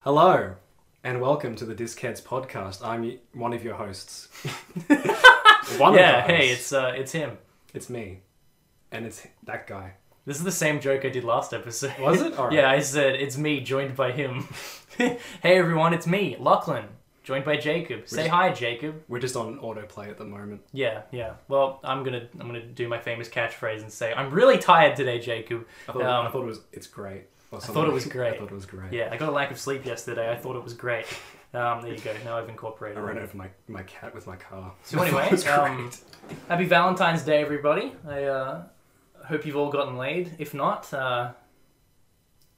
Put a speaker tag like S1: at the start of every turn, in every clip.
S1: Hello, and welcome to the Discheads podcast. I'm y- one of your hosts. one
S2: yeah,
S1: of the
S2: hey,
S1: hosts.
S2: it's uh, it's him.
S1: it's me, and it's that guy.
S2: This is the same joke I did last episode.
S1: Was it? Alright.
S2: yeah, I said it's me joined by him. hey everyone, it's me, Lachlan, joined by Jacob. Say
S1: just-
S2: hi, Jacob.
S1: We're just on autoplay at the moment.
S2: Yeah, yeah. Well, I'm gonna I'm gonna do my famous catchphrase and say I'm really tired today, Jacob.
S1: I thought,
S2: Um,
S1: I thought it was it's great. Or
S2: thought
S1: something.
S2: it was great.
S1: I thought it was great.
S2: Yeah, I got a lack of sleep yesterday. I thought it was great. Um, there you go. Now I've incorporated.
S1: I
S2: it.
S1: ran over my, my cat with my car.
S2: So anyway,
S1: It was
S2: um,
S1: great.
S2: happy Valentine's Day, everybody. I uh, hope you've all gotten laid. If not, uh,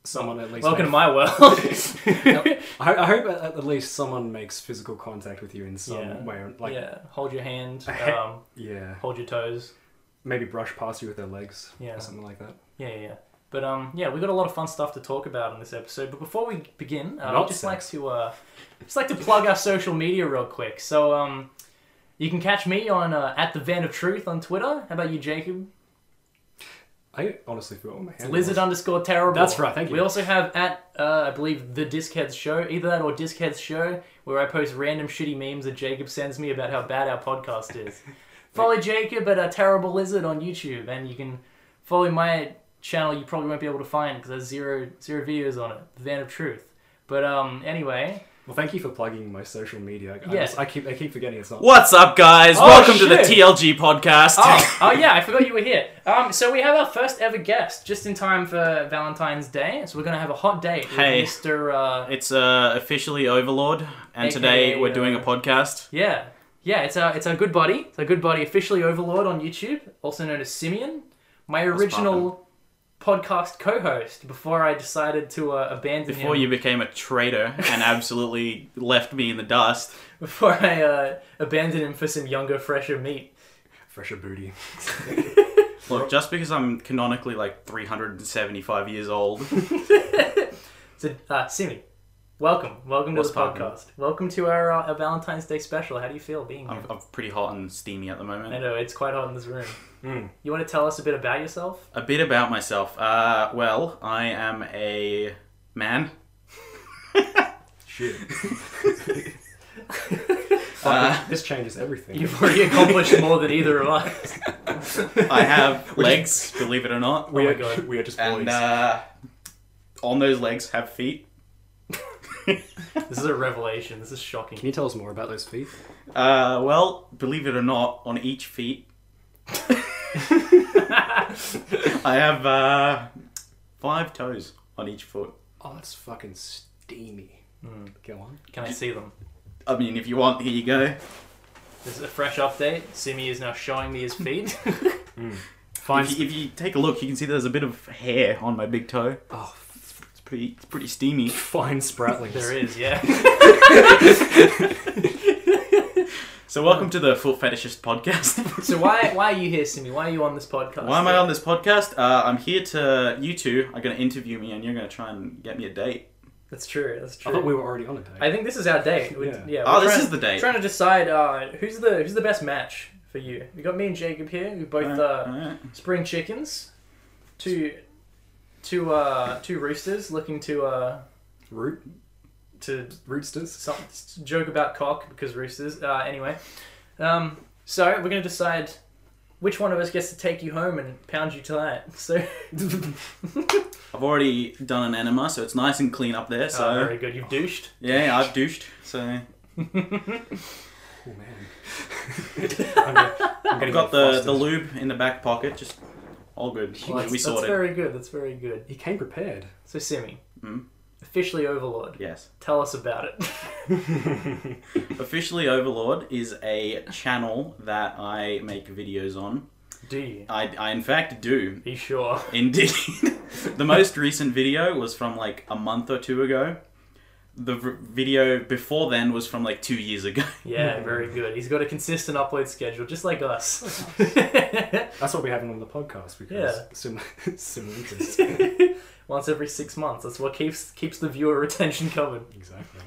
S1: someone at least.
S2: welcome to
S1: made-
S2: my world.
S1: I, I hope at, at least someone makes physical contact with you in some
S2: Yeah.
S1: way. Like yeah.
S2: yeah, hold your hand,
S1: A he-
S2: um, hold your toes.
S1: maybe brush past you with their legs
S2: Yeah.
S1: or something like that.
S2: Yeah, yeah, yeah. But um, yeah, we got a lot of fun stuff to talk about in this episode. But before we begin, uh,
S1: Not
S2: I'd just like to uh, just like to plug our social media real quick. So um, you can catch me on uh, at the Van of Truth on Twitter. How about you, Jacob?
S1: I honestly forgot what my hand.
S2: Lizard underscore terrible.
S1: That's right, thank you.
S2: We also have at uh, I believe the Discheads show, either that or Discheads show, where I post random shitty memes that Jacob sends me about how bad our podcast is. follow Jacob at a terrible lizard on YouTube, and you can follow my channel. You probably won't be able to find because there's zero zero videos on it. The Van of Truth. But um, anyway,
S1: Well, thank you for plugging my social media. I,
S2: Yeah.
S1: just- I keep I keep forgetting it's not.
S3: What's up, guys?
S2: Oh,
S3: Welcome to the
S2: shit.
S3: TLG podcast.
S2: oh, oh yeah, I forgot you were here. Um, so we have our first ever guest just in time for Valentine's Day. So we're gonna have a hot date with
S3: Hey.
S2: Mr. Uh,
S3: It's uh, officially Overlord, and
S2: AKA,
S3: today we're
S2: uh,
S3: doing a podcast.
S2: Yeah, yeah. It's our it's our good buddy. It's our good buddy, officially Overlord on YouTube, also known as Simeon, my original podcast co-host before I decided to uh, abandon
S3: Before
S2: him.
S3: you became a traitor and absolutely left me in the dust.
S2: Before I uh, abandoned him for some younger, fresher meat.
S1: Fresher booty.
S3: Look, just because I'm canonically like 375 years old,
S2: So, uh, Simeon, welcome, welcome
S3: What's
S2: to the
S3: poppin'?
S2: podcast. Welcome to our, uh, our Valentine's Day special. How do you feel being here?
S3: I'm, I'm pretty hot and steamy at the
S2: I
S3: moment.
S2: know it's quite hot in this room.
S3: Hmm.
S1: Mm.
S2: You want to tell us a bit about yourself?
S3: A bit about myself. Uh, well, I am a man.
S1: Shit.
S3: Uh,
S1: this changes everything.
S2: You've already accomplished more than either of us.
S3: I have legs, believe it or not,
S1: we,
S2: my
S1: are,
S2: God.
S1: we are just boys.
S3: and uh, on those legs have feet.
S2: This is a revelation. This is shocking.
S1: Can you tell us more about those feet?
S3: Uh, well, believe it or not, on each feet, I have uh, five toes on each foot.
S1: Oh, that's fucking steamy.
S2: Mm.
S1: Go on.
S2: Can I see them?
S3: I mean, if you want, here you go.
S2: This is a fresh update. Simi is now showing me his feet.
S3: Hmm.
S1: Fine.
S3: If you, if you take a look, you can see there's a bit of hair on my big toe.
S1: oh,
S3: It's pretty, it's pretty steamy.
S1: fine spratlings.
S2: there is, yeah.
S3: So, welcome to the Foot Fetishist Podcast.
S2: So why why are you here, Simi? Why are you on this podcast?
S3: Why am I on this podcast? Uh, I'm here to. You two are going to interview me, and you're going to try and get me a date.
S2: That's true. That's
S1: I
S2: true.
S1: thought we were already on eh? a date.
S2: I think this is our date. We-
S1: Yeah.
S2: yeah.
S3: Oh,
S2: we're
S3: this
S2: trying-
S3: is the date.
S2: Trying to decide uh, who's the who's the best match for you. We got me and Jacob here. We both uh,
S3: Alright.
S2: spring chickens. Two two uh, two roosters looking to uh,
S1: Root
S2: to
S1: rootsters.
S2: some joke about cock because roosters. Uh, anyway, um, so we're gonna decide which one of us gets to take you home and pound you tonight. So
S3: I've already done an enema, so it's nice and clean up there. So
S2: Oh, very good. You've douched.
S3: Yeah, I've douched, so
S1: Oh man. I'm gonna, I'm gonna go
S3: I've got the,
S1: Foster's.
S3: the lube in the back pocket, just all good.
S2: Well, that's,
S3: we
S2: that's
S3: sorted.
S2: very good. That's very good.
S1: He came prepared.
S2: So Simi,
S3: Mm.
S2: officially Overlord.
S3: Yes.
S2: Tell us about it.
S3: Officially Overlord is a channel that I make videos on.
S2: Do you?
S3: I, I in fact do.
S2: Be sure.
S3: Indeed. the most recent video was from like a month or two ago. The v- video before then was from like two years ago. Hmm.
S2: Yeah, very good. He's got a consistent upload schedule, just like us.
S1: That's what we have on the podcast because
S2: Yeah.
S1: sim- similar interests.
S2: Once every six months. That's what keeps keeps the viewer retention covered.
S1: exactly.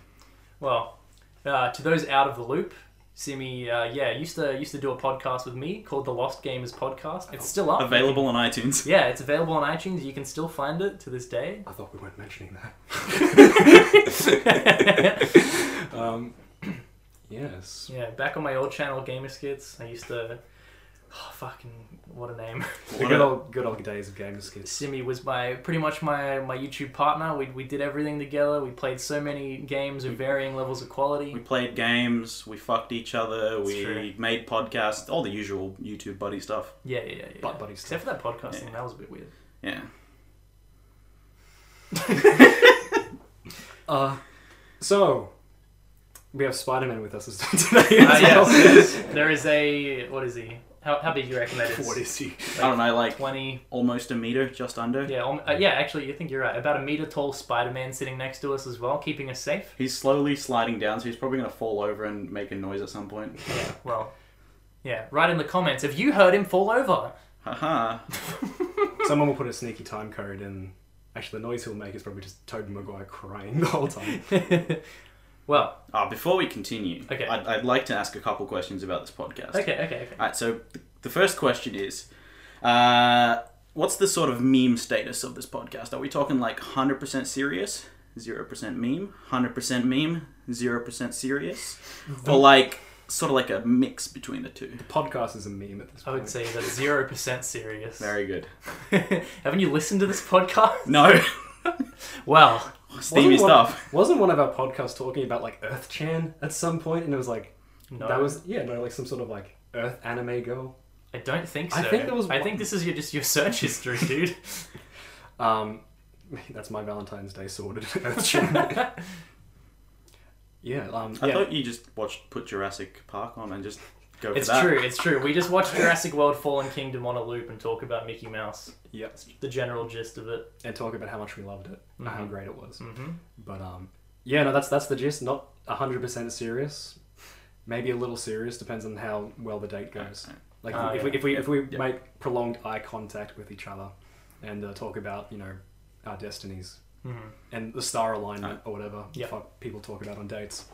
S2: Well, uh, to those out of the loop, Simi, uh, yeah, used to used to do a podcast with me called the Lost Gamers Podcast. It's still up.
S3: Available on iTunes.
S2: Yeah, it's available on iTunes. You can still find it to this day.
S1: I thought we weren't mentioning that. um, yes.
S2: Yeah, back on my old channel, Gamer Skits, I used to. Oh, fucking what a name!
S1: The good old, good old days of Gamer Skits.
S2: Simi was my pretty much my my YouTube partner. We we did everything together. We played so many games of varying levels of
S3: We
S2: quality.
S3: played games, we fucked each other,
S2: It's
S3: we
S2: true.
S3: made podcasts, all the usual YouTube buddy stuff.
S2: Yeah, yeah, yeah. yeah.
S1: Butt buddy stuff.
S2: Except for that podcast thing,
S3: Yeah.
S2: that was a bit weird.
S3: Yeah.
S1: Uh, so, we have Spider Man with us today.
S3: Ah, yes, yes.
S2: There is a what is he? How, how big do you reckon that is?
S1: What is he?
S3: I don't know, like
S2: Twenty.
S3: almost a meter, just under.
S2: Yeah, um, uh, yeah. Actually, you think you're right. About a meter tall Spider-Man sitting next to us as well, keeping us safe.
S3: He's slowly sliding down, so he's probably gonna fall over and make a noise at some point.
S2: Yeah. Well. Yeah. Write in the comments. Have you heard him fall over?
S3: Haha.
S1: Someone will put a sneaky time code in. Actually, the noise he'll make is probably just Toad Maguire crying the whole time.
S2: well.
S3: Ah, before we continue,
S2: Okay.
S3: I'd, I'd like to ask a couple questions about this podcast.
S2: Okay. Okay. Okay.
S3: Alright, so th- the first question is uh, what's the sort of meme status of this podcast? Are we talking like 100% serious, 0% meme, 100% meme, 0% serious? Or like sort of like a mix between the two?
S1: The podcast is a meme at this
S2: I
S1: point.
S2: would say that zero percent serious.
S3: Very good.
S2: Haven't you listened to this podcast?
S3: No,
S2: Well,
S3: steamy
S1: one,
S3: stuff.
S1: Wasn't one of our podcasts talking about like Earth Chan at some point, and it was like
S2: no.
S1: that was yeah, no, like some sort of like Earth anime girl.
S2: I don't think so.
S1: I think there was
S2: I
S1: one-
S2: think this is your, just your search history, dude.
S1: Um, that's my Valentine's Day sorted. Earth Chan. yeah. Um.
S3: I
S1: yeah.
S3: thought you just watched Put Jurassic Park on and just go for
S2: it's
S3: that.
S2: true. It's true. We just watched Jurassic World: Fallen Kingdom on a loop and talk about Mickey Mouse.
S1: Yep.
S2: The general gist of it.
S1: And talk about how much we loved it, and how
S2: Mhm.
S1: great it was.
S2: Mm-hmm.
S1: But um, yeah, no, that's that's the gist. Not hundred percent serious. Maybe a little serious depends on how well the date goes. Like
S2: Ah,
S1: if,
S2: yeah.
S1: we, if we if we
S3: Yeah.
S1: make prolonged eye contact with each other, and uh, talk about you know our destinies
S2: Mm-hmm.
S1: and the star alignment or whatever the
S2: Yeah.
S1: fuck people talk about on dates.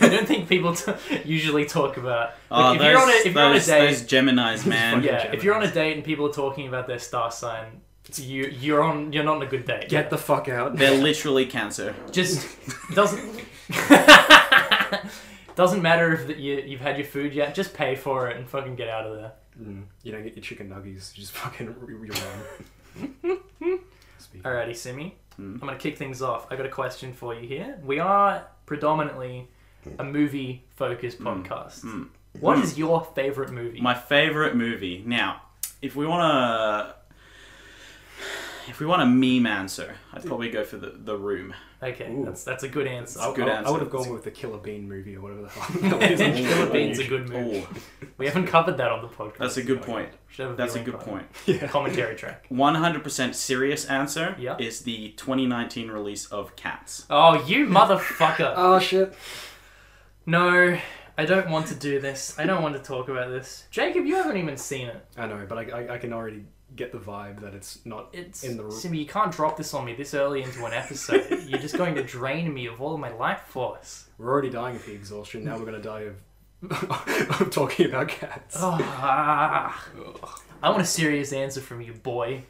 S2: I don't think people t- usually talk about.
S3: Ah,
S2: Like, if you're on a
S3: those-
S2: if you're on a
S3: those-
S2: date,
S3: those Geminis, man.
S1: fucking-
S2: yeah, if you're on a date and people are talking about their star sign, you you're on you're not on a good date.
S1: Get the fuck out.
S3: They're literally cancer.
S2: just doesn't doesn't matter if that you you've had your food yet. Just pay for it and fucking get out of there.
S1: Mm, you don't get your chicken nuggies. You just fucking r- you're wrong. Speak.
S2: Alrighty, Simi,
S3: Hmm.
S2: I'm gonna kick things off. I got a question for you here. We are predominantly a movie focused podcast.
S3: Mm.
S2: What is your favorite movie?
S3: My favorite movie. Now, if we want to, if we want a meme answer, I'd probably go for the the room.
S2: okay,
S1: Ooh.
S2: that's that's a good answer.
S1: I,
S3: a good
S1: I- I
S3: answer.
S1: would have gone with the Killer Bean movie or whatever the hell. that was.
S2: Killer Bean's a good movie.
S3: Oh,
S2: We haven't covered that on the podcast.
S3: that's a good point.
S2: Should have
S3: That's a
S2: viewing
S3: good
S2: party.
S3: point.
S1: Yeah.
S2: Commentary track.
S3: One hundred percent serious answer
S2: Yeah.
S3: is the 2019 release of Cats.
S2: Oh, you motherfucker!
S1: Oh shit.
S2: No, I don't want to do this. I don't want to talk about this. Jacob, you haven't even seen it.
S1: I know, but I, I, I can already get the vibe that it's not.
S2: It's
S1: In the room.
S2: Simi, you can't drop this on me this early into an episode. You're just going to drain me of all of my life force.
S1: We're already dying of the exhaustion. Now we're gonna die of, of talking about cats.
S2: Oh, ah. I want a serious answer from you, boy.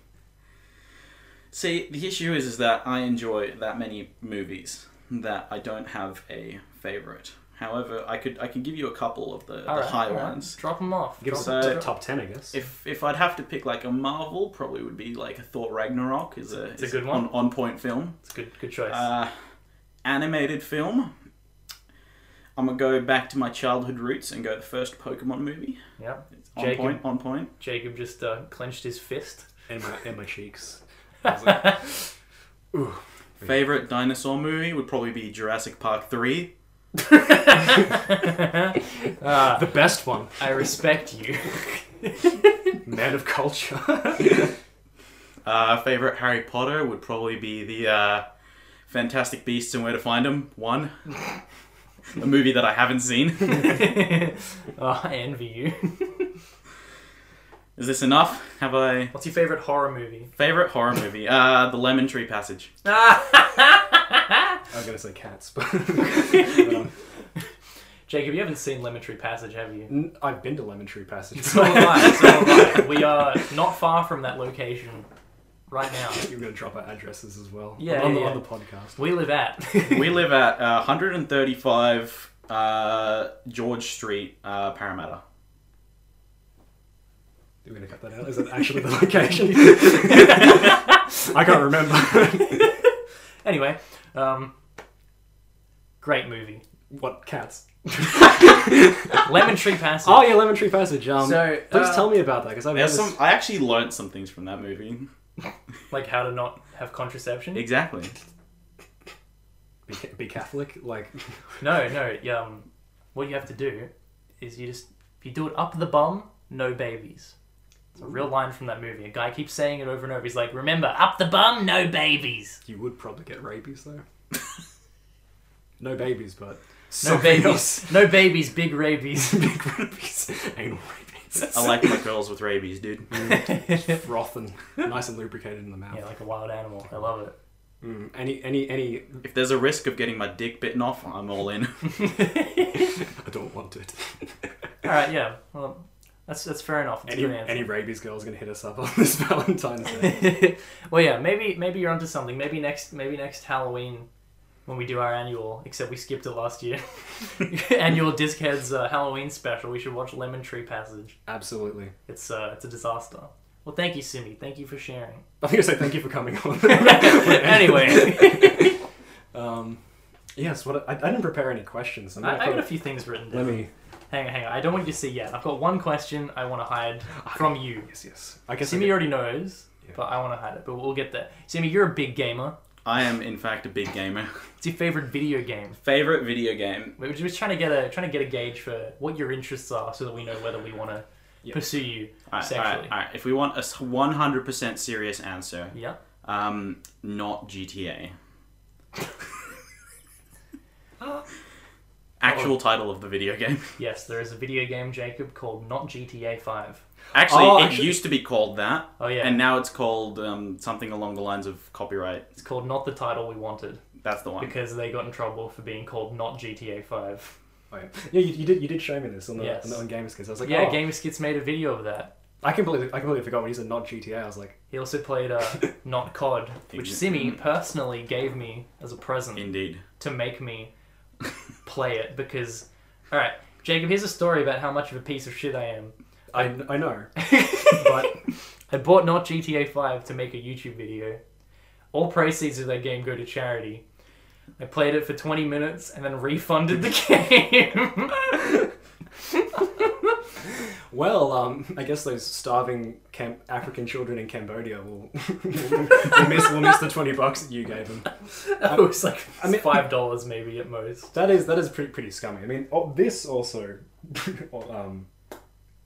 S3: See, the issue is is that I enjoy that many movies that I don't have a favorite. However, I could I can give you a couple of the, the
S2: All right,
S3: high
S2: all right.
S3: ones.
S2: Drop them off.
S1: Give us
S2: Drop-
S1: a
S3: So-
S1: t- top ten, I guess.
S3: If if I'd have to pick like a Marvel, probably would be like Thor Ragnarok is a,
S2: It's a
S3: is
S2: good one.
S3: on, on point film.
S2: It's a good, good choice.
S3: Uh, animated film. I'm gonna go back to my childhood roots and go the first Pokemon movie.
S2: yep.
S3: It's on
S2: Jacob.
S3: point. On point.
S2: Jacob just uh, clenched his fist.
S1: and my and my cheeks.
S3: Favorite dinosaur movie would probably be Jurassic Park three.
S2: Ah,
S1: The best one,
S2: I respect you.
S1: man of culture.
S3: Uh, favorite Harry Potter would probably be the uh, Fantastic Beasts and Where to Find Them one. a movie that I haven't seen.
S2: oh, I envy you.
S3: Is this enough? Have I
S2: What's your favorite horror movie? Ah!
S3: favorite horror movie? Uh, The Lemon Tree Passage.
S1: um, I was gonna say cats, but
S2: Jacob, you haven't seen Lemon Tree Passage, have you?
S1: N- I've been to Lemon Tree Passage.
S2: So have I. So have I. We are not far from that location right now.
S1: You're going to drop our addresses as well.
S2: Yeah,
S1: on,
S2: yeah,
S1: the,
S2: yeah.
S1: on the podcast.
S2: We live at.
S3: we live at uh, 135 uh, George Street, uh, Parramatta.
S1: You're going to cut that out. Is it actually the location? I can't remember.
S2: anyway, um, great movie.
S1: what cats?
S2: Lemon Tree Passage.
S1: Oh yeah, Lemon Tree Passage. Um,
S2: So,
S1: please
S2: uh,
S1: tell me about that because I've never.
S3: There's some. I actually learnt some things from that movie.
S2: Like how to not have contraception?
S3: Exactly.
S1: be, ca- be Catholic, like
S2: No, no. yeah, Um, what you have to do is you just if you do it up the bum, no babies. It's a real line from that movie. A guy keeps saying it over and over. He's like, "Remember, up the bum, no babies."
S1: you would probably get rabies though. no babies, but
S2: No
S1: something
S2: babies.
S1: else.
S2: No babies. Big rabies.
S1: Big rabies, anal rabies.
S3: I like my girls with rabies, dude.
S2: Mm.
S1: froth and nice and lubricated in the mouth.
S2: Yeah, like a wild animal. I love it.
S1: Mm, any, any, any.
S3: If there's a risk of getting my dick bitten off, I'm all in.
S1: I don't want it.
S2: All right. Yeah. Well, that's that's fair enough. It's a
S1: any,
S2: good answer.
S1: any rabies girl's gonna hit us up on this Valentine's Day.
S2: well, yeah, maybe maybe you're onto something. Maybe next maybe next Halloween, when we do our annual, except we skipped it last year, annual Discheads uh, Halloween special, we should watch Lemon Tree Passage.
S1: Absolutely.
S2: It's uh, it's a disaster. Well, thank you, Simi. Thank you for sharing.
S1: I think I say thank you for coming on.
S2: anyway,
S1: um, yes. What I, I didn't prepare any questions. I'm
S2: I,
S1: gonna
S2: I got a
S1: put-
S2: few things written down.
S1: let me.
S2: Hang on, hang on. I don't want you to see yet. I've got one question I want to hide from you.
S1: Yes, Ah, yes. I guess. I
S2: Simi
S1: did-
S2: already knows,
S1: Yeah.
S2: but I want to hide it. But we'll get there. Simi, you're a big gamer.
S3: I am, in fact, a big gamer.
S2: What's your favorite video game?
S3: Favorite video game?
S2: We were just trying to get a trying to get a gauge for what your interests are, so that we know whether we want to
S1: Yeah.
S2: pursue you
S3: All right, all
S2: sexually.
S3: right, all right. If we want a s- 100% serious answer,
S2: Yeah.
S3: um, not GTA. Actual title of the video game.
S2: Yes, there is a video game, Jacob, called Not GTA Five.
S3: Actually,
S1: Oh,
S3: it
S1: actually-
S3: used to be called that,
S2: Oh yeah,
S3: and now it's called um, something along the lines of copyright.
S2: it's called Not the Title We Wanted
S3: That's the one.
S2: because they got in trouble for being called Not GTA Five.
S1: Oh, yeah, yeah you, you did. You did show me this on the,
S2: Yes.
S1: on, the on Gamers Kids. I was like,
S2: yeah,
S1: oh,
S2: GameSkits made a video of that.
S1: I completely, I completely forgot when he said not GTA. I was like,
S2: He also played uh, Not COD, which
S3: Exa-
S2: Simi personally gave me as a present
S3: Indeed.
S2: to make me play it because, all right, Jacob, here's a story about how much of a piece of shit I am.
S1: I, I know, but
S2: I bought Not GTA 5 to make a YouTube video. All proceeds of that game go to charity. I played it for 20 minutes and then refunded the game.
S1: well, um, I guess those starving Cam- African children in Cambodia will, will miss will miss the twenty bucks that you gave them.
S2: it was like
S1: I mean-
S2: $5 maybe at most.
S1: That is that is pretty pretty scummy. I mean, oh, this also um,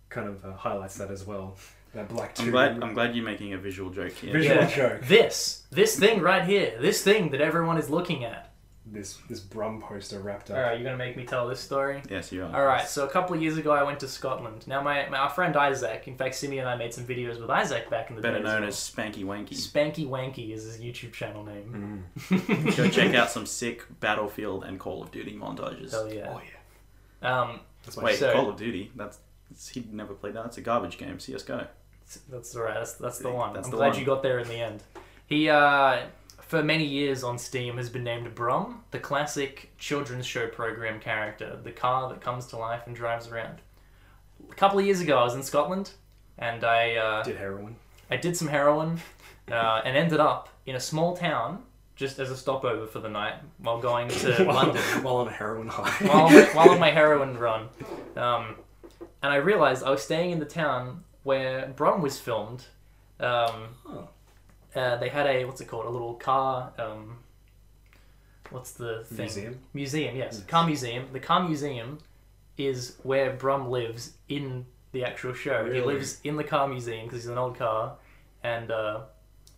S1: kind of uh, highlights that as well. That black
S3: I'm
S1: tube
S3: glad. um, I'm glad you're making a visual joke here.
S1: visual
S2: Yeah.
S1: joke.
S2: This, this thing right here, this thing that everyone is looking at.
S1: This this Brum poster wrapped up.
S2: All right, you're gonna make me tell this story.
S3: Yes, you are.
S2: All right, so a couple of years ago, I went to Scotland. Now, my, my our friend Isaac, in fact, Simi and I made some videos with Isaac back in the
S3: Better
S2: day.
S3: known
S2: well.
S3: as Spanky Wanky.
S2: Spanky Wanky is his YouTube channel name.
S1: Mm.
S3: Go check out some sick Battlefield and Call of Duty montages.
S2: Hell
S1: Oh yeah,
S2: yeah.
S1: Oh.
S2: Um,
S1: that's my
S3: Wait,
S2: So-
S3: Call of Duty? That's, that's he never played that. It's a garbage game. CS:GO.
S2: That's all right. That's, that's the
S3: Yeah,
S2: one.
S3: that's
S2: I'm
S3: the
S2: glad
S3: one.
S2: you got there in the end. He, uh, for many years on Steam, has been named Brum, the classic children's show program character, the car that comes to life and drives around. A couple of years ago, I was in Scotland, and I uh,
S1: did heroin.
S2: I did some heroin, uh, and ended up in a small town just as a stopover for the night while going to
S1: while,
S2: London
S1: while on a heroin high.
S2: while, while on my heroin run. Um, and I realized I was staying in the town where Brom was filmed. Um,
S1: Oh.
S2: uh, they had a, what's it called, a little car, um, what's the thing?
S1: Museum.
S2: Museum, yes. Car museum. The car museum is where Brum lives in the actual show. He
S1: Really?
S2: lives in the car museum because he's an old car, and uh,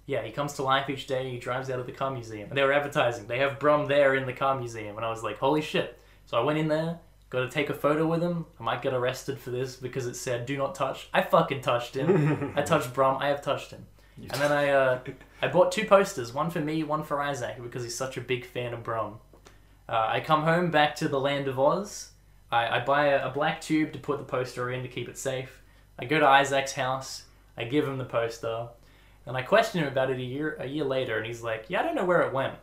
S2: yeah, he comes to life each day. He drives out of the car museum, and they were advertising. They have Brum there in the car museum, and I was like, holy shit! So I went in there. Got to take a photo with him. I might get arrested for this because it said "do not touch." I fucking touched him. I touched Brum. I have touched him. And then I, uh, I bought two posters, one for me, one for Isaac, because he's such a big fan of Brom. Uh, I come home back to the land of Oz. I, I buy a, a black tube to put the poster in to keep it safe. I go to Isaac's house. I give him the poster, and I question him about it a year a year later, and he's like, "Yeah, I don't know where it went."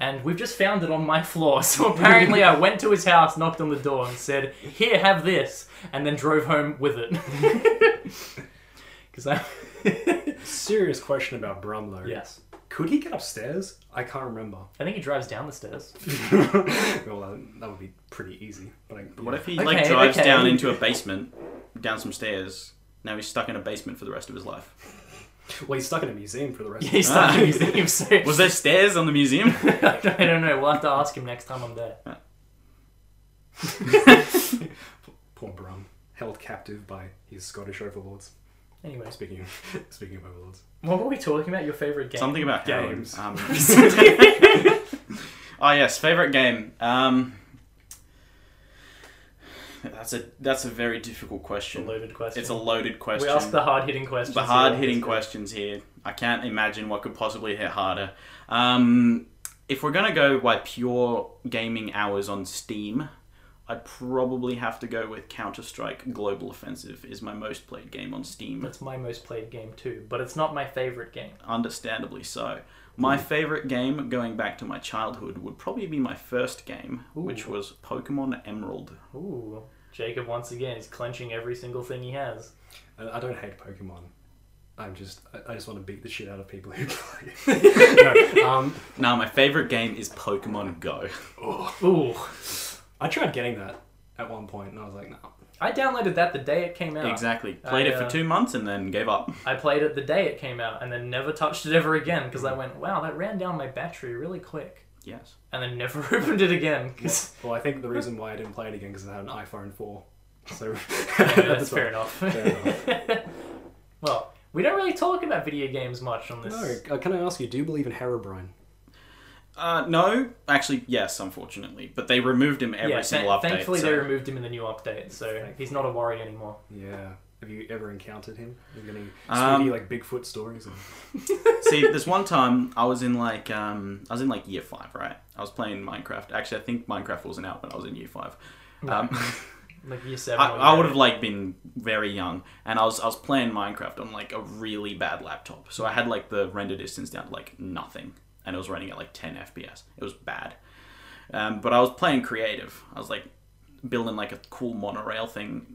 S2: And we've just found it on my floor. So apparently, I went to his house, knocked on the door, and said, "Here, have this," and then drove home with it. Because I,
S1: Serious question about Brumlow.
S2: yes,
S1: Could he get upstairs? I can't remember.
S2: I think he drives down the stairs.
S1: well, that, that would be pretty easy. But, I,
S3: But what if he
S2: Okay,
S3: like drives
S2: okay.
S3: down into a basement, down some stairs? Now he's stuck in a basement for the rest of his life.
S1: Well, he's stuck in a museum for the rest. of
S2: He's stuck in a museum. So
S3: Ah. Was there stairs on the museum?
S2: I don't know. We'll have to ask him next time I'm there.
S1: Poor Brum, held captive by his Scottish overlords.
S2: Anyway,
S1: Speaking of, speaking of overlords,
S2: what were we talking about? Your favorite game?
S3: Something about
S1: Games.
S3: games. Um, oh yes, favorite game. Um, that's a that's a very difficult
S2: It's a
S3: question.
S2: loaded question.
S3: It's a loaded question.
S2: We asked the hard hitting questions.
S3: the hard hitting
S2: here.
S3: questions here. I can't imagine what could possibly hit harder. Um, if we're gonna go by pure gaming hours on Steam, I'd probably have to go with Counter Strike Global Offensive is my most played game on Steam.
S2: That's my most played game too, but it's not my favorite game.
S3: understandably so. My
S2: Hmm.
S3: favorite game, going back to my childhood, would probably be my first game, which was Pokemon Emerald.
S2: Ooh, Jacob once again is clenching every single thing he has.
S1: I, I don't hate Pokemon. I'm just, I, I just want to beat the shit out of people who play. it. no, um,
S3: Now, my favorite game is Pokemon Go.
S2: Ooh,
S1: I tried getting that at one point, and I was like, no.
S2: I downloaded that the day it came out.
S3: Exactly. Played
S2: Ah. I,
S3: it for
S2: uh,
S3: two months and then gave up.
S2: I played it the day it came out and then never touched it ever again because I went, wow, that ran down my battery really quick.
S3: Yes.
S2: And then never opened it again because
S1: Well, I think the reason why I didn't play it again because I had an iPhone four. So
S2: that's fair enough.
S1: Fair enough.
S2: well, we don't really talk about video games much on this.
S1: No, uh, can I ask you? Do you believe in Herobrine?
S3: Uh, no, actually, yes, unfortunately. But they removed him every
S2: yeah,
S3: single
S2: thank-
S3: update.
S2: thankfully
S3: so-
S2: they removed him in the new update, so he's not a worry anymore.
S1: Yeah. Have you ever encountered him? Have you got any
S3: Um,
S1: spooky like Bigfoot stories? Or...
S3: See, this one time I was in like um, I was in like year five, right? I was playing Minecraft. Actually, I think Minecraft wasn't out when I was in year five. Um,
S2: Like year seven.
S3: I,
S2: or
S3: I
S2: year
S3: would
S2: eight.
S3: have like been very young, and I was I was playing Minecraft on like a really bad laptop, so I had like the render distance down to like nothing, and it was running at like 10 FPS. It was bad, um, but I was playing creative. I was like building like a cool monorail thing.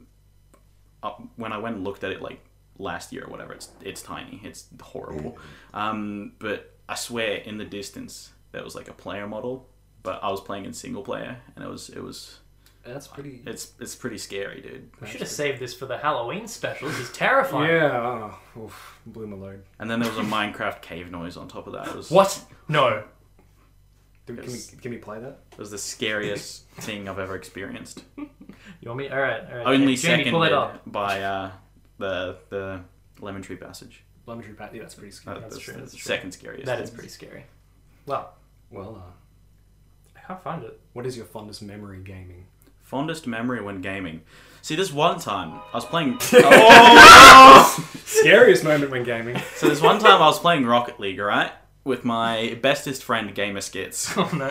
S3: Up when I went and looked at it like last year or whatever, it's it's tiny, it's horrible. Um, but I swear, in the distance, there was like a player model, but I was playing in single player, and it was it was
S1: That's pretty.
S3: it's it's pretty scary, dude.
S2: We should have saved this for the Halloween special. This is terrifying.
S1: Yeah. Oh, oof, blew my load.
S3: And then there was a Minecraft cave noise on top of that. It was,
S2: What? No.
S1: Do we, can, we,
S3: Yes.
S1: can we play that?
S3: It was the scariest thing I've ever experienced.
S2: You want me? All right. All right.
S3: Only
S2: Jamie, pull it
S3: seconded
S2: up.
S3: by uh, the the lemon tree passage.
S1: Lemon Tree Patty, that's pretty
S3: Uh,
S1: scary.
S2: That's
S3: that's
S2: true,
S3: the
S2: that's true.
S3: second scariest.
S2: That
S3: thing.
S2: is pretty scary. Well,
S1: Well, uh,
S2: I can't find it.
S1: what is your fondest memory gaming?
S3: Fondest memory when gaming. See, this one time I was playing. oh,
S1: Scariest moment when gaming.
S3: so this one time I was playing Rocket League, right, with my bestest friend Gamer Skits.
S2: Oh no.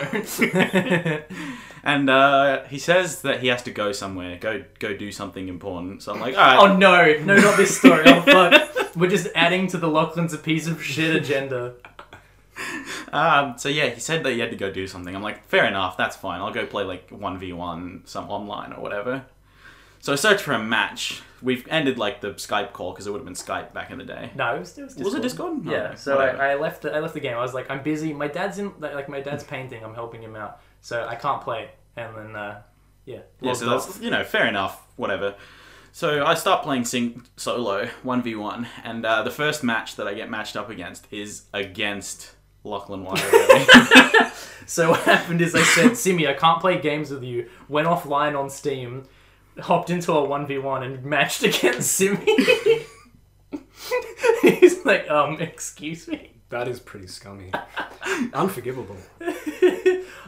S3: And uh, he says that he has to go somewhere, go go do something important. So I'm like, all right,
S2: oh no! No, not this story. Oh fuck. We're just adding to the Lachlan's a piece of shit agenda.
S3: Um, so yeah, he said that he had to go do something. I'm like, fair enough, that's fine. I'll go play like one v one some online or whatever. So I searched for a match. We've ended like the Skype call because it would have been Skype back in the day.
S2: No, it was, it was Discord.
S3: Was it Discord? No,
S2: Yeah. So
S3: whatever.
S2: I, I left. The, I left the game. I was like, I'm busy. My dad's in. Like, like, my dad's painting. I'm helping him out. So I can't play. And then, uh, yeah.
S3: yeah,
S2: logged
S3: so
S2: off.
S3: that's you know fair enough, whatever. So I start playing sing- solo one v one, and uh, the first match that I get matched up against is against Lachlan Wilder.
S2: So what happened is I said, Simi, I can't play games with you. Went offline on Steam, hopped into a 1v1 and matched against Simi. He's like, um, excuse me.
S1: That is pretty scummy. Unforgivable.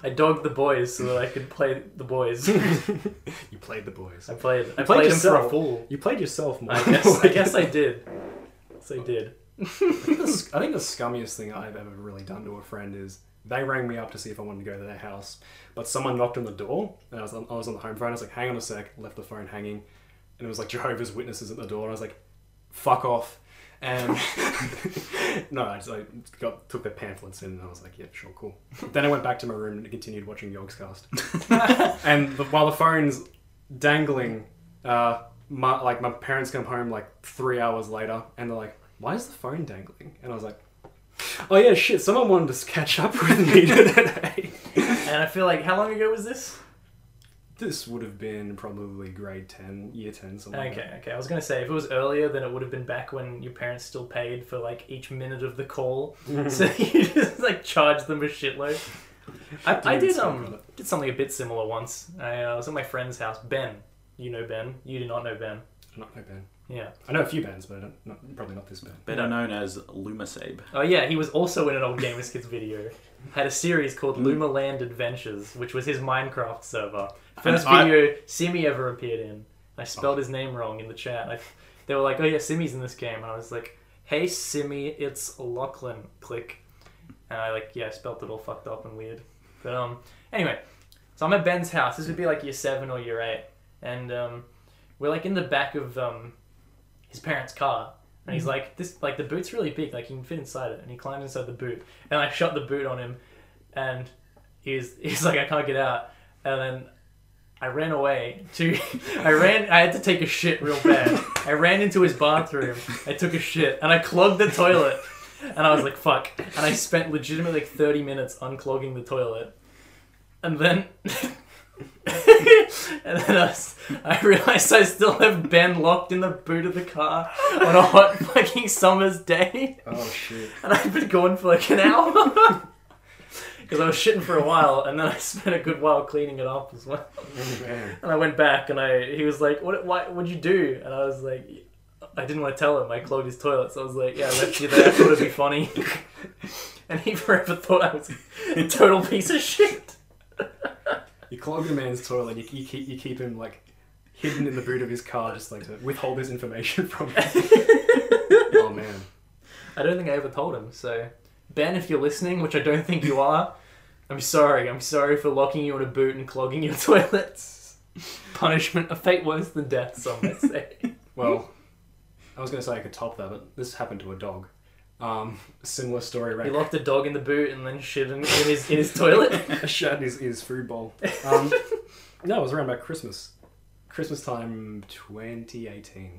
S2: I dogged the boys so that I could play the boys. I
S1: You played the boys.
S2: played I
S1: You
S2: played them for
S1: yourself.
S2: a fool.
S1: You played yourself more.
S2: I guess I guess I did. Yes I did.
S1: I think the scummiest thing I've ever really done to a friend is They rang me up to see if I wanted to go to their house, but someone knocked on the door, and I was on, I was on the home phone. I was like, "Hang on a sec," left the phone hanging, and it was like Jehovah's Witnesses at the door, and I was like, "Fuck off." And no, I just I got took their pamphlets in, and I was like, "Yeah, sure, cool." Then I went back to my room and continued watching Yogscast. and the, while the phone's dangling, uh, my like my parents come home like three hours later, and they're like, "Why is the phone dangling?" And I was like, "Oh yeah, shit! Someone wanted to catch up with me today."
S2: And I feel like how long ago was this?
S1: this would have been probably grade ten, year ten, something. like
S2: Okay, okay. I was gonna say if it was earlier, then it would have been back when your parents still paid for like each minute of the call, so you just like charge them a shitload.
S1: that.
S2: I did
S1: Dude,
S2: um did something a bit similar once. I uh, was at my friend's house. Ben, you know Ben. You do not know Ben.
S1: Not my band.
S2: Yeah.
S1: I know a few bands, but I don't, not, probably not this band.
S3: Better known as Lumasabe.
S2: Oh yeah, he was also in an old Gamers Kids video. Had a series called
S3: Hmm.
S2: Luma Land Adventures, which was his Minecraft server. First
S3: And I- Oh.
S2: video Simi ever appeared in. I spelled his name wrong in the chat. I, they were like, "Oh yeah, Simi's in this game," and I was like, "Hey Simi, it's Lachlan." Click, and I like yeah, I spelled it all fucked up and weird. But um, anyway, so I'm at Ben's house. This would be like year seven or year eight, and um, we're like in the back of um, his parents' car, and he's like, "This like the boot's really big, like you can fit inside it." And he climbs inside the boot, and I shot the boot on him, and he's he's like, "I can't get out," and then. I ran away to I ran I had to take a shit real bad. I ran into his bathroom, I took a shit, and I clogged the toilet. And I was like, fuck. And I spent legitimately like 30 minutes unclogging the toilet. And then. and then I, s- I realized I still have Ben locked in the boot of the car on a hot fucking summer's day.
S1: Oh shit!
S2: And I've been gone for like an hour. Because I was shitting for a while, and then I spent a good while cleaning it up as well.
S1: Oh, man.
S2: And I went back, and I he was like, "What? Why? What'd you do?" And I was like, "I didn't want to tell him. I clogged his toilet." So I was like, "Yeah, I left you there. I thought it'd be funny." and he forever thought I was a total piece of shit.
S1: You clog a man's toilet. You, you keep you keep him like hidden in the boot of his car, just like to withhold his information from him. oh man.
S2: I don't think I ever told him. So, Ben, if you're listening, which I don't think you are, I'm sorry. I'm sorry for locking you in a boot and clogging your toilets. Punishment, a fate worse than death, some might say.
S1: Well, I was going to say I could top that, but this happened to a dog. Um, similar story.
S2: he
S1: Right?
S2: locked a dog in the boot and then shit in, in his in his toilet.
S1: Shattered his, his food bowl. Um, no, it was around about Christmas, Christmas time, 2018.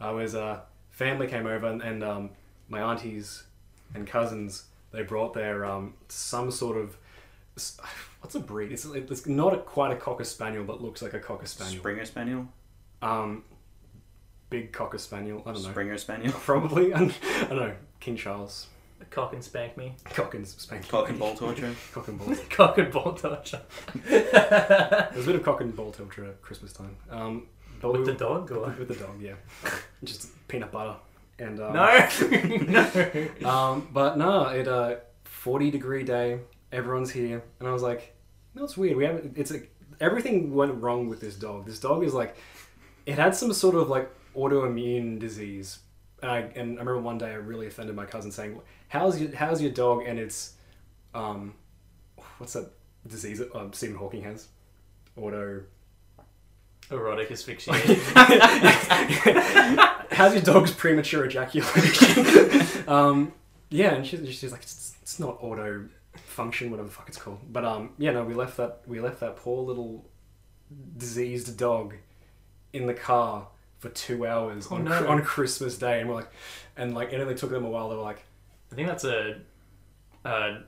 S1: I was uh, family came over and, and um, my aunties and cousins they brought their um, some sort of s- what's a breed? It's, it's not a, quite a cocker spaniel, but looks like a cocker spaniel.
S3: Springer Spaniel?
S1: Um, big cocker spaniel. I don't know.
S3: Springer Spaniel?
S1: Probably. I don't I don't know. King Charles.
S2: Cock and spank me.
S1: Cock and spank.
S3: Cock and ball torture?
S1: Cock and ball.
S2: Cock and ball torture.
S1: There's a bit of cock and ball torture at Christmas time. Um, but
S2: With
S1: we-
S2: the dog or?
S1: With the dog, yeah. Just peanut butter and um,
S2: No! no!
S1: Um, but no, it uh, 40 degree day. Everyone's here, and I was like, no, it's weird. We haven't. It's like everything went wrong with this dog. This dog is like, it had some sort of like autoimmune disease. And I and I remember one day I really offended my cousin saying, "How's your how's your dog?" And it's, um, what's that disease that um, Stephen Hawking has? Auto.
S2: Erotic asphyxiation.
S1: How's your dog's premature ejaculation? um, yeah, and she's, she's like, it's, it's not auto function, whatever the fuck it's called. But um, yeah, no, we left that we left that poor little diseased dog in the car for two hours on,
S2: no.
S1: Chri- on Christmas Day, and we're like, and like, it only took them a while. They were like,
S2: I think that's a. Uh,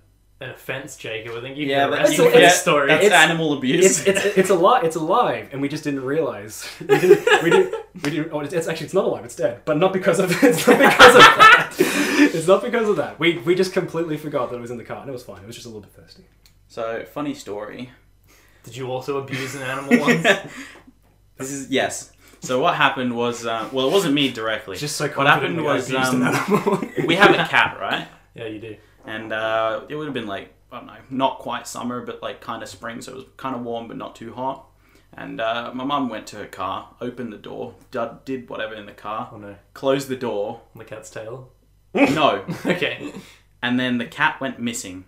S2: an offense, Jacob. I think you
S3: Yeah,
S2: can
S3: but
S2: arrest
S1: that's
S2: me
S1: a-
S2: for this
S1: it's-
S2: story.
S3: That's
S1: It's-
S3: animal abuse.
S1: it's it's it's alive, it's alive, and we just didn't realize. We didn't, we didn't, we didn't. Oh, it's, it's actually it's not alive, it's dead, but not because of it's not because of that. It's not because of that. We we just completely forgot that it was in the car, and it was fine. It was just a little bit thirsty.
S3: so, funny story.
S2: Did you also abuse an animal once?
S3: This is, yes. So, what happened was, uh, well, it wasn't me directly.
S1: It's just so
S3: what happened
S1: confident
S3: was,
S1: we abused
S3: um,
S1: an animal.
S3: we have a cat, right?
S2: yeah, you do.
S3: and uh, it would have been like I don't know, not quite summer, but like kind of spring, so it was kind of warm but not too hot. And uh, my mum went to her car, opened the door, dud- did whatever in the car,
S2: Oh no.
S3: closed the door,
S2: On the cat's tail.
S3: no,
S2: Okay.
S3: and then the cat went missing.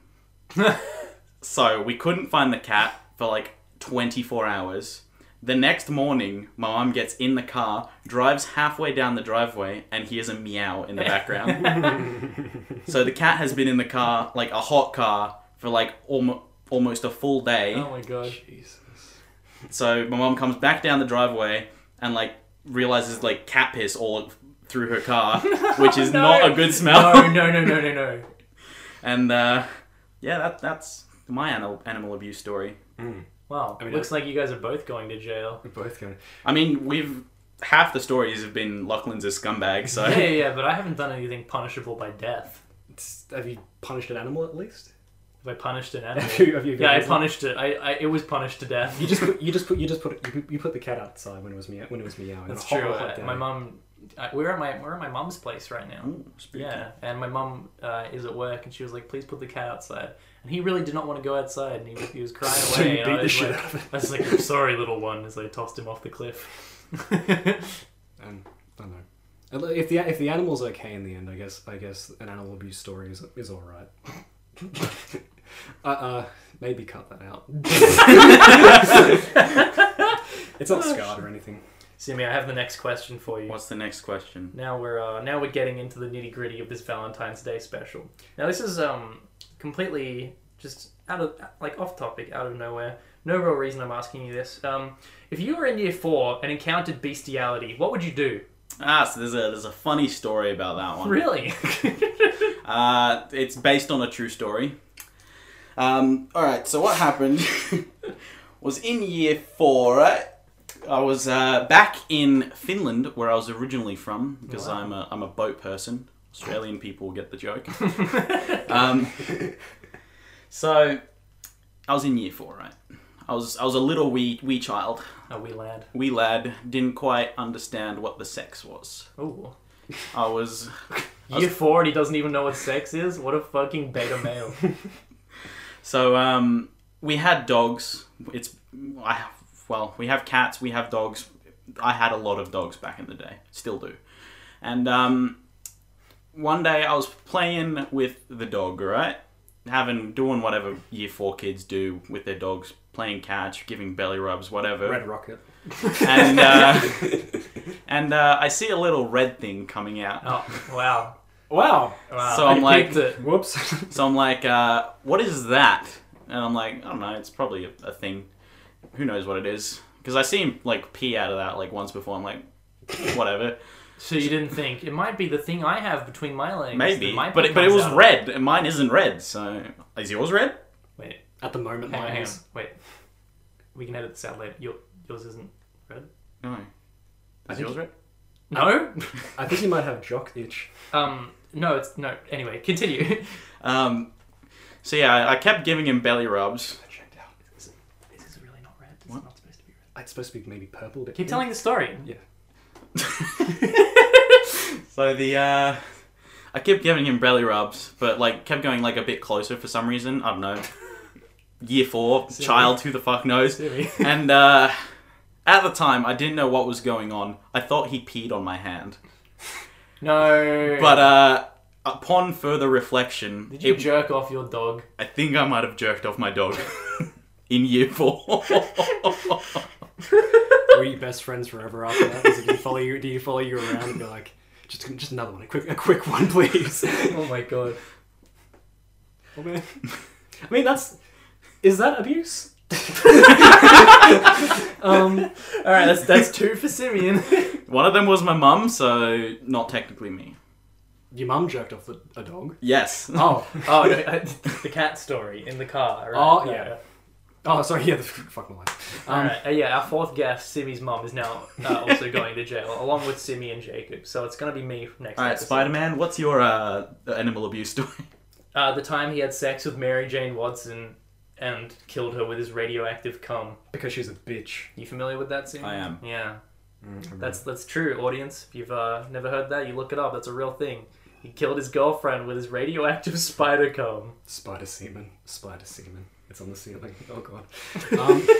S3: So we couldn't find the cat for like 24 hours. The next morning, my mom gets in the car, drives halfway down the driveway, and hears a meow in the background. so the cat has been in the car, like a hot car, for like almo- almost a full day.
S2: oh my gosh.
S1: Jesus.
S3: So my mom comes back down the driveway and like realizes like cat piss all through her car, which is
S2: No.
S3: not a good smell.
S2: No, no, no, no, no, no.
S3: And uh, yeah, that that's my animal animal abuse story.
S2: Wow.
S1: I mean,
S2: Looks like you guys are both going to jail.
S1: We're both going.
S3: I mean, we've half the stories have been Lachlan's a scumbag, so
S2: Yeah, yeah, yeah, but I haven't done anything punishable by death.
S1: "It's- Have you punished an animal at least?
S2: Have I punished an
S1: Have
S2: animal?
S1: you? Have you
S2: yeah, I punished it. I, I it was punished to death.
S1: You just put, you just put you just put it, you, put- you put the cat outside when it was meow when it was meowing.
S2: That's
S1: A hot-
S2: true.
S1: hot
S2: I-
S1: day.
S2: my mum, I, we're at my we're at my mum's place right now.
S3: Ooh, spooky.
S2: Yeah, and my mum uh, is at work, and she was like, "Please put the cat outside." And he really did not want to go outside, and he was, he was crying
S1: So
S2: away.
S1: you
S2: and I
S1: beat the
S2: was
S1: shit
S2: like,
S1: out of it.
S2: I was like, "I'm sorry, little one," as I tossed him off the cliff.
S1: And I don't know. And look, If the if the animal's okay in the end, I guess I guess an animal abuse story is is all right. uh, uh, maybe cut that out. it's not scarred or anything.
S2: Simi, I have the next question for you.
S3: What's the next question?
S2: Now we're uh, now we're getting into the nitty gritty of this Valentine's Day special. Now this is um completely just out of like off topic, out of nowhere. No real reason I'm asking you this. Um, if you were in year four and encountered bestiality, what would you do?
S3: Ah, so there's a there's a funny story about that one.
S2: Really?
S3: Uh, it's based on a true story. Um, all right. So what happened was in year four. Right? I was uh, back in Finland, where I was originally from, because
S2: Wow.
S3: I'm a I'm a boat person. Australian people get the joke. um, so I was in year four, right? I was I was a little wee wee child,
S2: oh, we lad.
S3: wee lad. Didn't quite understand what the sex was.
S2: Ooh.
S3: I was
S2: Year four and he doesn't even know what sex is? What a fucking beta male.
S3: So um, we had dogs. It's I well, we have cats. We have dogs. I had a lot of dogs back in the day. Still do. And um, one day I was playing with the dog. Right, having doing whatever year four kids do with their dogs, playing catch, giving belly rubs, whatever
S1: Red rocket.
S3: and uh, and uh, I see a little red thing coming out.
S2: Oh, wow.
S1: Wow.
S2: Wow.
S3: So I'm
S2: I peeped
S3: like-
S2: it.
S1: Whoops.
S3: So I'm like, uh, what is that? And I'm like, I don't know. It's probably a, a thing. Who knows what it is? Because I see him like pee out of that like once before. I'm like, whatever.
S2: So you didn't think it might be the thing I have between my legs?
S3: Maybe.
S2: that my
S3: But
S2: pee
S3: it, but it
S2: comes
S3: was
S2: out of?
S3: red, and mine isn't red. So is yours red?
S2: Wait,
S1: At the moment,
S2: hang
S1: mine
S2: on, hang on.
S1: is.
S2: Wait. We can edit this out later. Your, yours isn't red?
S3: No. Is yours red?
S2: No?
S1: I think you might have jock itch.
S2: um, no, it's no. Anyway, continue.
S3: Um. So yeah, I, I kept giving him belly rubs.
S1: I checked out.
S2: this is really not red. It's
S3: What?
S2: not supposed to be red.
S1: It's supposed to be maybe purple. But
S2: Keep telling the story.
S1: Yeah.
S3: So the uh, I kept giving him belly rubs, but like kept going like a bit closer for some reason. I don't know. Year four, child, who the fuck knows?
S2: Simi.
S3: and uh, at the time, I didn't know what was going on. I thought he peed on my hand,
S2: No.
S3: but uh, upon further reflection,
S2: Did you
S3: it-
S2: jerk off your dog?
S3: I think I might have jerked off my dog in year four.
S1: Were you best friends forever after that? Does it do you follow you? Do you follow you around and be like, just just another one, a quick a quick one, please?
S2: Oh my god.
S1: Oh, man. I mean, that's is that abuse?
S2: Um, all right, that's that's two for Simeon.
S3: One of them was my mum, so not technically me.
S1: Your mum jerked off the, a dog.
S3: Yes.
S1: Oh,
S2: oh, no, I- the cat story in the car. right?
S1: Oh, yeah. oh, sorry. Yeah, the, fuck my life.
S2: All right, uh, yeah. Our fourth guest, Simi's mum, is now uh, also going to jail, along with Simi and Jacob. So it's gonna be me next.
S3: All right,
S2: episode.
S3: Spider Man, what's your uh, animal abuse story?
S2: Uh, the time he had sex with Mary Jane Watson and killed her with his radioactive cum.
S1: Because she's a bitch.
S2: You familiar with that, Simi?
S3: I am.
S2: Yeah,
S1: Mm,
S2: that's that's true. Audience, if you've uh, never heard that, you look it up. That's a real thing. He killed his girlfriend with his radioactive spider cum.
S1: spider semen. Spider semen. It's on the ceiling. Oh god. Um,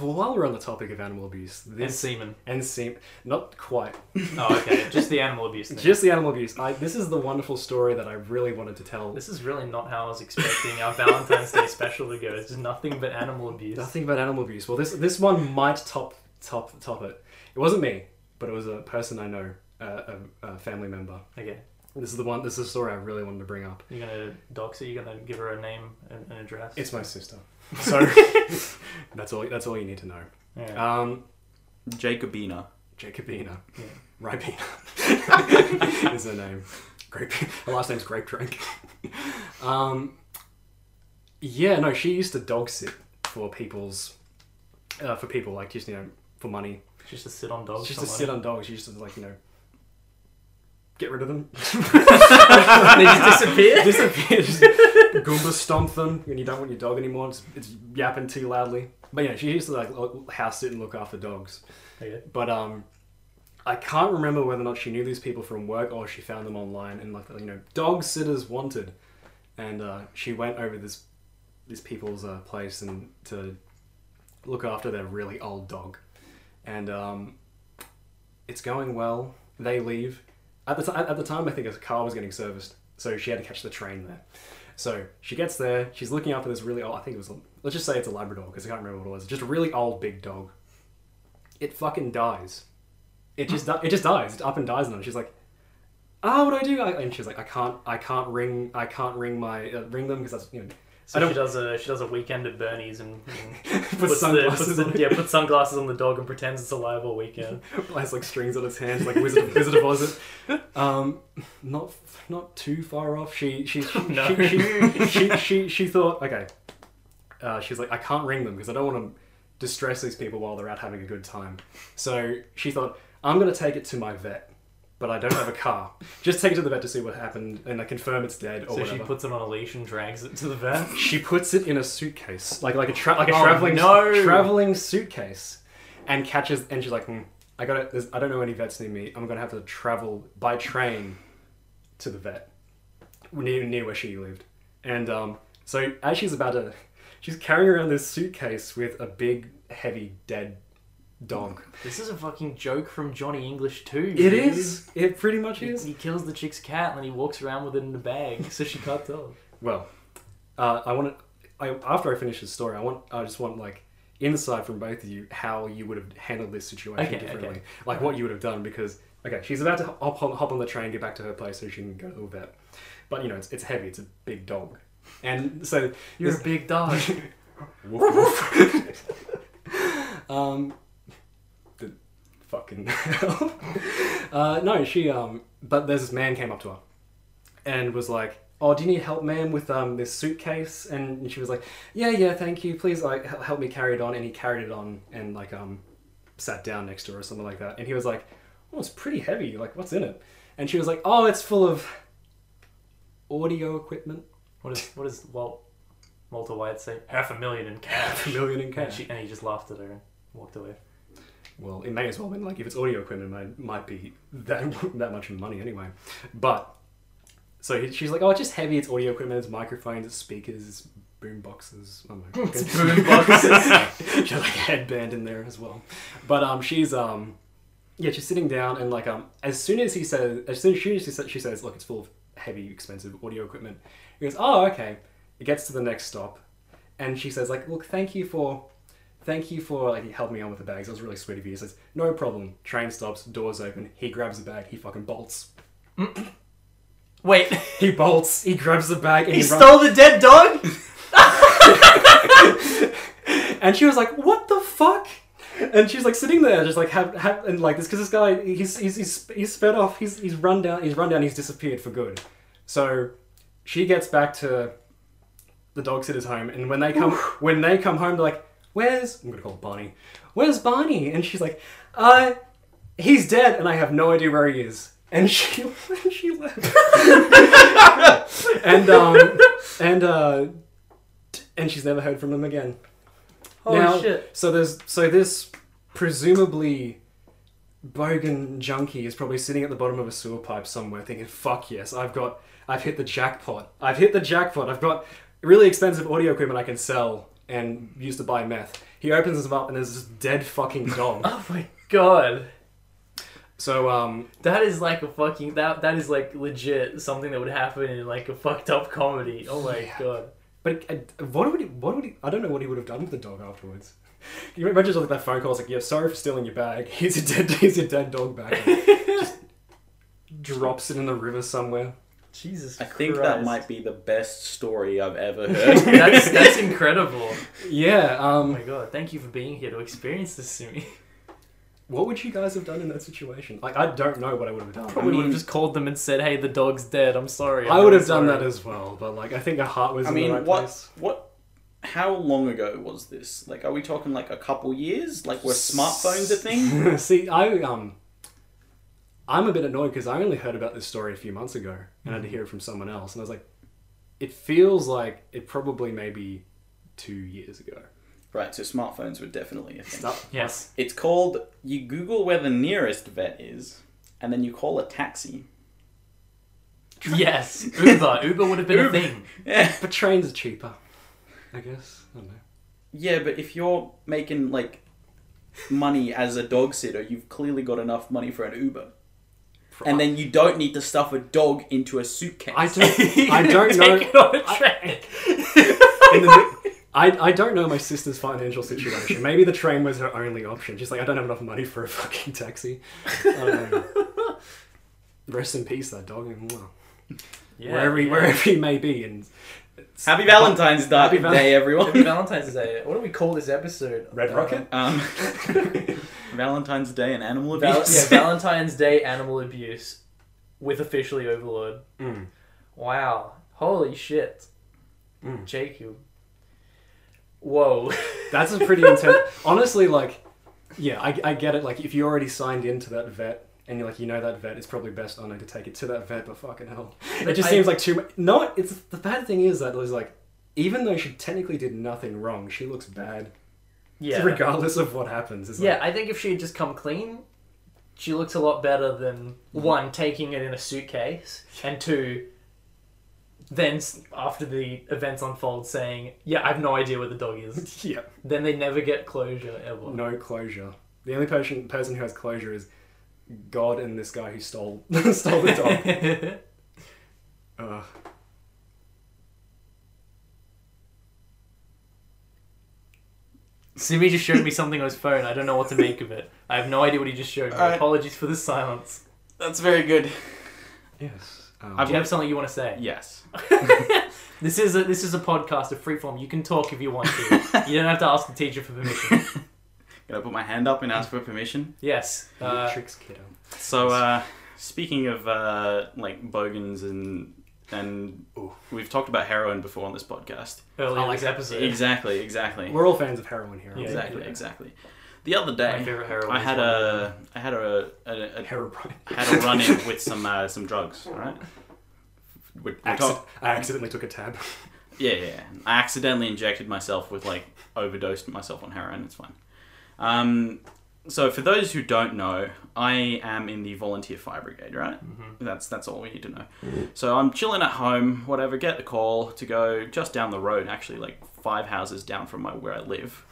S1: Well, while we're on the topic of animal abuse,
S2: and
S1: this
S2: semen.
S1: and seem not quite
S2: Oh, okay. Just the animal abuse thing.
S1: just the animal abuse. I, this is the wonderful story that I really wanted to tell.
S2: This is really not how I was expecting our Valentine's Day special to go. It's just nothing but animal abuse.
S1: Nothing but animal abuse. Well, this this one might top top top it. It wasn't me, but it was a person I know, a, a, a family member.
S2: Okay.
S1: This is the one. This is the story I really wanted to bring up.
S2: You're gonna dox her. You're gonna give her a name and an address.
S1: It's my sister, so that's all. That's all you need to know.
S2: Yeah.
S1: Um,
S3: Jacobina.
S1: Jacobina,
S2: Yeah.
S1: Ribena is her name. Grape. Her last name's Grape Drink. Um, yeah, no, she used to dog sit for people's, uh, for people like just you know for money
S2: just to sit on dogs.
S1: She used
S2: for
S1: to sit
S2: money.
S1: on dogs. She used to like you know, get rid of them,
S2: They just disappear.
S1: disappear, just goomba stomp them when you don't want your dog anymore. It's, it's yapping too loudly. But yeah, she used to like lo- house sit and look after dogs.
S2: Okay.
S1: But um, I can't remember whether or not she knew these people from work or she found them online and like you know, dog sitters wanted, and uh, she went over this this people's uh, place and to look after their really old dog, and um, it's going well. They leave. At the, t- at the time, I think a car was getting serviced, so she had to catch the train there. So she gets there, she's looking after this really old, I think it was, a- let's just say it's a Labrador, because I can't remember what it was, just a really old big dog it fucking dies. It just di- it just dies. It up and dies. And then she's like, "Ah, what do I do?" I, and she's like, "I can't, I can't ring, I can't ring my uh, ring them because that's you know." I
S2: So
S1: don't-
S2: she does a she does a weekend at Bernie's and, and
S1: Put
S2: puts the-
S1: sunglasses
S2: puts the-
S1: on it.
S2: yeah, puts sunglasses on the dog and pretends it's alive all weekend.
S1: has like strings on its hands, like Wizard of, Wizard of Oz. Um, not not too far off. She she she
S2: No.
S1: she, she, she, she she thought okay. Uh, she's like, I can't ring them because I don't want to distress these people while they're out having a good time. So she thought, I'm gonna take it to my vet, but I don't have a car. Just take it to the vet to see what happened and I confirm it's dead or
S2: So
S1: whatever.
S2: she puts it on a leash and drags it to the vet.
S1: She puts it in a suitcase, like like a tra- like a
S2: Oh,
S1: traveling
S2: no.
S1: traveling suitcase, and catches. And she's like, hmm, I got to I don't know any vets near me. I'm gonna have to travel by train to the vet near near where she lived. And um, so as she's about to, she's carrying around this suitcase with a big, heavy, dead dog.
S2: This is a fucking joke from Johnny English too.
S1: It is. It pretty much
S2: He,
S1: is.
S2: he kills the chick's cat and then he walks around with it in a bag, so she can't tell.
S1: Well, uh, I want to. I, after I finish this story, I want. I just want like insight from both of you how you would have handled this situation
S2: Okay,
S1: differently,
S2: okay.
S1: like what you would have done. Because okay, she's about to hop on, hop on the train, get back to her place so she can go to the vet. But you know, it's, it's heavy. It's a big dog, and so
S2: You're
S1: this-
S2: a big dog.
S1: Woof, woof. um, the fucking hell. uh, no, she um, but there's this man came up to her, and was like, "Oh, do you need help, ma'am, with um this suitcase?" And she was like, "Yeah, yeah, thank you. Please, like, h- help me carry it on." And he carried it on and like um, sat down next to her or something like that. And he was like, "Oh, it's pretty heavy. Like, what's in it?" And she was like, "Oh, it's full of audio equipment,
S2: What is what does Walt Walter White say? Half a million in cash.
S1: a million in
S2: And
S1: cash."
S2: she and he just laughed at her and walked away.
S1: Well, it may as well have been like if it's audio equipment, it might, might be that, that much money anyway. But so he, she's like, oh, it's just heavy. It's audio equipment. It's microphones. It's speakers. It's boom boxes. Oh my god, boom boxes. she had like a headband in there as well. But um, she's um, yeah, she's sitting down and like um, as soon as he says, as soon as she, she says, she says, look, it's full of heavy, expensive audio equipment. He goes, oh, okay. It gets to the next stop, and she says like, look, thank you for Thank you for like helping me on with the bags. That was really sweet of you. He says, "No problem." Train stops, doors open. He grabs the bag. He fucking bolts.
S2: Wait,
S1: He bolts. He grabs the bag and
S2: he
S1: he,
S2: stole the dead dog?
S1: runs. And she was like, "What the fuck?" And she's like sitting there, just like have, have and like this because this guy he's he's he's, he's fed off. He's he's run down. He's run down. He's disappeared for good. So she gets back to the dog sitter's home, and when they come when they come home, they're like, "Where's?" I'm gonna call Barney. Where's Barney? And she's like, "Uh, he's dead, and I have no idea where he is." And she she left. and um and uh and she's never heard from him again.
S2: Holy
S1: Now,
S2: Oh, shit.
S1: So there's so this presumably bogan junkie is probably sitting at the bottom of a sewer pipe somewhere thinking, fuck yes, I've got, I've hit the jackpot. I've hit the jackpot. I've got really expensive audio equipment I can sell and used to buy meth. He opens them up and there's this dead fucking dog.
S2: Oh my god.
S1: so um,
S2: That is like a fucking that that is like legit something that would happen in like a fucked up comedy. Oh my
S1: Yeah.
S2: god.
S1: But uh, what would he, what would he, I don't know what he would have done with the dog afterwards. You imagine something like that phone call, it's like, yeah, sorry for stealing your bag. Here's your dead, here's your dead dog back. Just drops it in the river somewhere.
S2: Jesus
S3: I think
S2: Christ.
S3: that might be the best story I've ever heard.
S2: that's that's incredible.
S1: Yeah,
S2: Oh
S1: um,
S2: my god, thank you for being here to experience this to me.
S1: what would you guys have done in that situation? Like, I don't know what I would have done.
S2: Probably would
S3: mean-
S2: have just called them and said, "Hey, the dog's dead. I'm sorry."
S1: I would have done that as well, but like, I think a heart was
S3: I
S1: in
S3: mean,
S1: the right
S3: what
S1: place.
S3: what? How long ago was this? Like, are we talking like a couple years? Like, were smartphones a thing?
S1: See, I, um, I'm a bit annoyed because I only heard about this story a few months ago and I had
S3: Mm.
S1: to hear it from someone else. And I was like, it feels like it probably maybe two years ago.
S3: Right. So smartphones were definitely a thing.
S1: Stop.
S2: Yes.
S3: It's called you Google where the nearest vet is, and then you call a taxi.
S2: Yes. Uber. Uber would have been a
S3: Uber.
S2: thing.
S3: Yeah,
S1: But trains are cheaper, I guess. I don't know.
S3: yeah, but if you're making like money as a dog sitter, you've clearly got enough money for an Uber, and then you don't need to stuff a dog into a suitcase.
S1: I don't. I don't
S2: Take
S1: know.
S2: it on a
S1: I-
S2: train.
S1: in the- I, I don't know my sister's financial situation. Maybe the train was her only option. She's like, I don't have enough money for a fucking taxi. Um, rest in peace, that dog. and, well,
S2: Yeah,
S1: wherever, he,
S2: yeah.
S1: wherever he may be. And
S3: Happy Valentine's Day,
S1: Happy Val-
S3: Day,
S2: Happy
S3: everyone.
S2: Valentine's Day. What do we call this episode?
S1: Red
S2: Uh,
S1: Rocket?
S3: um, Valentine's Day and animal
S2: Val- yeah,
S3: abuse.
S2: Valentine's Day animal abuse with officially Overlord.
S1: Mm.
S2: Wow. Holy shit.
S1: Mm.
S2: Jacob. Whoa.
S1: That's a pretty intense. Honestly, like, yeah, I, I get it. Like, if you already signed into that vet and you're like, you know, that vet is probably best on it to take it to that vet, but fucking hell. It
S2: But
S1: just
S2: I-
S1: seems like too much. No, it's the bad thing is that there's like, even though she technically did nothing wrong, she looks bad.
S2: yeah.
S1: Regardless of what happens. It's
S2: Yeah, I think if she had just come clean, she looks a lot better than one taking it in a suitcase, and two, then s- after the events unfold, saying, "Yeah, I have no idea where the dog is."
S1: Like, yeah.
S2: then they never get closure ever.
S1: No closure. The only person person who has closure is God and this guy who stole stole the dog. Ugh.
S2: Simi just showed me something on his phone. I don't know what to make of it. I have no idea what he just showed me.
S3: Alright.
S2: Apologies for the silence.
S3: That's very good.
S1: yes. Um,
S2: Do you have something you want to say?
S3: Yes.
S2: This is a, this is a podcast of freeform. You can talk if you want to. you don't have to ask the teacher for permission.
S3: Gonna put my hand up and ask for permission.
S2: Yes. Uh,
S1: Matrix kiddo.
S3: So, uh, speaking of uh, like bogans and and
S1: Oof.
S3: we've talked about heroin before on this podcast.
S2: uh, earlier
S1: I
S2: in
S1: like
S2: this episode.
S3: Exactly, exactly,
S1: We're all fans of heroin here. aren't we?
S3: exactly, exactly. The other day,
S2: My favorite heroin
S3: I
S2: is
S3: had
S2: one.
S3: a I had a, a, a,
S1: Herobrine.
S3: a had a run in with some uh, some drugs. All right. We're, we're
S1: Acci-
S3: talk-
S1: I accidentally took a tab.
S3: yeah, yeah, yeah. I accidentally injected myself with like overdosed myself on heroin. It's fine. Um, so for those who don't know, I am in the volunteer fire brigade, right? That's that's all we need to know. So I'm chilling at home, whatever. Get the call to go just down the road, actually, like five houses down from my, where I live,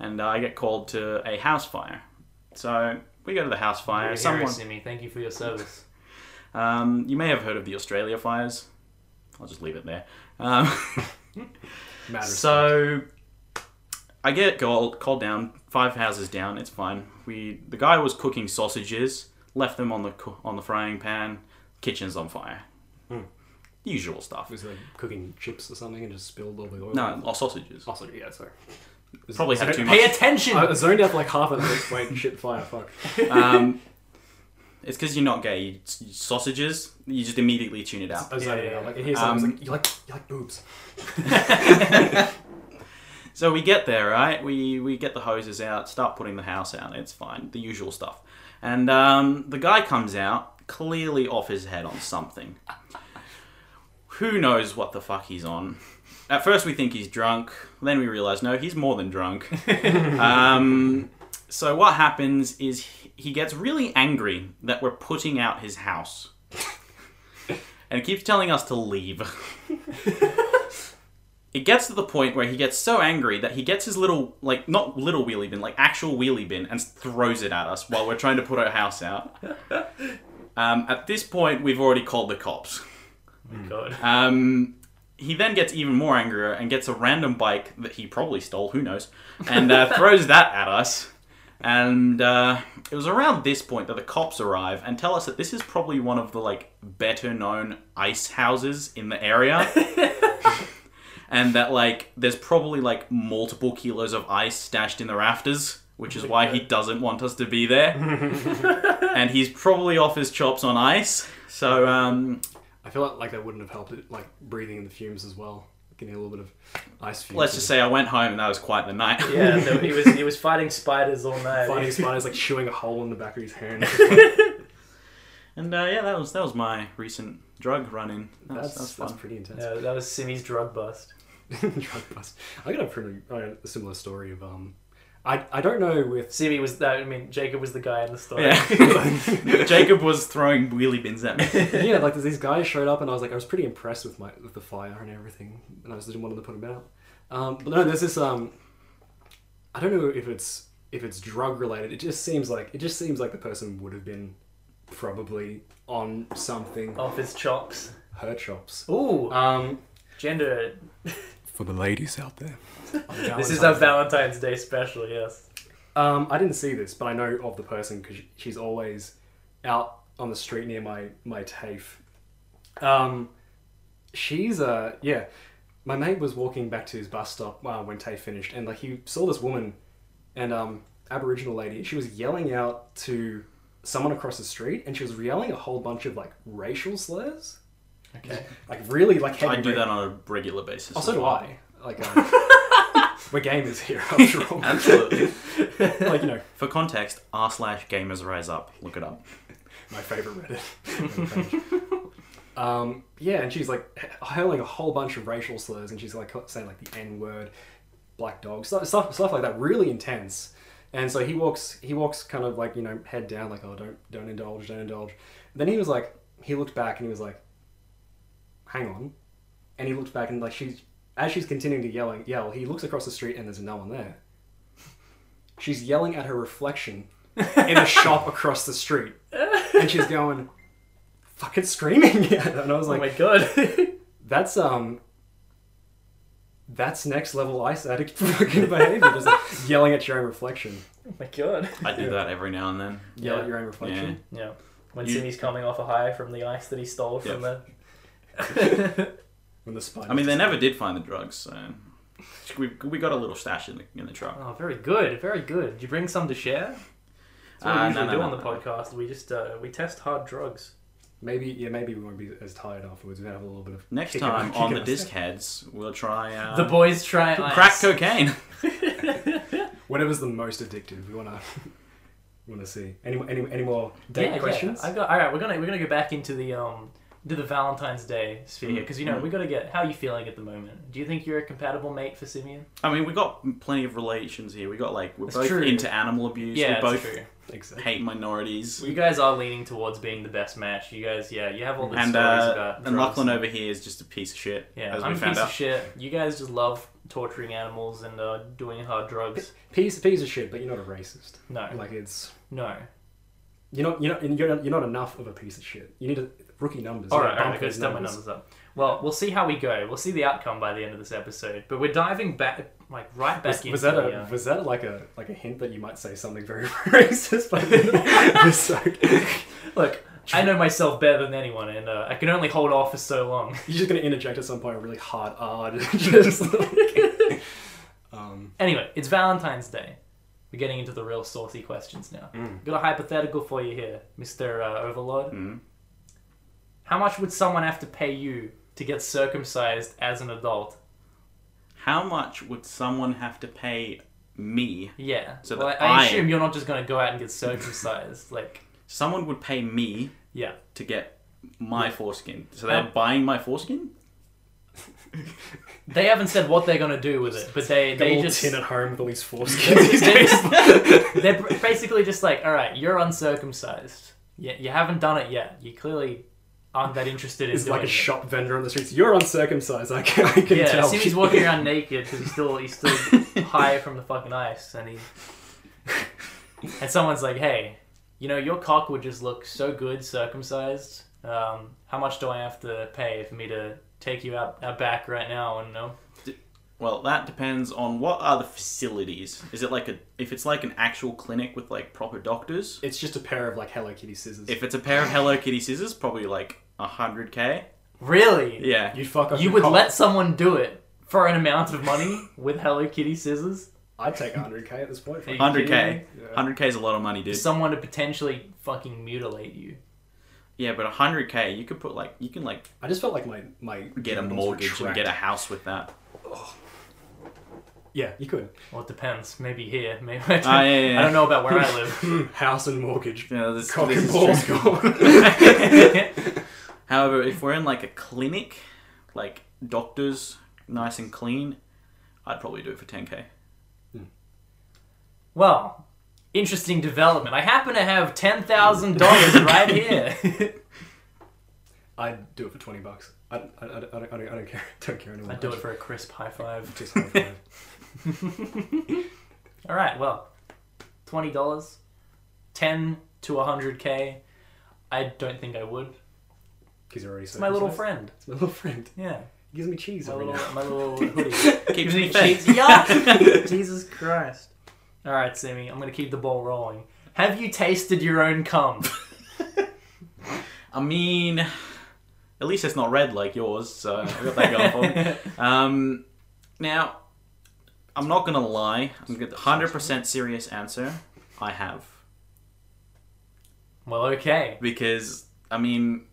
S3: and uh, I get called to a house fire. So we go to the house
S2: You're a
S3: fire.
S2: hero,
S3: Someone,
S2: Simi. Thank you for your service.
S3: um, you may have heard of the Australia fires. I'll just leave it there. Um,
S1: Matters.
S3: So I get called, called down, five houses down. It's fine. We the guy was cooking sausages, left them on the co- on the frying pan. Kitchen's on fire. Usual stuff.
S1: was he, like cooking chips or something and just spilled all the oil.
S3: No, or sausages.
S1: Oh, sorry, yeah, sorry. Was-
S3: Probably had
S1: sorry,
S3: too much.
S2: Pay attention.
S1: I zoned out for like half of it. Wait, shit, fire, fuck.
S3: Um, it's because you're not gay. You- sausages. You just immediately tune it out.
S1: I was
S2: Yeah,
S1: zoning
S2: yeah,
S1: out. Like,
S2: yeah.
S1: here's um,
S3: Um,
S1: like, you like, you like boobs.
S3: So we get there, right? We we get the hoses out, start putting the house out. It's fine, the usual stuff. And um, the guy comes out, clearly off his head on something. Who knows what the fuck he's on? At first we think he's drunk. Then we realize no, he's more than drunk. um, so what happens is he- he gets really angry that we're putting out his house, and keeps telling us to leave. It gets to the point where he gets so angry that he gets his little, like, not little wheelie bin, like actual wheelie bin, and throws it at us while we're trying to put our house out. Um, at this point, we've already called the cops.
S2: God.
S3: Um, he then gets even more angrier and gets a random bike that he probably stole, who knows, and uh, throws that at us. And uh, it was around this point that the cops arrive and tell us that this is probably one of the like better known ice houses in the area. and that like there's probably like multiple kilos of ice stashed in the rafters, which is why he doesn't want us to be there. and he's probably off his chops on ice. So um,
S1: I feel like, like that wouldn't have helped it, like breathing in the fumes as well. Getting a little bit of ice fumes.
S3: Let's just say I went home and that was quite the night.
S2: Yeah, so he was he was fighting spiders all night.
S1: Finding spiders like chewing a hole in the back of his hand.
S3: And uh, yeah, that was that was my recent drug run in. That
S1: That's,
S3: was, that was
S1: that's,
S3: fun.
S1: pretty intense.
S2: Yeah, that was Simi's drug bust.
S1: Drug bust. I got a pretty uh, similar story of um, I I don't know with
S2: Simi was that. I mean, Jacob was the guy in the story.
S3: Yeah. Jacob was throwing wheelie bins at me.
S1: yeah like these guys showed up and I was like I was pretty impressed with my with the fire and everything and I just didn't want them to put them out. Um, but no, there's this um, I don't know if it's if it's drug related. It just seems like it just seems like the person would have been probably on something
S2: Off his chops.
S1: her chops.
S2: Ooh,
S1: Um,
S2: gender.
S1: for the ladies out there.
S2: This is our Valentine's Day special. Yes.
S1: Um, I didn't see this, but I know of the person because she's always out on the street near my my TAFE. Um, she's uh yeah. My mate was walking back to his bus stop uh, when TAFE finished, and like he saw this woman, and um, Aboriginal lady. She was yelling out to someone across the street, and she was yelling a whole bunch of like racial slurs,
S2: Okay.
S1: like really like heavy.
S3: I do
S1: ra-
S3: that on a regular basis.
S1: Oh,
S3: as
S1: so do
S3: well.
S1: I. Like, uh, we're gamers here after all.
S3: Absolutely.
S1: like you know,
S3: For context, r slash gamers rise up. Look it up.
S1: my favorite Reddit. um, yeah, and she's like h- hurling a whole bunch of racial slurs, and she's like saying like the N word, black dog, stuff, stuff, stuff like that, really intense. And so he walks, he walks kind of like you know head down, like oh don't don't indulge, don't indulge. Then he was like, he looked back and he was like, hang on, and he looked back and like she's as she's continuing to yelling yell, he looks across the street and there's no one there. She's yelling at her reflection in a shop across the street. And she's going, fucking screaming at her. And I was
S2: Oh
S1: like,
S2: my god.
S1: that's, um, that's next level ice addict fucking behavior. Just like, yelling at your own reflection.
S2: oh my god.
S3: I do that every now and then.
S1: Yell
S2: Yeah.
S1: at your own reflection.
S2: Yeah. When
S3: You-
S2: Simi's coming off a high from the ice that he stole from the.
S1: When the spider.
S3: I mean, they never did find the drugs, so we, we got a little stash in the in the truck.
S2: oh, very good, very good. Did you bring some to share? That's what
S3: Uh,
S2: we
S3: no,
S2: usually
S3: no,
S2: do
S3: no,
S2: on the
S3: no.
S2: podcast. We just uh, we test hard drugs.
S1: Maybe, yeah, maybe we won't be as tired afterwards. We'll have a little bit of.
S3: Next
S1: kicking-
S3: time on the
S1: kicking us.
S3: disc heads, we'll try uh,
S2: the boys try ice.
S3: crack cocaine.
S1: Whatever's the most addictive, we want to. want to see. Any, any, any more date
S2: yeah,
S1: questions?
S2: Yeah. I got all right. We're gonna we're gonna go back into the um to the Valentine's Day sphere
S3: Mm,
S2: because you know we gotta get how you feeling at the moment. Do you think you're a compatible mate for Simeon?
S3: I mean, we got plenty of relations here. We got like we're
S2: That's
S3: both
S2: true.
S3: into animal abuse.
S2: yeah,
S3: we
S2: it's
S3: both
S2: true.
S1: Exactly.
S3: hate minorities.
S2: You guys are leaning towards being the best match. You guys, yeah, you have all the
S3: and
S2: stories
S3: uh,
S2: about
S3: and
S2: drugs.
S3: Lachlan over here is just a piece of shit.
S2: Yeah,
S3: as
S2: I'm
S3: we
S2: a
S3: found
S2: piece
S3: out.
S2: of shit. You guys just love torturing animals and uh, doing hard drugs.
S1: Piece, piece of shit, but you're not a racist.
S2: No,
S1: Like it's
S2: no.
S1: You're not, you're not, you're not, you're not enough of a piece of shit. You need a, rookie numbers.
S2: All
S1: You
S2: right,
S1: gotta
S2: all right,
S1: bump
S2: I gotta
S1: those
S2: step my numbers up. Well, we'll see how we go. We'll see the outcome by the end of this episode. But we're diving back, like right back
S1: Was,
S2: into
S1: was that
S2: the,
S1: a
S2: uh,
S1: was that like a like a hint that you might say something very racist by the end of the episode?
S2: Look, I know myself better than anyone, and uh, I can only hold off for so long.
S1: You're just gonna interject at some point a really hard R. to Just like- um,
S2: Anyway, it's Valentine's Day. We're getting into the real saucy questions now. Got a hypothetical for you here, Mister uh, Overlord.
S3: Mhm.
S2: How much would someone have to pay you to get circumcised as an adult?
S3: How much would someone have to pay me?
S2: Yeah.
S3: So
S2: well,
S3: that
S2: I,
S3: I-
S2: assume you're not just going to go out and get circumcised. like,
S3: Someone would pay me
S2: yeah.
S3: to get my foreskin. So they're buying my foreskin.
S2: They haven't said what they're going to do with it, but they,
S1: they
S2: they
S1: all
S2: just.
S1: tin at home with all these
S2: they're,
S1: foreskins.
S2: just- they're basically just like, all right, you're uncircumcised. Yeah, you haven't done it yet. You clearly aren't that interested in
S1: It's
S2: doing
S1: like a
S2: it.
S1: shop vendor on the streets. You're uncircumcised. I can, I can
S2: Yeah,
S1: tell.
S2: see, he's walking around naked because he's still he's still high from the fucking ice, and he and someone's like, "Hey, you know, your cock would just look so good circumcised. Um, how much do I have to pay for me to take you out, out back right now?" And no,
S3: Well, that depends on what are the facilities. Is it like a if it's like an actual clinic with like proper doctors?
S1: It's just a pair of like Hello Kitty scissors.
S3: If it's a pair of Hello Kitty scissors, probably like hundred k.
S2: really,
S3: Yeah.
S1: You'd fuck off.
S2: you
S1: your
S2: would
S1: cock.
S2: let someone do it for an amount of money with Hello Kitty scissors?
S1: I'd take 100k at this point.
S2: Hey.
S3: Hundred k.
S1: kidding me? Yeah.
S3: Hundred k is a lot of money,
S2: For
S3: dude.
S2: someone to potentially fucking mutilate you?
S3: Yeah, but hundred k, you could put like you can like
S1: I just felt like my my
S3: get a
S1: genitals
S3: mortgage and
S1: retract.
S3: get a house with that.
S1: yeah. You could
S2: Well, it depends. Maybe here, maybe I don't,
S3: Ah, yeah, yeah, yeah.
S2: I don't know about where I live.
S1: Hmm, house and mortgage.
S3: Yeah, this,
S1: Cock
S3: this
S1: and
S3: is
S1: balls
S3: true.
S1: gone.
S3: However, if we're in like a clinic, like doctors, nice and clean, I'd probably do it for ten k.
S2: Well, interesting development. I happen to have ten thousand dollars right here.
S1: I'd do it for 20 bucks. I don't, I, don't, I, don't, I, don't, I don't care. Don't care anymore.
S2: I'd do it for a crisp high five.
S1: Just high five.
S2: All right, well, twenty dollars, ten to hundred k. I don't think I would.
S1: Because you're already
S2: It's my little friend.
S1: It's my little friend.
S2: Yeah,
S1: He gives me cheese
S2: my
S1: every
S2: little
S1: now.
S2: my little hoodie.
S3: Keeps me
S2: Cheese-
S3: fed.
S2: Yuck! Jesus Christ! All right, Sammy, I'm gonna keep the ball rolling. Have you tasted your own cum?
S3: I mean, at least it's not red like yours, so I got that going for me. Um, now, I'm not gonna lie. I'm gonna hundred percent serious answer. I have
S2: Well, okay.
S3: because I mean,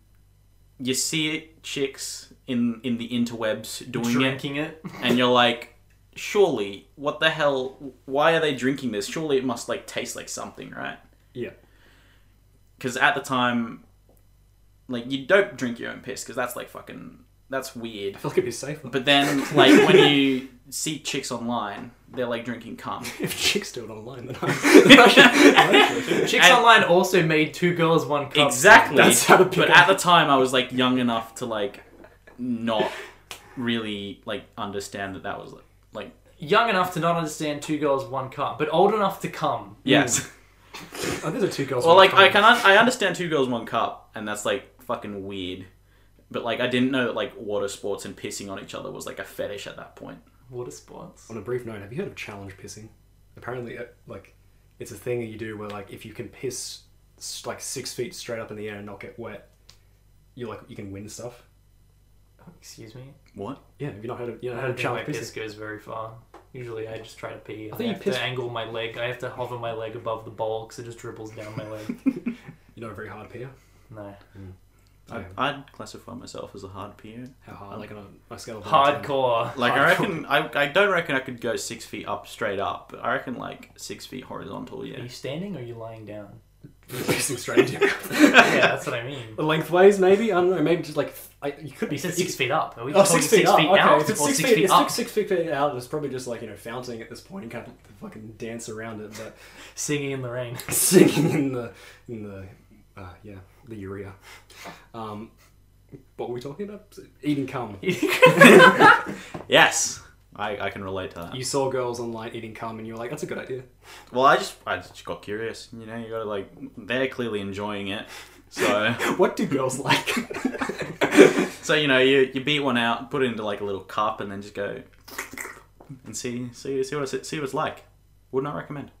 S3: you see it, chicks in in the interwebs doing it,
S2: Drinking it.
S3: and you're like, surely, what the hell? Why are they drinking this? Surely it must like taste like something, right?
S1: Yeah.
S3: because at the time, like you don't drink your own piss because that's like fucking that's weird.
S1: I feel like it'd be safer.
S3: But then like when you see chicks online, they're like drinking cum.
S1: if chicks do it online, then I, then I should. I should.
S2: Chicks
S3: And-
S2: Online also made two girls, one cup.
S3: Exactly.
S1: That's how to pick
S3: but
S1: up-
S3: at the time, I was like young enough to like not really like understand that that was like, like
S2: young enough to not understand two girls one cup, but old enough to come.
S3: yes.
S1: Oh, these are two girls.
S3: Well,
S1: with
S3: like I
S1: condoms.
S3: can un- I understand two girls one cup, and that's like fucking weird. But like I didn't know that like water sports and pissing on each other was like a fetish at that point.
S2: Water sports.
S1: On a brief note, have you heard of challenge pissing? Apparently, it, like, it's a thing that you do where, like, if you can piss s- like six feet straight up in the air and not get wet, you like you can win stuff.
S2: Excuse me.
S3: What?
S1: Yeah, have you not heard of you
S2: I
S1: know heard
S2: don't
S1: of
S2: think my
S1: challenge
S2: piss
S1: pissing?
S2: goes very far. Usually, I just try to pee. I,
S1: think you
S2: have
S1: piss-
S2: to angle my leg. I have to hover my leg above the bowl because it just dribbles down my leg.
S1: You're not a very hard peer.
S2: No,
S3: I,
S1: Yeah.
S3: I'd classify myself as a hard peer.
S1: How hard? Like on a, on a scale of one to ten?
S2: hardcore.
S3: Like
S1: Hardcore.
S3: I reckon, I, I don't reckon I could go six feet up straight up, but I reckon like six feet horizontal.
S2: Are
S3: Yeah.
S2: you standing or are you lying down?
S1: Pissing straight into your mouth.
S2: yeah, that's what I mean.
S1: Lengthways, maybe I don't know. Maybe just like I, you could be
S2: You said
S1: you
S2: six feet up. Are we
S1: Oh,
S2: talking
S1: six feet up. okay.
S2: out
S1: If it's
S2: or
S1: six,
S2: six
S1: feet,
S2: feet
S1: it's
S2: up?
S1: six, six feet out. It's probably just like you know, founcing at this point. You can't fucking dance around it, but
S2: Singing in the rain.
S1: singing in the in the uh, yeah the urea. Um, what were we talking about? Eating cum.
S3: Yes, I, I can relate to that.
S1: You saw girls online eating cum, and you were like, "That's a good idea."
S3: Well, I just I just got curious. You know, you gotta like they're clearly enjoying it, so
S1: What do girls like?
S3: so you know you, you beat one out, put it into like a little cup, and then just go and see see see what it's, see what it's like. Would not recommend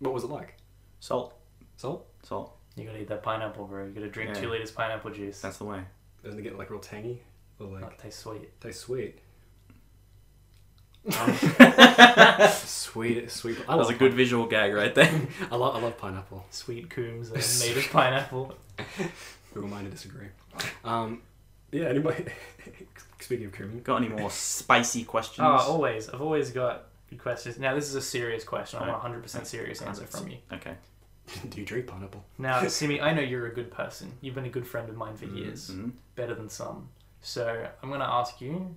S1: what was it like?
S3: salt
S1: Salt?
S3: salt.
S2: You gotta eat that pineapple, bro. You gotta drink
S3: Yeah.
S2: two liters pineapple juice.
S3: That's the way.
S1: Doesn't it get like real tangy or like
S2: That tastes sweet.
S1: tastes sweet? Um, sweet, sweet. I
S3: That was
S1: love
S3: a good visual gag right there.
S1: I love, I love pineapple.
S2: Sweet coombs are made of pineapple.
S1: Who am I to disagree? Um, yeah. Anyway, speaking of creaming,
S3: Got any more spicy questions?
S2: Oh, always. I've always got good questions. Now, this is a serious question. I want a
S3: Alright.
S2: 100% serious answer from you.
S3: Okay.
S1: do you drink pineapple?
S2: Now, Simi, I know you're a good person. You've been a good friend of mine for years,
S3: Mhm.
S2: better than some. So, I'm going to ask you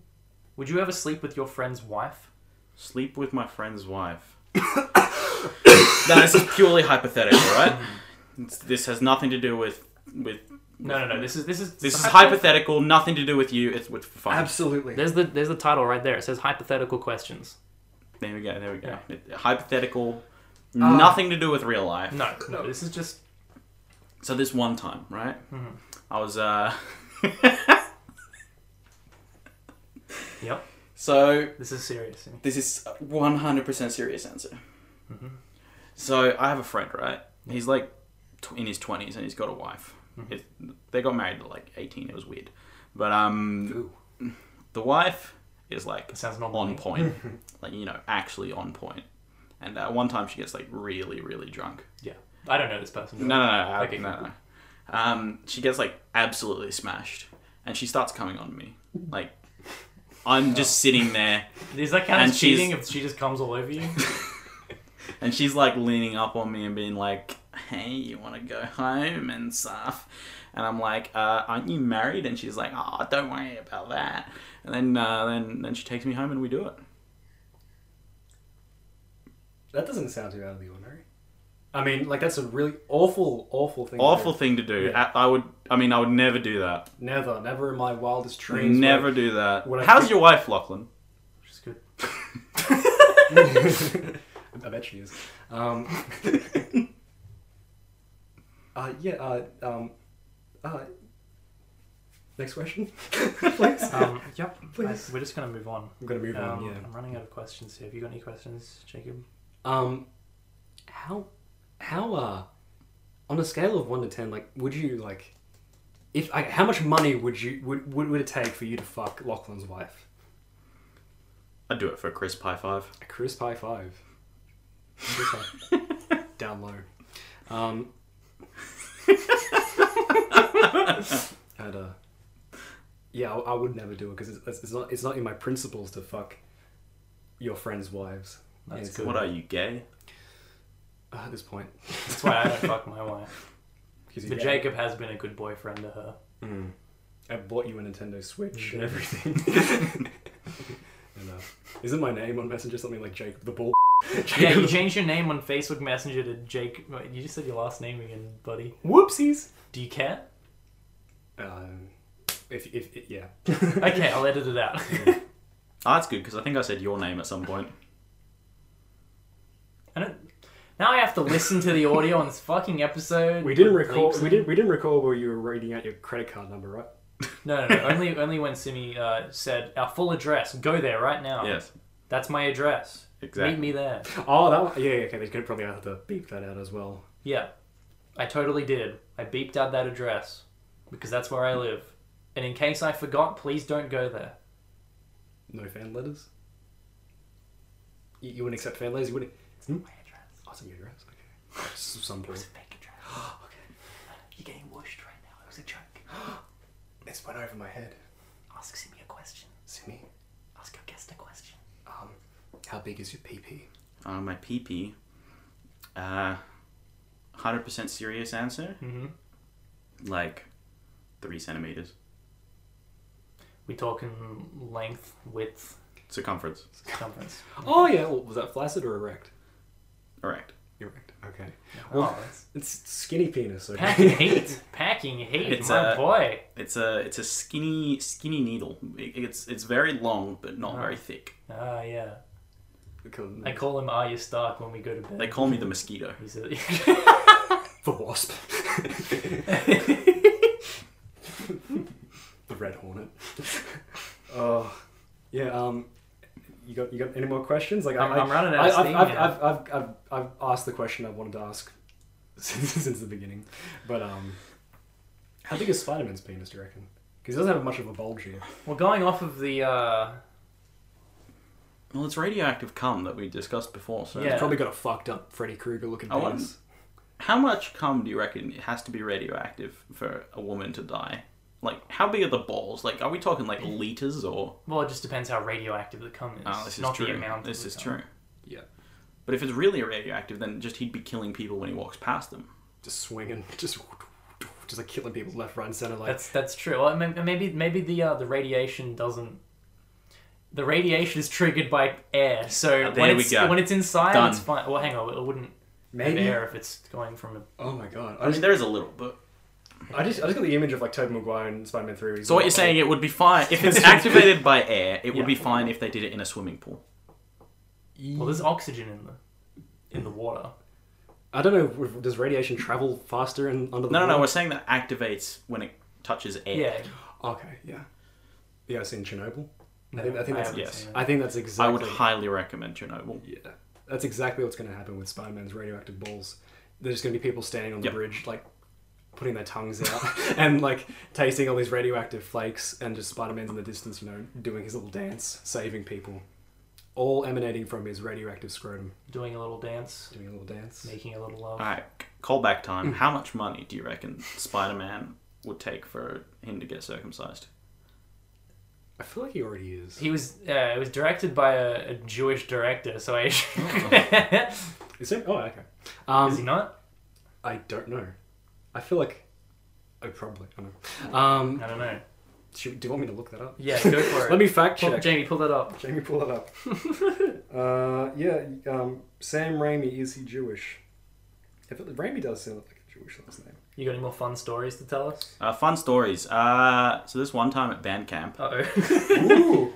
S2: would you ever sleep with your friend's wife?
S3: Sleep with my friend's wife. no, this is purely hypothetical, right? It's- this has nothing to do with with
S2: No, no, no. This is this is
S3: This is hypothetical, nothing to do with you. It's with fun.
S1: Absolutely.
S2: There's the there's the title right there. It says hypothetical questions.
S3: There we go. There we go. It- Hypothetical, nothing to do with real life.
S2: Uh, No, no. This is just
S3: So this one time, right?
S2: Mm-hmm.
S3: I was uh.
S2: yep.
S3: so
S2: This is serious.
S3: this is one hundred percent serious answer.
S2: Mm-hmm.
S3: So I have a friend, right? He's like tw- in his twenties and he's got a wife.
S2: Mm-hmm.
S3: It, they got married at like eighteen. It was weird, but um,
S1: Ooh.
S3: the wife is like
S2: It sounds normal.
S3: on point, like you know, actually on point. And uh, one time she gets like really, really drunk.
S2: Yeah. I don't know this person.
S3: No, no, no, I-
S2: Okay.
S3: no, no. Um, she gets like absolutely smashed, and she starts coming on me. Like, I'm just sitting there,
S2: Is that kind
S3: And
S2: of
S3: she's-
S2: cheating if she just comes all over you?
S3: and she's like leaning up on me and being like, "Hey, you want to go home and stuff?" And I'm like, uh, "Aren't you married?" And she's like, "Oh, don't worry about that." And then, uh, then, then she takes me home and we do it.
S1: That doesn't sound too out of the ordinary. I mean, like that's a really awful, awful thing. to do.
S3: Awful thing to do. I, I would. I mean, I would never do that.
S1: Never, never in my wildest dreams.
S3: Never do that.
S1: when I
S3: How's
S1: think-
S3: your wife, Lachlan?
S2: Which is good.
S1: would- I bet she is. Um, uh, yeah. Uh, um, uh, next question, please.
S2: Um, yep.
S1: Please.
S2: I- we're just gonna move on.
S1: I'm gonna move on.
S2: Um,
S1: Yeah.
S2: I'm running out of questions here. Have you got any questions, Jacob?
S1: Um, how, how, uh, on a scale of one to ten, like, would you like, if like, how much money would you would, would would it take for you to fuck Lachlan's wife?
S3: I'd do it for a crisp high five.
S1: A crisp high five. Crisp high- Down low. Um, and, uh, yeah, I, I would never do it because it's, it's not it's not in my principles to fuck your friends' wives.
S2: That's
S1: It's-
S2: good.
S3: What are you gay?
S1: uh, at this point.
S2: That's why I don't fuck my wife.
S1: 'Cause you
S2: But
S1: get- Mm.
S2: Jacob has been a good boyfriend to her.
S1: I bought you a Nintendo Switch and
S2: Yeah.
S1: everything. and, uh, isn't my name on Messenger something like Jacob the Bull?
S2: Yeah, you
S1: Jacob-
S2: changed your name on Facebook Messenger to Jake. wait, You just said your last name again, buddy.
S1: Whoopsies.
S2: Do you care?
S1: Um, if, if, if yeah.
S2: Okay, I'll edit it out.
S3: Oh, that's good because I think I said your name at some point.
S2: I don't. Now I have to listen to the audio on this fucking episode.
S1: We didn't
S2: with
S1: record.
S2: bleeps
S1: We
S2: in.
S1: did. We didn't record where you were reading out your credit card number, right?
S2: No, no, no. Only, only when Simi uh, said our full address. Go there right now.
S3: Yes,
S2: That's my address.
S3: exactly.
S2: Meet me there.
S1: Oh, that. One, yeah, yeah. Okay, they could probably have to beep that out as well.
S2: Yeah, I totally did. I beeped out that address because that's where I live. And in case I forgot, please don't go there.
S1: No fan letters. You, you wouldn't accept fan letters. You wouldn't.
S2: My address.
S1: Oh, it's a new address. Okay. S- Some point.
S2: Fake address. You're getting washed right now. It was a joke.
S1: This went over my head.
S2: Ask Simi a question.
S1: Simi,
S2: Ask your guest a question.
S1: um, how big is your PP?
S3: Uh, my PP. Uh, hundred percent serious answer.
S2: Mm-hmm.
S3: Like three centimeters
S2: We talking length, width,
S3: circumference.
S2: circumference.
S1: Oh yeah. Well, was that flaccid or erect?
S3: Correct.
S1: Erect. Okay.
S2: Wow, that's
S1: It's skinny penis.
S2: Oh, packing
S1: Okay.
S2: heat. Packing heat,
S3: It's,
S2: my
S3: uh,
S2: boy.
S3: It's a it's a skinny skinny needle. It- it's it's very long but not very thick.
S2: Ah, yeah.
S1: Because-
S2: I call him Arya Stark when we go to bed.
S3: They call me the mosquito.
S2: He's a...
S1: the wasp. the red hornet. Oh, yeah. Um, you got you got any more questions? Like
S2: I'm-
S1: I,
S2: I'm running out
S1: I,
S2: of steam
S1: I've,
S2: here.
S1: I've, I've, I've, I've, I've asked the question I wanted to ask since, since the beginning, but um, how big is Spider Man's penis? Do you reckon? Because he doesn't have much of a bulge here.
S2: well, going off of the uh,
S3: Well, it's radioactive cum that we discussed before. So
S2: Yeah.
S1: He's probably got a fucked up Freddy Krueger looking
S3: I wouldn't-
S1: penis.
S3: how much cum do you reckon it has to be radioactive for a woman to die? Like how big are the balls? Like are we talking like liters or?
S2: Well, it just depends how radioactive the cum is.
S3: Oh, this is
S2: not
S3: true.
S2: the amount.
S3: This
S2: of
S3: is
S2: the
S3: true.
S2: cum.
S1: Yeah,
S3: But if it's really radioactive, then just he'd be killing people when he walks past them.
S1: just swinging, just just like killing people left, right, and center. Like
S2: That's that's true. Well, may- maybe maybe the uh, the radiation doesn't. The radiation is triggered by air, so
S3: there
S2: when
S3: we
S2: it's
S3: go.
S2: when it's inside,
S3: Done.
S2: it's fine. Well, hang on, it wouldn't have
S1: maybe.
S2: air if it's going from a.
S1: Oh my god! I
S3: I mean, there is a little, but
S1: I just I just got the image of like Tobey Maguire in Spider Man Three. where he's
S3: So what
S1: like-
S3: you're saying, it would be fine if it's activated by air. It would be fine if they did it in a swimming pool.
S2: Well, there's oxygen in the in the water.
S1: I don't know. if- Does radiation travel faster in under the
S3: No, no, no. We're
S1: water?
S3: saying that activates when it touches air.
S2: Yeah.
S1: Okay, yeah, yeah. I've seen Chernobyl. I think I
S2: I
S1: think that's
S2: haven't
S3: Yes.
S2: seen it.
S1: I think that's
S3: I
S1: exactly.
S3: would highly recommend Chernobyl.
S1: Yeah, that's exactly what's going to happen with Spider Man's radioactive balls. There's just going to be people standing on the
S3: Yep.
S1: bridge, like putting their tongues out and like tasting all these radioactive flakes, and just Spider Man's in the distance, you know, doing his little dance, saving people, all emanating from his radioactive scrotum,
S2: Doing a little dance,
S1: doing a little dance.
S2: making a little love.
S3: All right, callback time. How much money do you reckon Spider-Man would take for him to get circumcised?
S1: I feel like he already is.
S2: He was. Uh, it was directed by a, a Jewish director, so I.
S1: Is he? Oh, okay.
S2: Is he
S1: Um,
S2: not?
S1: I don't know. I feel like. Oh, probably. I don't know. Um,
S2: I don't know.
S1: should, do you want me to look that up?
S2: Yeah, go for it.
S1: Let me fact
S2: Pull,
S1: check.
S2: Jamie, pull that up.
S1: Jamie, pull that up. uh, yeah, um, Sam Raimi, is he Jewish? If it, Raimi does sound like a Jewish last name.
S2: You got any more fun stories to tell us?
S3: Uh, fun stories. Uh, so this one time at band camp.
S2: Uh oh.
S1: Ooh!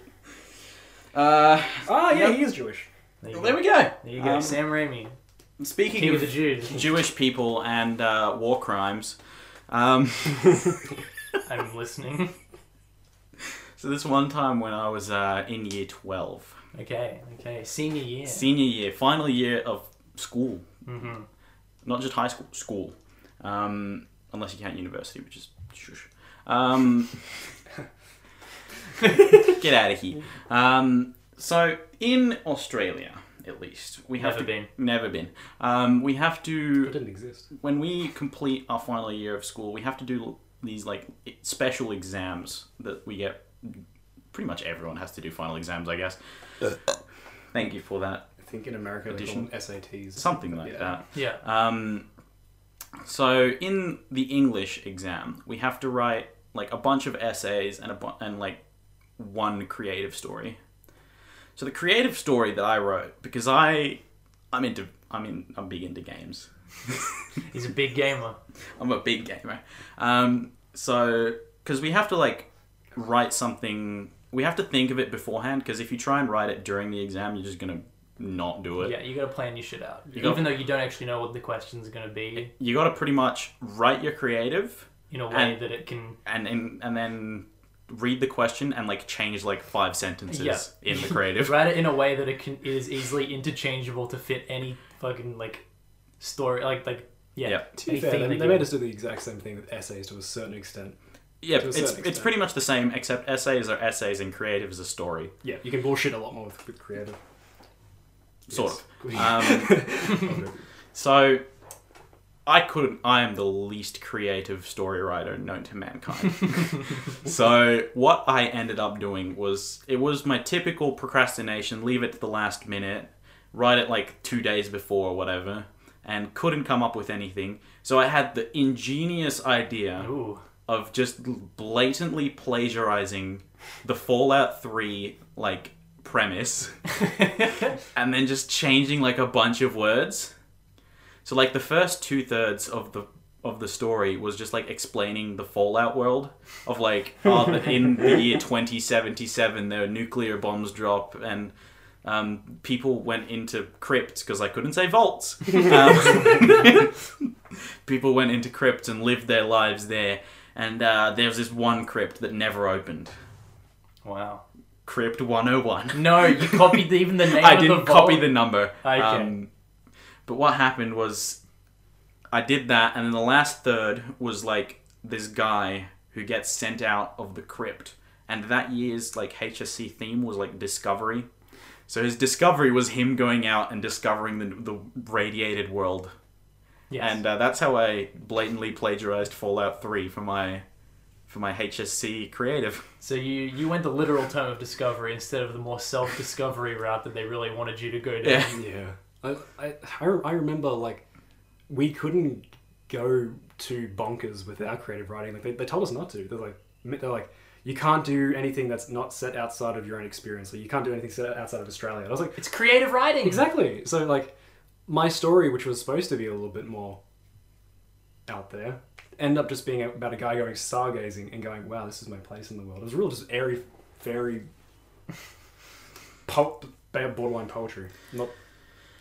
S3: Uh,
S1: ah, yeah,
S3: Yep.
S1: he is Jewish.
S2: there you
S3: there
S2: go.
S3: we go.
S2: There you go.
S3: Um,
S2: Sam Raimi,
S3: Speaking
S2: King
S3: of
S2: of the Jews.
S3: Jewish people and uh, war crimes. Um,
S2: I'm listening.
S3: so this one time when I was uh, in year 12,
S2: Okay. Okay. Senior year.
S3: senior year, final year of school,
S2: mm-hmm.
S3: not just high school, school, um, unless you count university, which is shush. Um, get out of here. Um, so in Australia, at least, we have
S2: Never
S3: to,
S2: been.
S3: never been. Um, we have to
S1: It didn't exist.
S3: when we complete our final year of school, we have to do l- these like i- special exams that we get. Pretty much everyone has to do final exams, I guess. Thank you for that.
S1: I think in America they call
S3: Addition.
S1: them SATs.
S3: Something like
S1: Yeah.
S3: that.
S2: Yeah.
S3: Um, so in the English exam, we have to write like a bunch of essays and a bu- and like one creative story. So the creative story that I wrote because I I'm into I'm in I'm big into games.
S2: He's a big gamer.
S3: I'm a big gamer. Um, so, because we have to like write something, we have to think of it beforehand. Because if you try and write it during the exam, you're just gonna not do it.
S2: Yeah, you gotta plan your shit out.
S3: You
S2: Even though you don't actually know what the questions are gonna be
S3: You got to pretty much write your creative
S2: in a way
S3: And-
S2: that it can
S3: and and, and then read the question and like change like five sentences
S2: Yeah.
S3: in the creative.
S2: write it in a way that it can it is easily interchangeable to fit any fucking like story like like yeah.
S3: Yeah.
S1: To be
S2: any
S1: fair,
S2: theme
S1: they,
S2: they
S1: they
S2: give.
S1: made us do the exact same thing with essays to a certain extent.
S3: Yeah,
S1: To a
S3: it's
S1: certain
S3: it's
S1: extent.
S3: pretty much the same except essays are essays and creative is a story,
S1: Yeah, you can bullshit a lot more with, with creative.
S3: sort
S1: Yes.
S3: of. Um, So I couldn't I am the least creative story writer known to mankind. so what I ended up doing was it was my typical procrastination, leave it to the last minute, write it like 2 days before or whatever and couldn't come up with anything. So I had the ingenious idea
S2: Ooh.
S3: of just blatantly plagiarizing the Fallout 3 like premise and then just changing like a bunch of words. So like the first two thirds of the of the story was just like explaining the Fallout world of like oh, that in the year twenty seventy seven there were nuclear bombs drop and um, people went into crypts because I couldn't say vaults. Um, people went into crypts and lived their lives there, and uh, there was this one crypt that never opened.
S2: Wow.
S3: Crypt one hundred one.
S2: No, you copied the, even the name
S3: I
S2: of
S3: didn't
S2: the
S3: copy
S2: vault.
S3: the number.
S2: Okay.
S3: Um, but what happened was I did that, and then the last third was like this guy who gets sent out of the crypt. And that year's like HSC theme was like discovery. So his discovery was him going out and discovering the, the radiated world.
S2: Yes.
S3: And uh, that's how I blatantly plagiarized Fallout 3 for my for my HSC creative.
S2: So you you went the literal term of discovery instead of the more self discovery route that they really wanted you to go down.
S3: Yeah.
S1: Yeah, I, I, I re- I remember like we couldn't go to bonkers with our creative writing. Like they, they told us not to. They're like they're like you can't do anything that's not set outside of your own experience. Like you can't do anything set outside of Australia. And I was like
S2: It's creative writing.
S1: exactly. So like my story, which was supposed to be a little bit more out there, end up just being about a guy going stargazing and going, "Wow, this is my place in the world." It was real, just airy, very po- borderline poetry. Not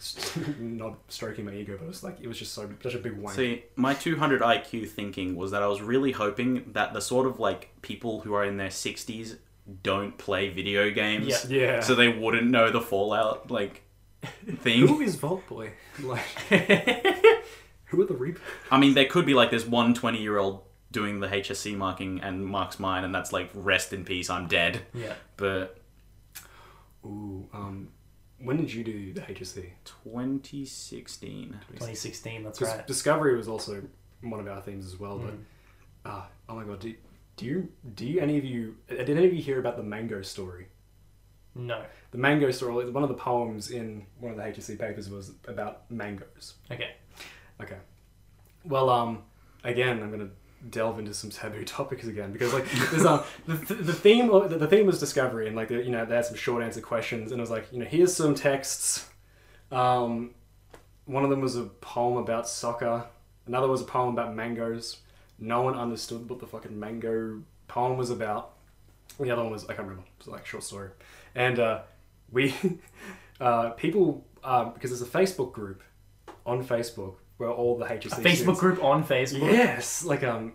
S1: not stroking my ego, but it was like it was just so such a big wank.
S3: See, my 200 IQ thinking was that I was really hoping that the sort of like people who are in their 60s don't play video games.
S2: Yeah.
S1: yeah.
S3: So
S1: So
S3: they wouldn't know the Fallout like
S1: who
S3: thing.
S1: is Vault Boy? Like, who are the Reap?
S3: I mean, there could be like this one 20 year old doing the HSC marking and marks mine, and that's like rest in peace, I'm dead.
S2: Yeah.
S3: But
S1: Ooh, um, when did you do the HSC?
S3: 2016.
S2: 2016, that's
S1: 'Cause
S2: right.
S1: Discovery was also one of our themes as well. But uh, oh my god, do, do you do you any of you uh, did any of you hear about the mango story?
S2: No.
S1: The mango story. One of the poems in one of the HSC papers was about mangoes.
S2: Okay.
S1: Okay. Well, um, again, I'm gonna delve into some taboo topics again because like there's um the, the theme of- the theme was discovery and like the, you know they had some short answer questions and it was like you know here's some texts. Um, one of them was a poem about soccer. Another was a poem about mangoes. No one understood what the fucking mango poem was about. The other one was I can't remember. It's like a short story, and uh, we uh, people uh, because there's a Facebook group on Facebook where all the HSC
S2: Facebook
S1: students-
S2: group on Facebook.
S1: Yes, like um,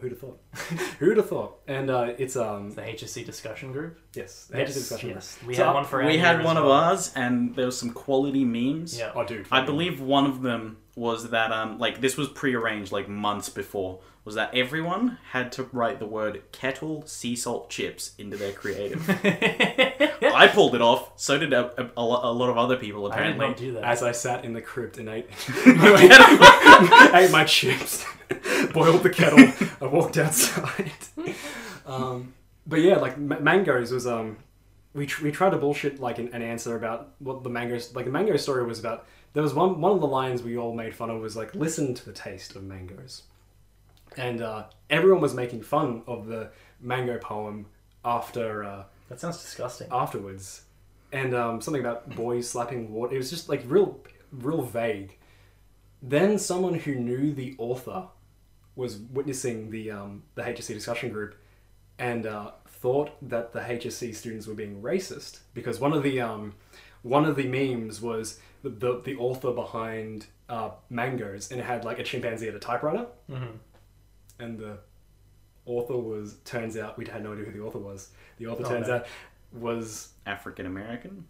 S1: who'd have thought? who'd have thought? And uh, it's um,
S2: The HSC discussion group.
S1: yes, the
S2: Yes,
S1: HSC discussion.
S2: yes. We
S1: So
S2: had one for
S3: We
S2: Andrew
S3: had
S2: as
S3: one of
S2: well.
S3: ours, and there was some quality memes.
S2: Yeah.
S1: Oh, dude,
S3: I
S1: fucking-
S3: believe one of them was that um like this was prearranged like months before was that everyone had to write the word kettle sea salt chips into their creative. I pulled it off. So did a, a, a lo- a lot of other people
S2: I did
S3: apparently.
S2: not do that.
S1: As I sat in the crypt and ate,
S3: Kettle-
S1: ate my chips, boiled the kettle, I walked outside. Um, but yeah, like ma- mangoes was um, we tr- we tried to bullshit like an, an answer about what the mangoes like the mango story was about. There was one one of the lines we all made fun of was like listen to the taste of mangoes, and uh, everyone was making fun of the mango poem after. Uh,
S2: That sounds disgusting.
S1: afterwards, and um, something about boys slapping water. It was just like real, real vague. Then someone who knew the author was witnessing the um, the HSC discussion group, and uh, thought that the HSC students were being racist because one of the um, one of the memes was the the, the author behind uh, mangoes, and it had like a chimpanzee at a typewriter,
S2: Mm-hmm.
S1: and the author was turns out we'd had no idea who the author was. The author
S2: Oh,
S1: turns
S2: no.
S1: out was
S3: African American.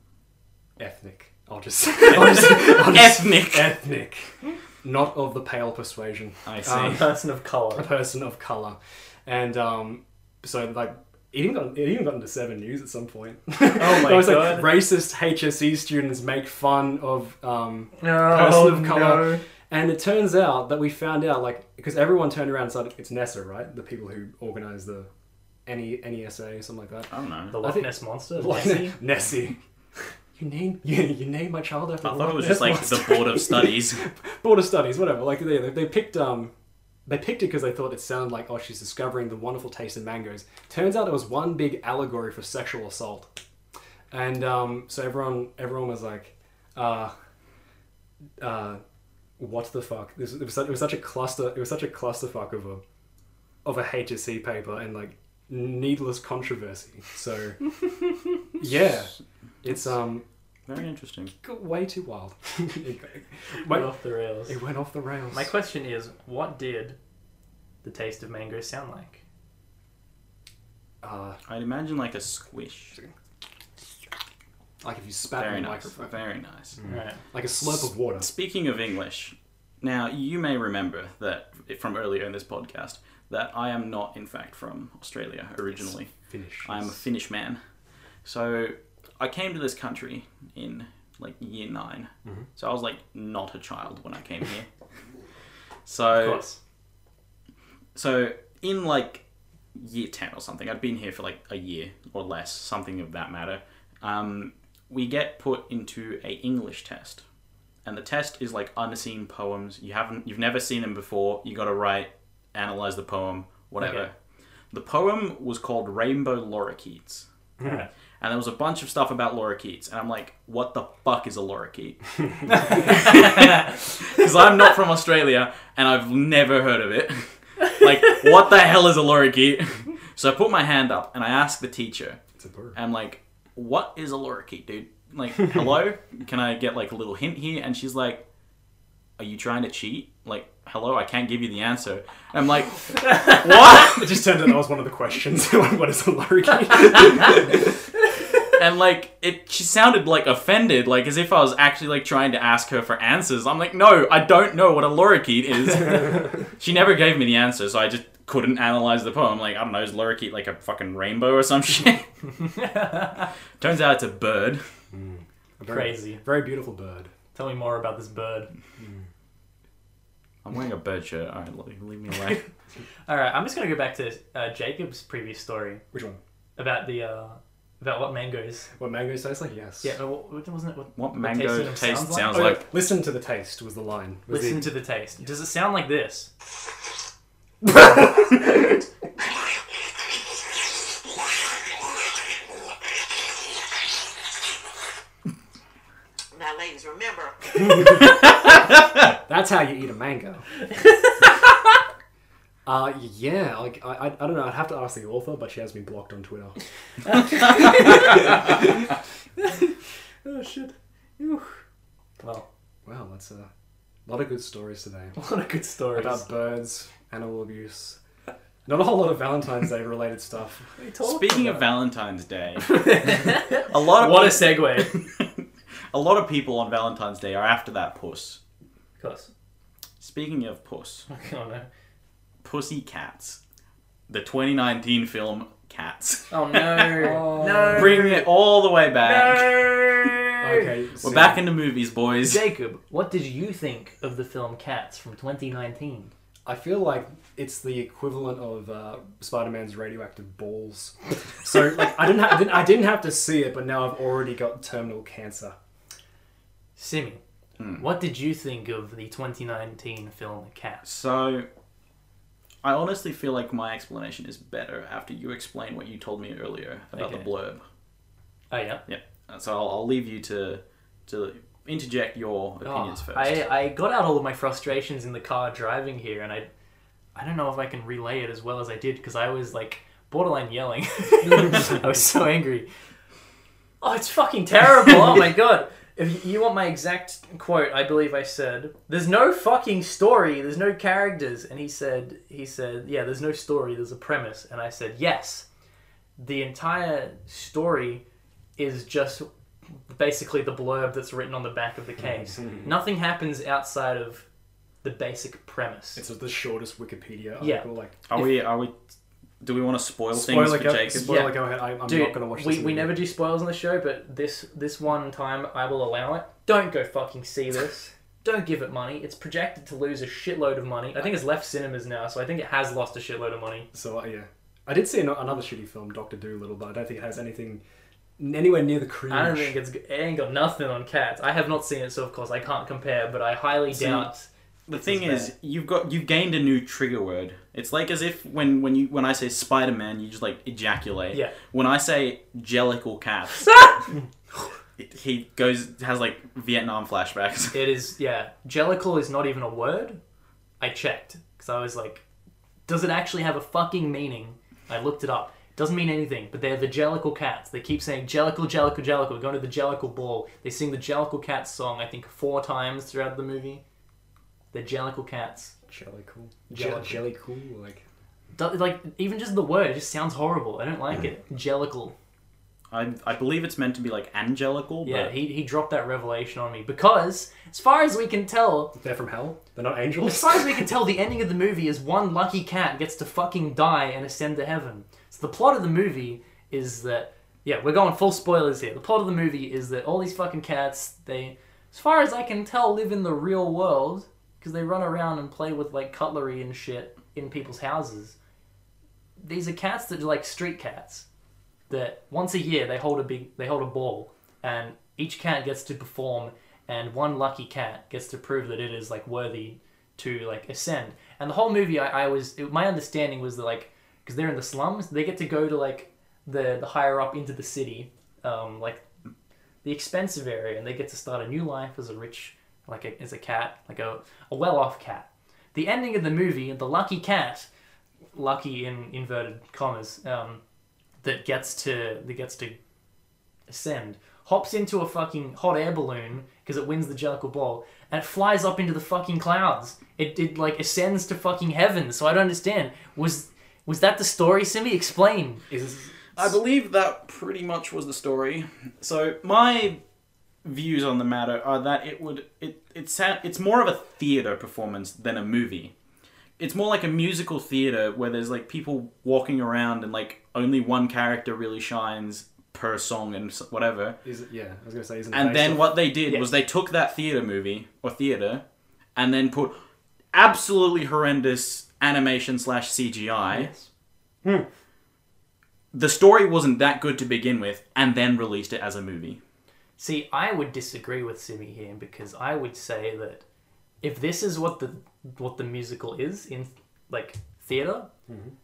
S1: ethnic. I'll just, I'll just- I'll just-
S3: Ethnic.
S1: ethnic, not of the pale persuasion.
S3: I see.
S1: Um,
S2: Person of
S1: a
S2: color.
S1: person of color, and um, so like. It even, got, it even got into Seven News at some point. Oh
S2: my God.
S1: racist HSE students make fun of um,
S2: Oh,
S1: person of color. And it turns out that we found out, like, because everyone turned around and said, it's NESA, right? The people who organize the E, NE, NESA, something like that.
S3: I don't know.
S2: The Loch
S1: think-
S2: Ness monster.
S1: Like,
S2: Nessie.
S1: Nessie. You name you, you name my child after.
S3: I
S1: Loch
S3: thought it was
S1: Ness
S3: just like
S1: Monster.
S3: the board of studies.
S1: board of studies, whatever. Like they, they picked um they picked it because they thought it sounded like oh she's discovering the wonderful taste in mangoes. Turns out it was one big allegory for sexual assault, and um, so everyone everyone was like, uh, uh, what the fuck? This, it was such, it was such a cluster. It was such a clusterfuck of a of a HSC paper and like needless controversy. So yeah, it's um
S3: Very interesting.
S1: got way too wild. it,
S2: Went
S1: went,
S2: off the rails.
S1: it went off the rails.
S2: My question is, what did the taste of mango sound like?
S1: Uh,
S3: I'd imagine like a squish.
S1: like if you spat on
S3: Very
S1: the
S3: nice.
S1: microphone.
S3: Very nice.
S2: Right.
S1: Like a slurp of water.
S3: Speaking of English, now you may remember that from earlier in this podcast that I am not, in fact, from Australia originally.
S1: Finish.
S3: I'm a Finnish man. So I came to this country in like year 9
S2: Mm-hmm.
S3: So I was like not a child when I came here.
S2: Of
S3: so
S2: course.
S3: so in like year 10 or something, I'd been here for like a year or less, something of that matter. Um, we get put into a English test. And the test is like unseen poems. You haven't you've never seen them before. You got to write, analyze the poem, whatever.
S2: Okay.
S3: The poem was called Rainbow Lorikeets
S2: Right.
S3: and there was a bunch of stuff about lorikeets, and I'm like, what the fuck is a lorikeet? Because I'm not from Australia, and I've never heard of it. Like, what the hell is a lorikeet? So I put my hand up and I asked the teacher,
S1: It's a bird.
S3: I'm like, what is a lorikeet, dude? Like, hello? Can I get like a little hint here? And she's like, are you trying to cheat? Like, hello, I can't give you the answer. I'm like, what?
S1: It just turned out that was one of the questions. what is a lorikeet?
S3: and like it she sounded like offended like as if i was actually like trying to ask her for answers i'm like no i don't know what a lorikeet is she never gave me the answer so i just couldn't analyze the poem like i don't know is lorikeet like a fucking rainbow or some shit turns out it's a bird
S1: A very-
S2: Crazy.
S1: Very beautiful bird.
S2: Tell me more about this bird.
S3: i'm wearing a bird shirt all right leave, leave me alone
S2: All right, I'm just gonna go back to uh, Jacob's previous story
S1: Which one?
S2: about the uh, about what mangoes.
S1: What mangoes taste like? Yes.
S2: Yeah, uh, what, what wasn't it? What,
S3: what
S2: taste
S3: mango
S2: of them
S3: taste
S2: sounds
S3: sounds,
S2: like?
S1: Oh, yeah,
S3: like
S1: Listen to the taste was the line. Was
S2: listen
S1: the-
S2: to the taste. Does it sound like this?
S4: Now, ladies, remember,
S1: That's how you eat a mango. uh, yeah, like I, I, I don't know. I'd have to ask the author, but she has me blocked on Twitter.
S2: Oh shit. Well,
S1: Wow, that's a lot of good stories today
S2: what a good story.
S1: about birds, animal abuse. Not a whole lot of Valentine's Day related stuff.
S2: Oh,
S3: speaking of valentine's day a lot of
S2: what a segue. of
S3: a lot of people on valentine's day are after that puss
S2: course.
S3: speaking of puss
S2: Oh no.
S3: Pussy Cats, the 2019 film Cats.
S2: Oh no. no.
S3: Bring it all the way back.
S1: Okay,
S3: We're
S1: so-
S3: back into movies, boys.
S2: Jacob, what did you think of the film Cats from 2019?
S1: I feel like it's the equivalent of uh, Spider-Man's radioactive balls. So like, I didn't, ha- I didn't, I didn't have to see it, but now I've already got terminal cancer.
S2: Simi, what did you think of the 2019 film Cats?
S3: So, I honestly feel like my explanation is better after you explain what you told me earlier about
S2: Okay.
S3: the blurb.
S2: Oh yeah.
S3: Yeah. So I'll, I'll leave you to to interject your opinions
S2: Oh,
S3: first.
S2: I, I got out all of my frustrations in the car driving here, and I, I don't know if I can relay it as well as I did because I was like borderline yelling. I was so angry. Oh, it's fucking terrible! Oh my god. If you want my exact quote, I believe I said, "There's no fucking story. There's no characters." And he said, "He said, yeah, there's no story. There's a premise." And I said, "Yes, the entire story is just basically the blurb that's written on the back of
S1: Mm-hmm.
S2: the case. Nothing happens outside of the basic premise.
S1: It's the shortest Wikipedia article.
S2: Yeah.
S1: Like,
S3: are we? Are we? Do we want to spoil, things
S1: spoiler,
S3: for
S1: go,
S3: Jacob?
S1: spoiler,
S2: Yeah.
S1: go ahead. I, I'm
S2: Dude,
S1: not gonna watch
S2: we,
S1: this.
S2: we
S1: movie.
S2: never do spoilers on the show, but this this one time I will allow it. Don't go fucking see this. Don't give it money. It's projected to lose a shitload of money. I think it's left cinemas now, so I think it has lost a shitload of money.
S1: So uh, yeah, I did see an- another shitty film, Doctor Doolittle, but I don't think it has anything anywhere near the cringe.
S2: I don't think it's it ain't got nothing on cats. I have not seen it, so of course I can't compare. But I highly
S3: See,
S2: doubt.
S3: The thing
S2: is
S3: is, you've got you've gained a new trigger word. It's like as if when when you when I say Spider Man, you just like ejaculate.
S2: Yeah.
S3: When I say Jellicle cats, it, he goes has like Vietnam flashbacks.
S2: It is, yeah. Jellicle is not even a word. I checked because I was like, does it actually have a fucking meaning? I looked it up. Doesn't mean anything, but they're the Jellicle cats. They keep saying Jellicle, Jellicle, Jellicle. We're going to the Jellicle ball. They sing the Jellicle cats song, I think, four times throughout the movie. The Jellicle cats.
S1: jelly cool,
S2: Jelly-
S1: jelly, jelly cool. Like
S2: Do- like, even just the word, it just sounds horrible. I don't like it. Jellicle.
S3: I I believe it's meant to be like angelical.
S2: Yeah,
S3: But
S2: he, he dropped that revelation on me because, as far as we can tell,
S1: they're from hell. They're not
S2: As
S1: angels.
S2: far as we can tell, the ending of the movie is one lucky cat gets to fucking die and ascend to heaven. So the plot of the movie is that yeah, we're going full spoilers here. The plot of the movie is that all these fucking cats, they, as far as I can tell, live in the real world because they run around and play with like cutlery and shit in people's houses. These are cats that are like street cats. That once a year they hold a big, they hold a ball, and each cat gets to perform, and one lucky cat gets to prove that it is like worthy to like ascend. And the whole movie, I, I was it, my understanding was that like because they're in the slums, they get to go to like the the higher up into the city, um, like the expensive area, and they get to start a new life as a rich like a, as a cat, like a, a well off cat. the ending of the movie, the lucky cat, lucky in inverted commas, um, that gets to that gets to ascend, hops into a fucking hot air balloon because it wins the Jellicle Ball and it flies up into the fucking clouds. It it like ascends to fucking heaven. So I don't understand. Was was that the story, Simi? Explain.
S1: Is
S3: I believe that pretty much was the story. So my views on the matter are that it would it it sound, it's more of a theater performance than a movie. It's more like a musical theater where there's like people walking around and like only one character really shines per song and s- whatever.
S1: is it, yeah, I was gonna say isn't it
S3: And
S1: based
S3: then
S1: off-
S3: what they did
S2: Yeah.
S3: was they took that theater movie or theater and then put absolutely horrendous animation slash CGI. The story wasn't that good to begin with, and then released it as a movie.
S2: See, I would disagree with Simi here because I would say that if this is what the what the musical is in like theater,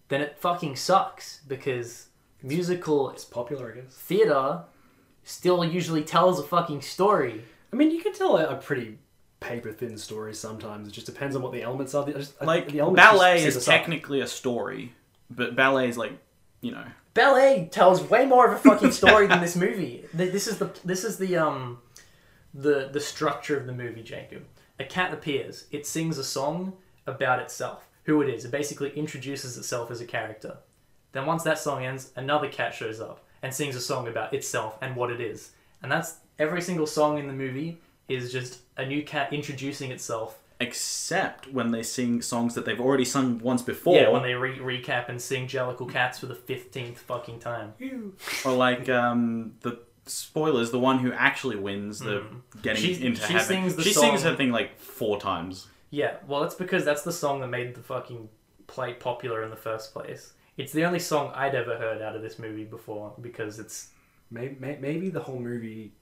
S2: then it fucking sucks because musical
S1: it's popular, I guess.
S2: theater still usually tells a fucking story.
S1: I mean, you can tell a, a pretty paper thin story sometimes. It just depends on what the elements are. The- I just- I-
S3: Like
S1: the elements
S3: ballet
S1: just set
S3: is
S1: us up.
S3: technically a story, but ballet is like you know
S2: Ballet tells way more of a fucking story than this movie. Th- This is the this is the um the the structure of the movie, Jacob. A cat appears. It sings a song about itself, who it is. It basically introduces itself as a character. Then once that song ends, another cat shows up and sings a song about itself and what it is. And that's every single song in the movie is just a new cat introducing itself.
S3: except when they sing songs that they've already sung once before,
S2: Yeah, when they re- recap and sing Jellicle Cats for the fifteenth fucking time.
S3: or like um, the spoilers, the one who actually wins the getting
S2: Mm-hmm. She-
S3: into
S2: she
S3: heaven.
S2: sings the
S3: she sings
S2: song-
S3: her thing like four times.
S2: Yeah, well, that's because that's the song that made the fucking play popular in the first place. It's the only song I'd ever heard out of this movie before because it's
S1: Maybe, maybe the whole movie.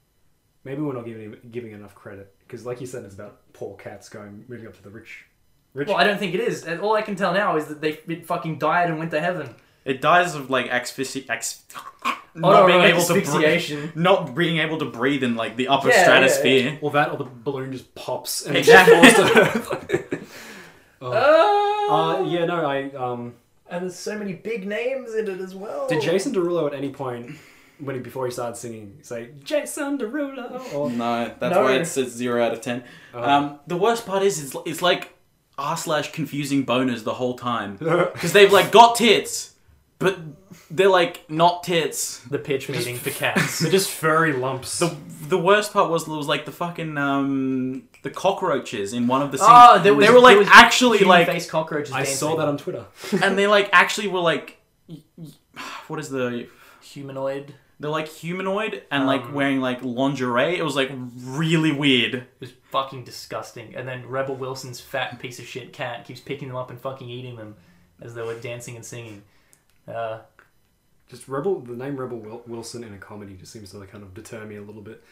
S1: Maybe we're not giving giving enough credit because, like you said, it's about poor cats going moving up to the rich. Rich.
S2: well, I don't think it is. And all I can tell now is that they it fucking died and went to heaven.
S3: It dies of like asphyxi- ex-
S2: Oh, no,
S3: not being
S2: no,
S3: able to
S2: asphyxiation.
S3: breathe, not being able to breathe in like the upper
S2: Yeah, yeah,
S3: stratosphere.
S2: yeah.
S1: Well, that or the balloon just pops and
S3: Exactly.
S1: falls to earth.
S2: Oh,
S1: uh, yeah, no, I um.
S2: and there's so many big names in it as well.
S1: Did Jason Derulo at any point when he before he started singing say Jason Derulo? Or,
S3: No, that's
S2: No.
S3: why it's a zero out of ten.
S2: Uh-huh.
S3: Um, the worst part is it's, it's like r slash confusing boners the whole time because they've like got tits, but they're like not tits.
S2: the pitch meeting for cats?
S1: they're just furry lumps.
S3: The the worst part was was like the fucking um the cockroaches in one of the scenes.
S2: Oh, there was-
S3: they were like
S2: there was
S3: actually like
S2: face cockroaches.
S1: I saw that on Twitter.
S3: and they like actually were like y- y- what is the
S2: humanoid.
S3: they're like humanoid and
S2: Um.
S3: like wearing like lingerie. It was like really weird.
S2: It was fucking disgusting. And then Rebel Wilson's fat piece of shit cat keeps picking them up and fucking eating them as they were dancing and singing. Uh,
S1: Just Rebel, the name Rebel Wil- Wilson in a comedy just seems to kind of deter me a little bit.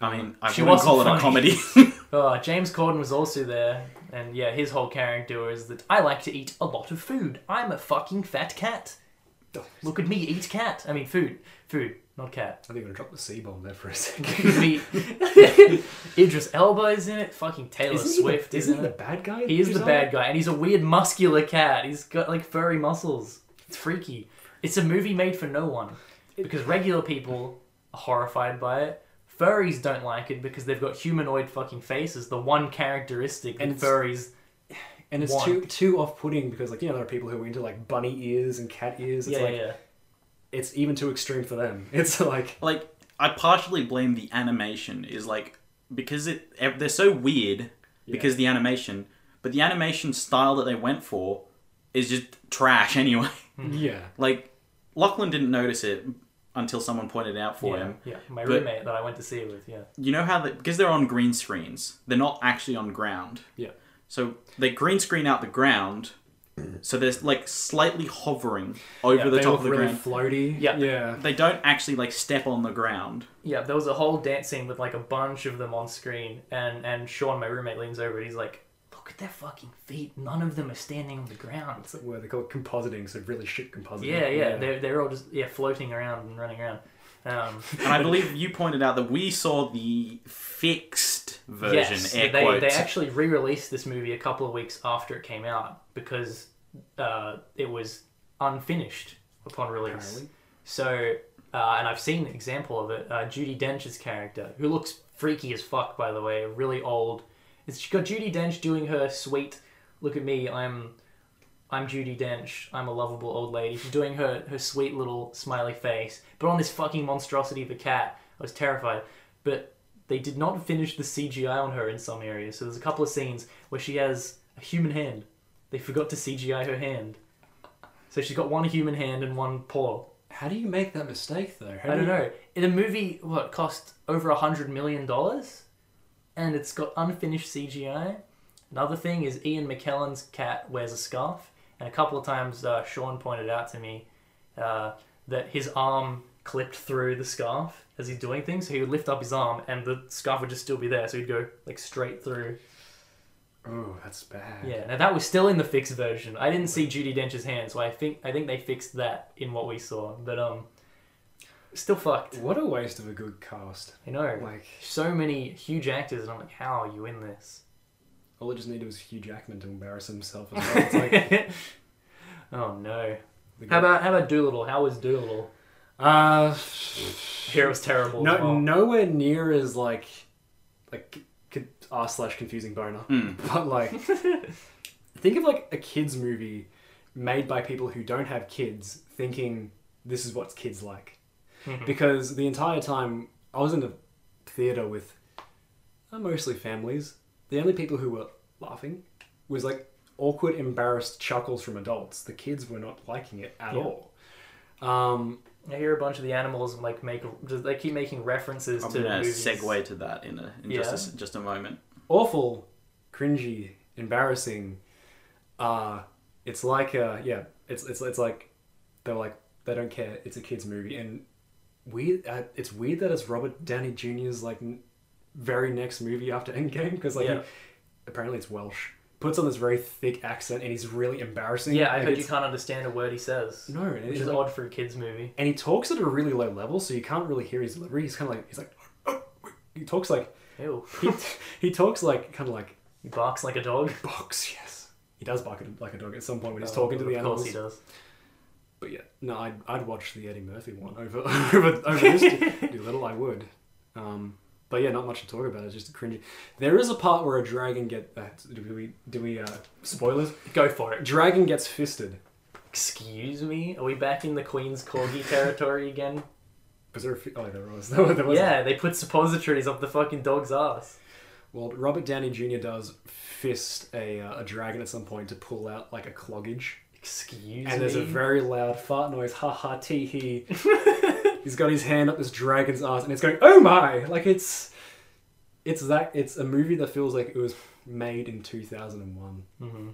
S3: I mean, I
S2: She
S3: wouldn't
S2: wasn't
S3: call it a
S2: funny.
S3: comedy.
S2: Oh, James Corden was also there, and yeah, his whole character is that I like to eat a lot of food. I'm a fucking fat cat.
S1: Oh,
S2: Look at me eat cat. I mean, food, food, not cat.
S1: I think I'm gonna drop the C bomb there for a second.
S2: Me- Idris Elba is in it. Fucking Taylor
S1: Isn't he
S2: Swift
S1: the,
S2: is
S1: isn't
S2: in
S1: he the
S2: it.
S1: bad guy?
S2: He is
S1: Who's
S2: the
S1: on
S2: bad
S1: it?
S2: guy, and he's a weird muscular cat. He's got like furry muscles. It's freaky. It's a movie made for no one because regular people are horrified by it. Furries don't like it because they've got humanoid fucking faces, the one characteristic that
S1: And it's-
S2: furries
S1: and it's
S2: One.
S1: too too off putting because like you know there are people who are into like bunny ears and cat ears. It's
S2: yeah,
S1: like
S2: yeah, yeah.
S1: it's even too extreme for them. It's like
S3: like I partially blame the animation is like because it ev- they're so weird because the animation, but the animation style that they went for is just trash anyway.
S2: Hmm.
S1: yeah.
S3: like Lachlan didn't notice it until someone pointed it out for
S2: yeah,
S3: him.
S2: yeah. My
S3: But-
S2: roommate that I went to see it with, yeah.
S3: You know how they, because they're on green screens, they're not actually on ground.
S1: Yeah.
S3: So they green screen out the ground, so they're like slightly hovering over the
S1: they
S3: top
S1: look
S3: of the
S1: really
S3: ground.
S1: floaty.
S2: Yeah.
S1: Yeah.
S3: they don't actually like step on the ground.
S2: Yeah, there was a whole dance scene with like a bunch of them on screen and and Sean, my roommate, leans over and he's like, Look at their fucking feet. None of them are standing on the ground.
S1: It's like where they call it compositing, so really shit compositing.
S2: Yeah, yeah. They're they're all just yeah, floating around and running around. Um
S3: And I believe you pointed out that we saw the fixed version.
S2: yes,
S3: air
S2: they,
S3: quotes.
S2: they actually re-released this movie a couple of weeks after it came out because uh, it was unfinished upon release.
S1: Apparently.
S2: So, uh, and I've seen an example of it. Uh, Judy Dench's character, who looks freaky as fuck, by the way, really old. It's got Judy Dench doing her sweet "Look at me, I'm, I'm Judy Dench, I'm a lovable old lady," She's doing her her sweet little smiley face. But on this fucking monstrosity of a cat, I was terrified. But they did not finish the CGI on her in some areas. So there's a couple of scenes where she has a human hand. They forgot to CGI her hand. So she's got one human hand and one paw.
S1: How do you make that mistake though? How
S2: I
S1: do you-
S2: don't know. In a movie, what cost over a hundred million dollars, and it's got unfinished CGI. Another thing is Ian McKellen's cat wears a scarf, and a couple of times uh, Sean pointed out to me uh, that his arm clipped through the scarf as he's doing things. So he would lift up his arm, and the scarf would just still be there, so he'd go like straight through.
S1: Oh, that's bad.
S2: Yeah. Now that was still in the fixed version. I didn't see Judy Dench's hand, so I think I think they fixed that in what we saw. But um, still fucked.
S1: What a waste of a good cast.
S2: I know
S1: Like,
S2: so many huge actors, and I'm like, how are you in this?
S1: all it just needed was Hugh Jackman to embarrass himself as well. It's like,
S2: oh no!
S1: the
S2: How
S1: guy-
S2: about how about Doolittle? How was Doolittle?
S1: Uh,
S2: Here it was terrible.
S1: no,
S2: as well.
S1: nowhere near as like, like could r slash confusing boner, but like, think of like a kids movie made by people who don't have kids, thinking this is what's kids like, because the entire time I was in the theater with uh, mostly families, the only people who were laughing was like awkward, embarrassed chuckles from adults. The kids were not liking it at
S2: Yeah.
S1: all. Um,
S2: I hear a bunch of the animals like make they keep making references
S3: I'm
S2: to
S3: gonna
S2: movies.
S3: segue to that in a in just a,
S2: Yeah.
S3: s- just a moment.
S1: awful, cringy, embarrassing. Uh, it's like uh, yeah, it's it's it's like they're like they don't care. It's a kids movie, and weird. Uh, it's weird that it's Robert Downey Jr.'s like n- very next movie after Endgame because like he-
S2: Yeah.
S1: apparently it's Welsh. Puts on this very thick accent, and he's really embarrassing.
S2: Yeah, I
S1: and
S2: heard you
S1: it's-
S2: can't understand a word he says.
S1: No, and
S2: which
S1: it's
S2: is
S1: like-
S2: odd for a kids movie.
S1: and he talks at a really low level, so you can't really hear his delivery. He's kind of like he's like he talks like
S2: Ew.
S1: he, he talks like kind of like
S2: He barks like a dog.
S1: Box, yes. He does bark at- like a dog at some point when he's
S2: Oh,
S1: talking to the
S2: Of course
S1: animals.
S2: he does.
S1: But yeah, no, I'd, I'd watch the Eddie Murphy one over over, over this Doolittle. I would. Um, but yeah, not much to talk about. It's just cringy. There is a part where a dragon get. Uh, do we do we uh, spoilers?
S2: Go for it.
S1: Dragon gets fisted.
S2: Excuse me. Are we back in the Queen's corgi territory again?
S1: Was there? A fi- oh, there was. There was. There was
S2: yeah, they put suppositories up the fucking dog's ass.
S1: Well, Robert Downey Jr. does fist a uh, a dragon at some point to pull out like a cloggage.
S2: Excuse
S1: And there's a
S2: me.
S1: very loud fart noise. Ha ha tee hee. He's got his hand up this dragon's ass, and it's going, "Oh my!" Like it's, it's that. It's a movie that feels like it was made in 2001.
S2: Mhm.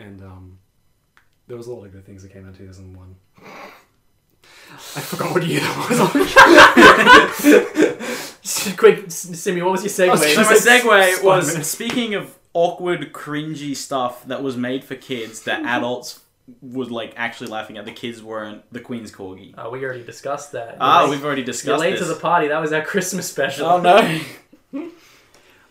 S1: And um, there was a lot of good things that came out in 2001. I forgot what year that was.
S2: Quick, S- Simi, what was your segue?
S1: I was
S3: So
S1: gonna
S3: my
S1: Just
S3: segue
S1: spun
S3: was
S1: it.
S3: speaking of awkward, cringy stuff that was made for kids that adults would like actually laughing at. The kids weren't. The Queen's corgi.
S2: Uh, we already discussed that.
S3: Ah,
S2: You're
S3: we've
S2: late-
S3: already
S2: You're
S3: discussed
S2: late
S3: this.
S2: to the party. That was our Christmas special.
S3: oh no.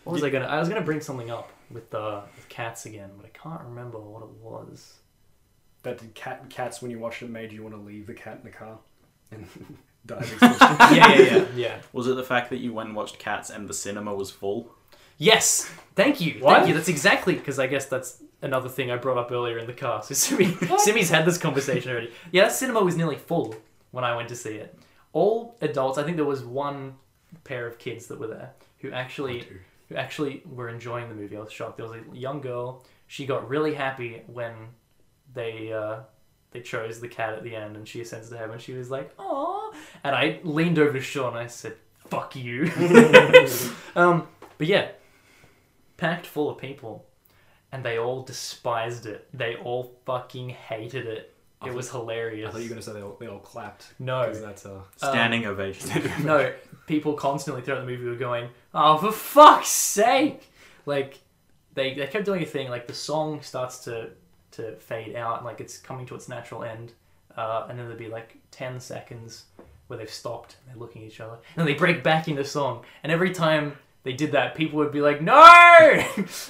S2: What was I gonna? I was gonna bring something up with uh, with cats again, but I can't remember what it was.
S1: that did cat cats when you watched it made you want to leave the cat in the car and die. of exhaustion.
S2: yeah, yeah, yeah, yeah.
S3: Was it the fact that you went and watched Cats and the cinema was full?
S2: Yes, thank you,
S1: What?
S2: thank you. That's exactly because I guess that's another thing I brought up earlier in the car. So Simi, Simi's had this conversation already. Yeah, that cinema was nearly full when I went to see it. All adults. I think there was one pair of kids that were there who actually
S1: Dude.
S2: who actually were enjoying the movie. I was shocked. There was a young girl. She got really happy when they uh, they chose the cat at the end, and she ascends to heaven. She was like, "Aww," and I leaned over to Sean. and I said, "Fuck you." um, but yeah, packed full of people, and they all despised it. They all fucking hated it. It was hilarious.
S1: I thought you were gonna say they all, they all clapped.
S2: No.
S1: 'cause that's uh,
S2: Um,
S3: Standing ovation.
S2: no, people constantly throughout the movie were going, "Oh, for fuck's sake!" Like they they kept doing a thing. Like the song starts to to fade out, and like it's coming to its natural end, uh, and then there'd be like ten seconds where they've stopped and they're looking at each other, and then they break back into song, and every time they did that, people would be like, "No!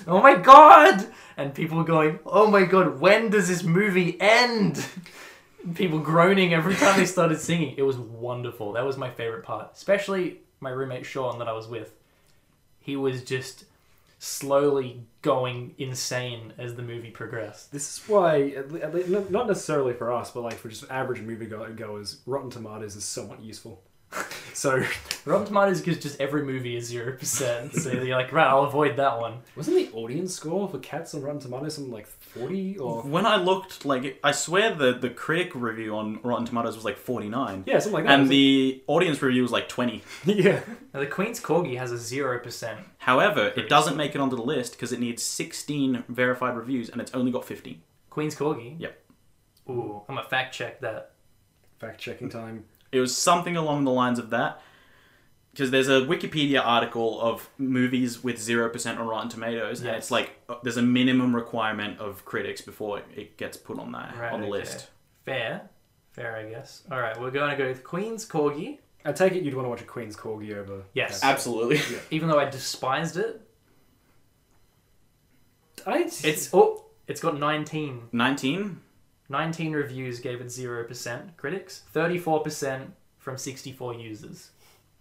S2: oh my god!" And people were going, "Oh my god, when does this movie end?" people groaning every time they started singing. It was wonderful. That was my favorite part, especially my roommate Sean that I was with. He was just slowly going insane as the movie progressed.
S1: This is why, at le- at le- no- not necessarily for us, but like for just average movie go- goers, Rotten Tomatoes is somewhat useful. So,
S2: Rotten Tomatoes gives just every movie a zero percent, so you're like, right, I'll avoid that one.
S1: wasn't the audience score for Cats on Rotten Tomatoes something like 40 or.
S3: When I looked, like, I swear the, the critic review on Rotten Tomatoes was like 49.
S1: Yeah, something like that.
S3: And
S1: wasn't
S3: the audience review was like 20.
S1: it? Yeah.
S2: Now, the Queen's Corgi has a zero percent.
S3: However, it doesn't make it onto the list because it needs 16 verified reviews and it's only got 15.
S2: Queen's Corgi.
S3: Yep.
S2: Ooh, I'm gonna fact check that.
S1: Fact checking time.
S3: It was something along the lines of that. Because there's a Wikipedia article of movies with 0% on Rotten Tomatoes, and
S2: Yes.
S3: it's like uh, there's a minimum requirement of critics before it gets put on that
S2: Right,
S3: on the
S2: okay.
S3: list.
S2: Fair, fair, I guess. All right, we're gonna go with Queen's Corgi.
S1: I take it you'd want to watch a Queen's Corgi over.
S2: Yes.
S1: Cats.
S3: Absolutely.
S2: Even though I despised it,
S1: I,
S2: it's oh, it's got 19.
S3: 19?
S2: 19 reviews gave it zero percent critics, 34 percent from 64 users.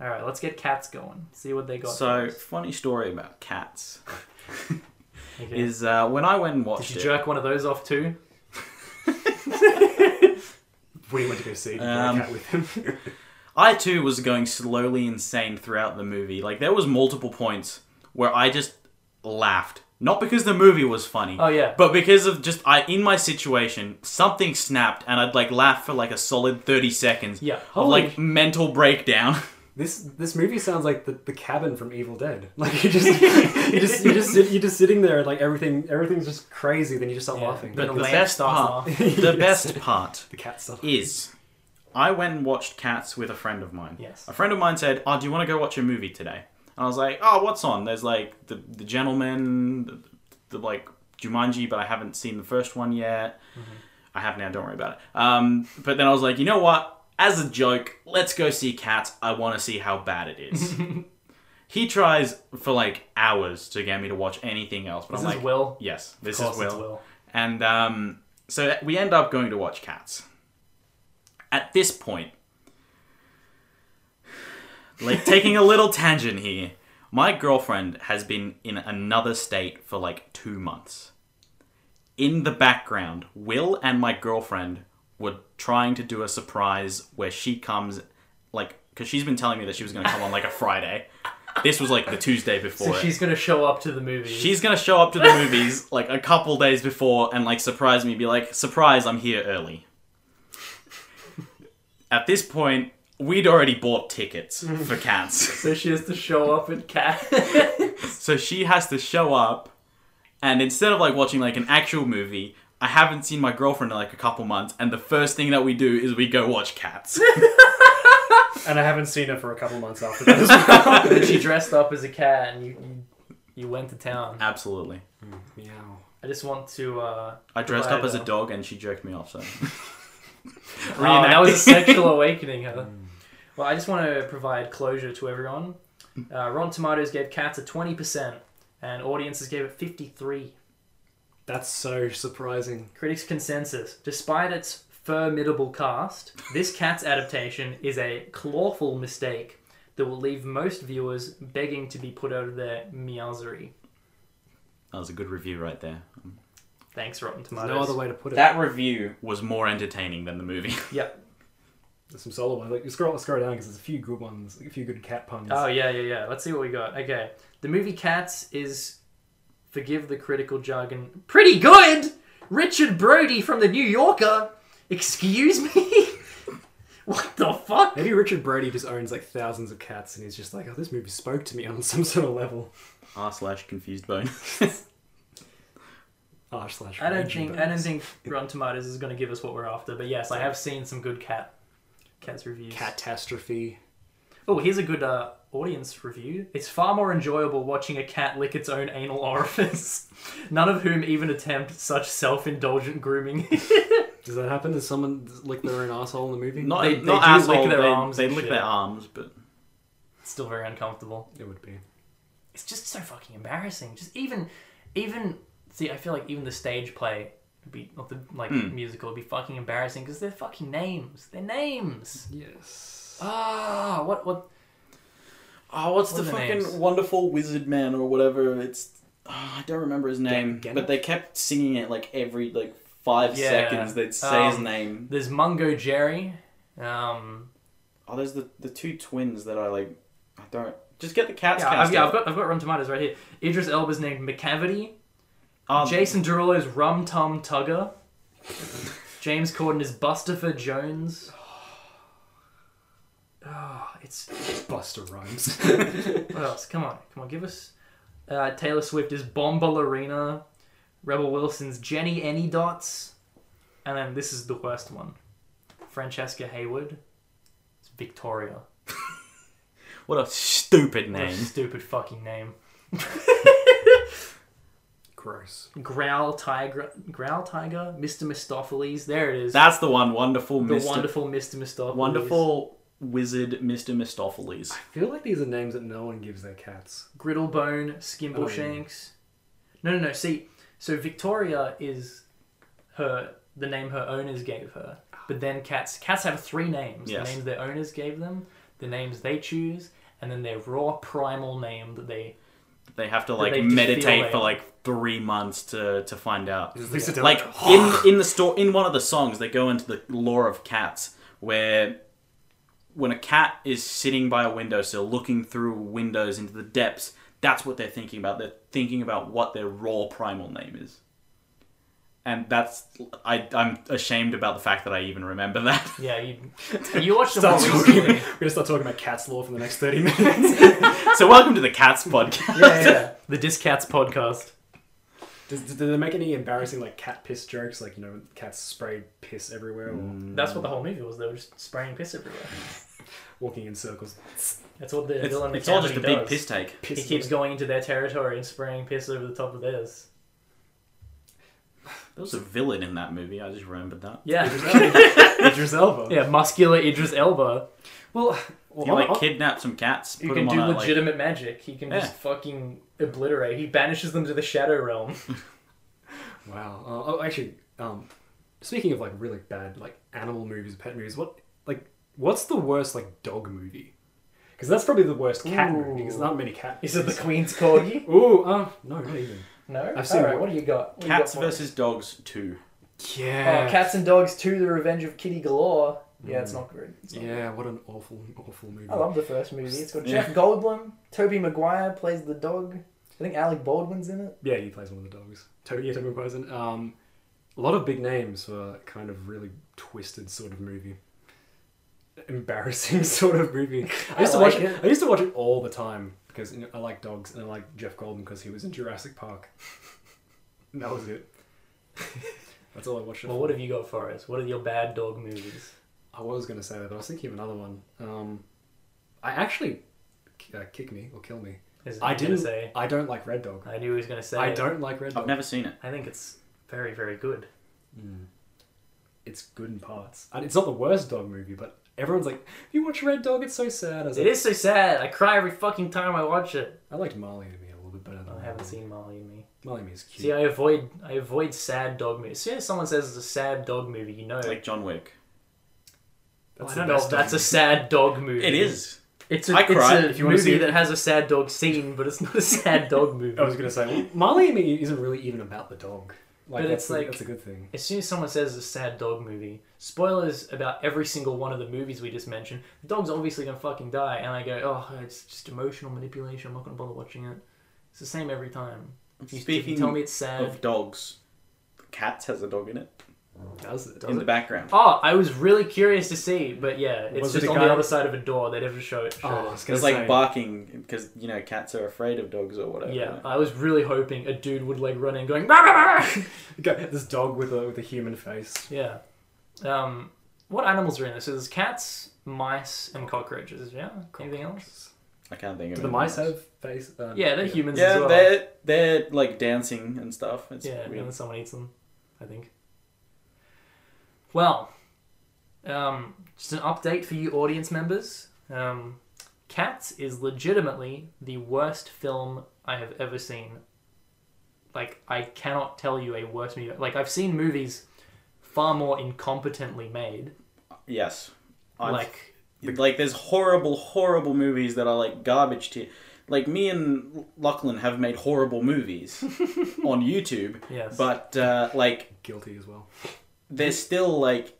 S2: All right, let's get cats going. See what they got.
S3: So,
S2: first.
S3: funny story about cats
S2: Okay.
S3: is uh, when I went and watched
S2: did you
S3: it.
S2: jerk one of those off too?
S1: We went to go see it,
S3: Um,
S1: um, cat with him.
S3: I too was going slowly insane throughout the movie. Like there was multiple points where I just laughed, not because the movie was funny,
S2: Oh yeah.
S3: but because of just I in my situation, something snapped and I'd like laugh for like a solid 30 seconds
S2: Yeah.
S3: of
S1: Holy-
S3: like mental breakdown.
S1: This this movie sounds like the, the cabin from Evil Dead. Like you just you just you just sit, you're just sitting there and like everything everything's just crazy. Then you just start
S2: Yeah,
S1: laughing.
S2: Then a
S3: the
S2: lamp
S3: best
S2: starts
S3: part.
S2: laughing.
S3: the best part
S1: the cat stuff.
S3: is I went and watched Cats with a friend of mine.
S2: Yes.
S3: A friend of mine said, "Oh, do you want to go watch a movie today?" And I was like, "Oh, what's on?" There's like the the gentleman, the, the like Jumanji, but I haven't seen the first one yet.
S2: Mm-hmm.
S3: I have now. Don't worry about it. Um, but then I was like, you know what? As a joke, let's go see Cats. I want to see how bad it is. he tries for like hours to get me to watch anything else, but
S2: This
S3: I'm
S2: is
S3: like,
S2: Will.
S3: yes, this
S2: Of
S3: is
S2: course it's
S3: Will. And um, so we end up going to watch Cats. At this point, like taking a little tangent here, my girlfriend has been in another state for like two months. In the background, Will and my girlfriend were trying to do a surprise where she comes, like, because she's been telling me that she was going to come on like a Friday. This was like the Tuesday before.
S2: So
S3: it.
S2: she's gonna show up to the movie.
S3: She's gonna show up to the movies like a couple days before and like surprise me, be like, surprise, I'm here early. At this point, we'd already bought tickets for cats.
S2: So she has to show up at cat.
S3: so she has to show up, and instead of like watching like an actual movie, I haven't seen my girlfriend in like a couple months, and the first thing that we do is we go watch cats.
S1: And I haven't seen her for a couple months after that. As well.
S2: then she dressed up as a cat, and you, you you went to town.
S3: Absolutely.
S1: Meow.
S2: I just want to. uh
S3: I dressed
S2: provide
S3: up as a
S2: a-
S3: dog and she jerked me off, so.
S2: Oh, that was a
S3: Reenacting.
S2: sexual awakening, Heather. Well, I just want to provide closure to everyone. Uh, Rotten Tomatoes gave Cats a 20%, and audiences gave it 53.
S1: That's so surprising.
S2: Critics' consensus. Despite its formidable cast, this Cats adaptation is a clawful mistake that will leave most viewers begging to be put out of their meowsery.
S3: That was a good review right there.
S2: Thanks, Rotten
S1: There's
S2: Tomatoes.
S1: no other way to put it.
S3: That review was more entertaining than the movie.
S2: Yep.
S1: There's some solo ones. Like you scroll scroll down because there's a few good ones, a few good cat puns.
S2: Oh yeah, yeah, yeah. Let's see what we got. Okay, the movie Cats is, forgive the critical jargon, pretty good. Richard Brody from the New Yorker. Excuse me. what the fuck?
S1: Maybe Richard Brody just owns like thousands of cats and he's just like, oh, this movie spoke to me on some sort of level.
S3: R slash confused bone.
S1: R Ah, slash.
S2: I don't
S1: Raging
S2: think I
S1: Bird.
S2: don't think Rotten Tomatoes is going to give us what we're after. But yes, I have seen some good cat cats reviews.
S1: Catastrophe.
S2: Oh, here's a good uh, audience review. It's far more enjoyable watching a cat lick its own anal orifice. None of whom even attempt such self-indulgent grooming.
S1: Does that happen? Does someone lick their own asshole in the movie?
S3: Not,
S2: They-
S3: they,
S2: they
S3: not
S2: do
S3: asshole,
S2: lick their
S3: they,
S2: arms
S3: They
S2: and
S3: lick
S2: shit.
S3: their arms, but
S2: Still very uncomfortable.
S1: It would be.
S2: it's just so fucking embarrassing. Just even, even see, I feel like even the stage play, would be not the like musical, would be fucking embarrassing because they're fucking names. They're names.
S1: Yes.
S2: Ah, what what?
S3: Oh, what's
S2: What
S3: the
S2: are the
S3: fucking
S2: names?
S3: wonderful wizard man or whatever? It's oh, I don't remember his name,
S1: Gan- Ganondorf?
S3: but they kept singing it like every like five
S2: Yeah.
S3: seconds. They'd say his
S2: Um,
S3: name.
S2: There's Mungo Jerry. Um,
S3: Oh, there's the the two twins that I like. I don't just get the cats.
S2: yeah,
S3: cast
S2: I've, yeah,
S3: out.
S2: I've got I've got Rum Tomatoes right here. Idris Elba's named McCavity.
S3: Um,
S2: Jason Derulo's Rum Tum Tugger. James Corden is Busterford Jones. Ah, it's
S1: Buster Rhymes.
S2: what else? Come on, come on, give us. Uh, Taylor Swift is Bombalorina. Rebel Wilson's Jenny Any Dots, and then this is the worst one. Francesca Hayward. It's Victoria.
S3: what a stupid
S2: What a
S3: name.
S2: stupid fucking name.
S1: Gross.
S2: Growl Tiger. Growl Tiger. Mr. Mistopheles. There it is.
S3: That's the one. Wonderful,
S2: the
S3: Mr.
S2: wonderful Mr. Mistopheles.
S3: wonderful wizard, Mr. Mistopheles.
S1: I feel like these are names that no one gives their cats.
S2: Griddlebone,
S1: Oh.
S2: Skimbleshanks. No, no, no. See, so Victoria is her the name her owners gave her. But then cats cats have three names:
S3: Yes.
S2: the names their owners gave them, the names they choose, and then their raw primal name that they.
S3: They have to like
S2: they just feel
S3: meditate
S2: it.
S3: for like three months to to find out.
S1: Just Lisa Del-
S3: like in in the store in one of the songs they go into the lore of cats where when a cat is sitting by a windowsill looking through windows into the depths that's what they're thinking about they're thinking about what their raw primal name is and that's I, i'm ashamed about the fact that i even remember that
S2: Yeah, you you watched them all
S1: Start talking, we're
S2: recently.
S1: gonna start talking about cat's law for the next thirty minutes.
S3: so welcome to the cats podcast
S2: yeah, yeah, the Discats podcast.
S1: Does, did they make any embarrassing like cat piss jokes? Like you know, cats spray piss everywhere or
S2: That's what the whole movie was. They were just spraying piss everywhere.
S1: walking in circles.
S2: That's what the
S3: it's,
S2: villain
S3: it's all just a
S2: McCavity
S3: big
S2: does.
S3: piss take
S2: He
S1: Piss
S2: keeps going into their territory and spraying piss over the top of theirs.
S3: there was a villain in that movie i just remembered that
S2: Yeah,
S1: Idris Elba.
S2: yeah, muscular Idris Elba.
S1: Well, uh-huh.
S3: he
S1: on-
S3: like
S1: on-
S3: kidnapped some cats
S2: He
S3: put
S2: can
S3: them
S2: do
S3: on a, like,
S2: legitimate magic. He can
S3: Yeah.
S2: just fucking obliterate. He banishes them to the shadow realm.
S1: Wow. Uh, oh, actually, um, speaking of like really bad like animal movies, pet movies, what like what's the worst like dog movie? Because that's probably the worst cat movie. Because there aren't many cat.
S2: Is it the Queen's Corgi?
S1: Ooh, uh, no, not even.
S2: No.
S1: I've seen
S2: Alright,
S1: one.
S2: What do you got? What do you
S3: cats
S2: got for us?
S3: versus dogs 2
S1: Yeah.
S2: Oh, cats and dogs two: The Revenge of Kitty Galore. Yeah,
S1: Mm.
S2: it's not good. It's not
S1: Yeah, what an awful, awful movie.
S2: I love the first movie. It's got
S3: Yeah.
S2: Jeff Goldblum. Toby Maguire plays the dog. I think Alec Baldwin's in it.
S1: Yeah, he plays one of the dogs. Toby, yeah, Toby Poison. Um, a lot of big names for kind of really twisted sort of movie. Embarrassing sort of movie. I used to
S2: like
S1: watch it. I used to watch it all the time because you know, I like dogs and I like Jeff Goldblum because he was in Jurassic Park. And that was it. That's all I watched. It
S2: Well,
S1: for.
S2: what have you got for us? What are your bad dog movies?
S1: I was going to say that, but I was thinking of another one. Um, I actually uh, kick me or kill me.
S2: Is
S1: I
S2: what I'm gonna
S1: didn't.
S2: say.
S1: I don't like Red Dog.
S2: I knew he was going to say.
S1: I
S2: it.
S1: don't like Red Dog.
S3: i've never seen it
S2: I think it's very, very good.
S1: it's good in parts. And it's not the worst dog movie, but everyone's like, if you watch Red Dog, it's so sad. I, was
S2: It
S1: like,
S2: is so sad. I cry every fucking time I watch it.
S1: I liked Marley and Me a little bit better than
S2: I haven't seen Molly and Me.
S1: Marley and Me is cute.
S2: See, I avoid I avoid sad dog movies. As soon as someone says it's a sad dog movie, you know
S3: like john wick
S1: that's
S2: I
S1: the
S2: don't know if
S1: best dog
S2: that's a
S1: movie.
S2: sad dog movie.
S3: It is.
S2: It's a,
S3: I
S2: it's
S3: cry.
S2: a
S1: If you wanna
S2: movie
S1: see it-
S2: that has a sad dog scene, but it's not a sad dog movie.
S1: I was gonna say well, Marley and Me isn't really even about the dog. Like,
S2: But
S1: that's
S2: it's
S1: the-
S2: like-
S1: that's a good thing.
S2: As soon as someone says it's a sad dog movie, spoilers about every single one of the movies we just mentioned, the dog's obviously gonna fucking die, and I go, oh, it's just emotional manipulation. I'm not gonna bother watching it. It's the same every time. If you, if you
S3: Speaking
S2: tell me it's sad,
S3: Of dogs, cats has a dog in it
S1: Does it?
S3: in
S1: Does
S3: the
S1: it?
S3: background.
S2: Oh, I was really curious to see, but yeah, it's
S1: Was it
S2: just
S1: a
S2: on
S1: guy-
S2: the other side of a door. They never show it.
S1: Oh,
S2: Show
S1: I
S2: it.
S1: was gonna
S3: There's
S1: say.
S3: like barking because you know cats are afraid of dogs or whatever.
S2: Yeah, I was really hoping a dude would like run in going. "Rah, rah, rah."
S1: Okay, this dog with a with a human face.
S2: yeah. Um, what animals are in this? So there's cats, mice, and cockroaches. Yeah. Anything else?
S3: I can't think of.
S1: Do the
S3: anything
S1: mice
S3: else.
S1: have face? Um,
S2: Yeah, they're humans
S3: Yeah,
S2: as well.
S3: they're they're like dancing and stuff. It's
S2: yeah, and
S3: weird.
S2: then someone eats them. I think. Well, um, just an update for you audience members. Um,
S5: Cats is legitimately the worst film I have ever seen. Like, I cannot tell you a worse movie. Like, I've seen movies far more incompetently made.
S3: Yes. I've-
S5: like,
S3: like there's horrible, horrible movies that are like garbage tier. Like me and Lachlan have made horrible movies on YouTube,
S5: yes.
S3: but uh, like
S1: Guilty as well.
S3: there's still like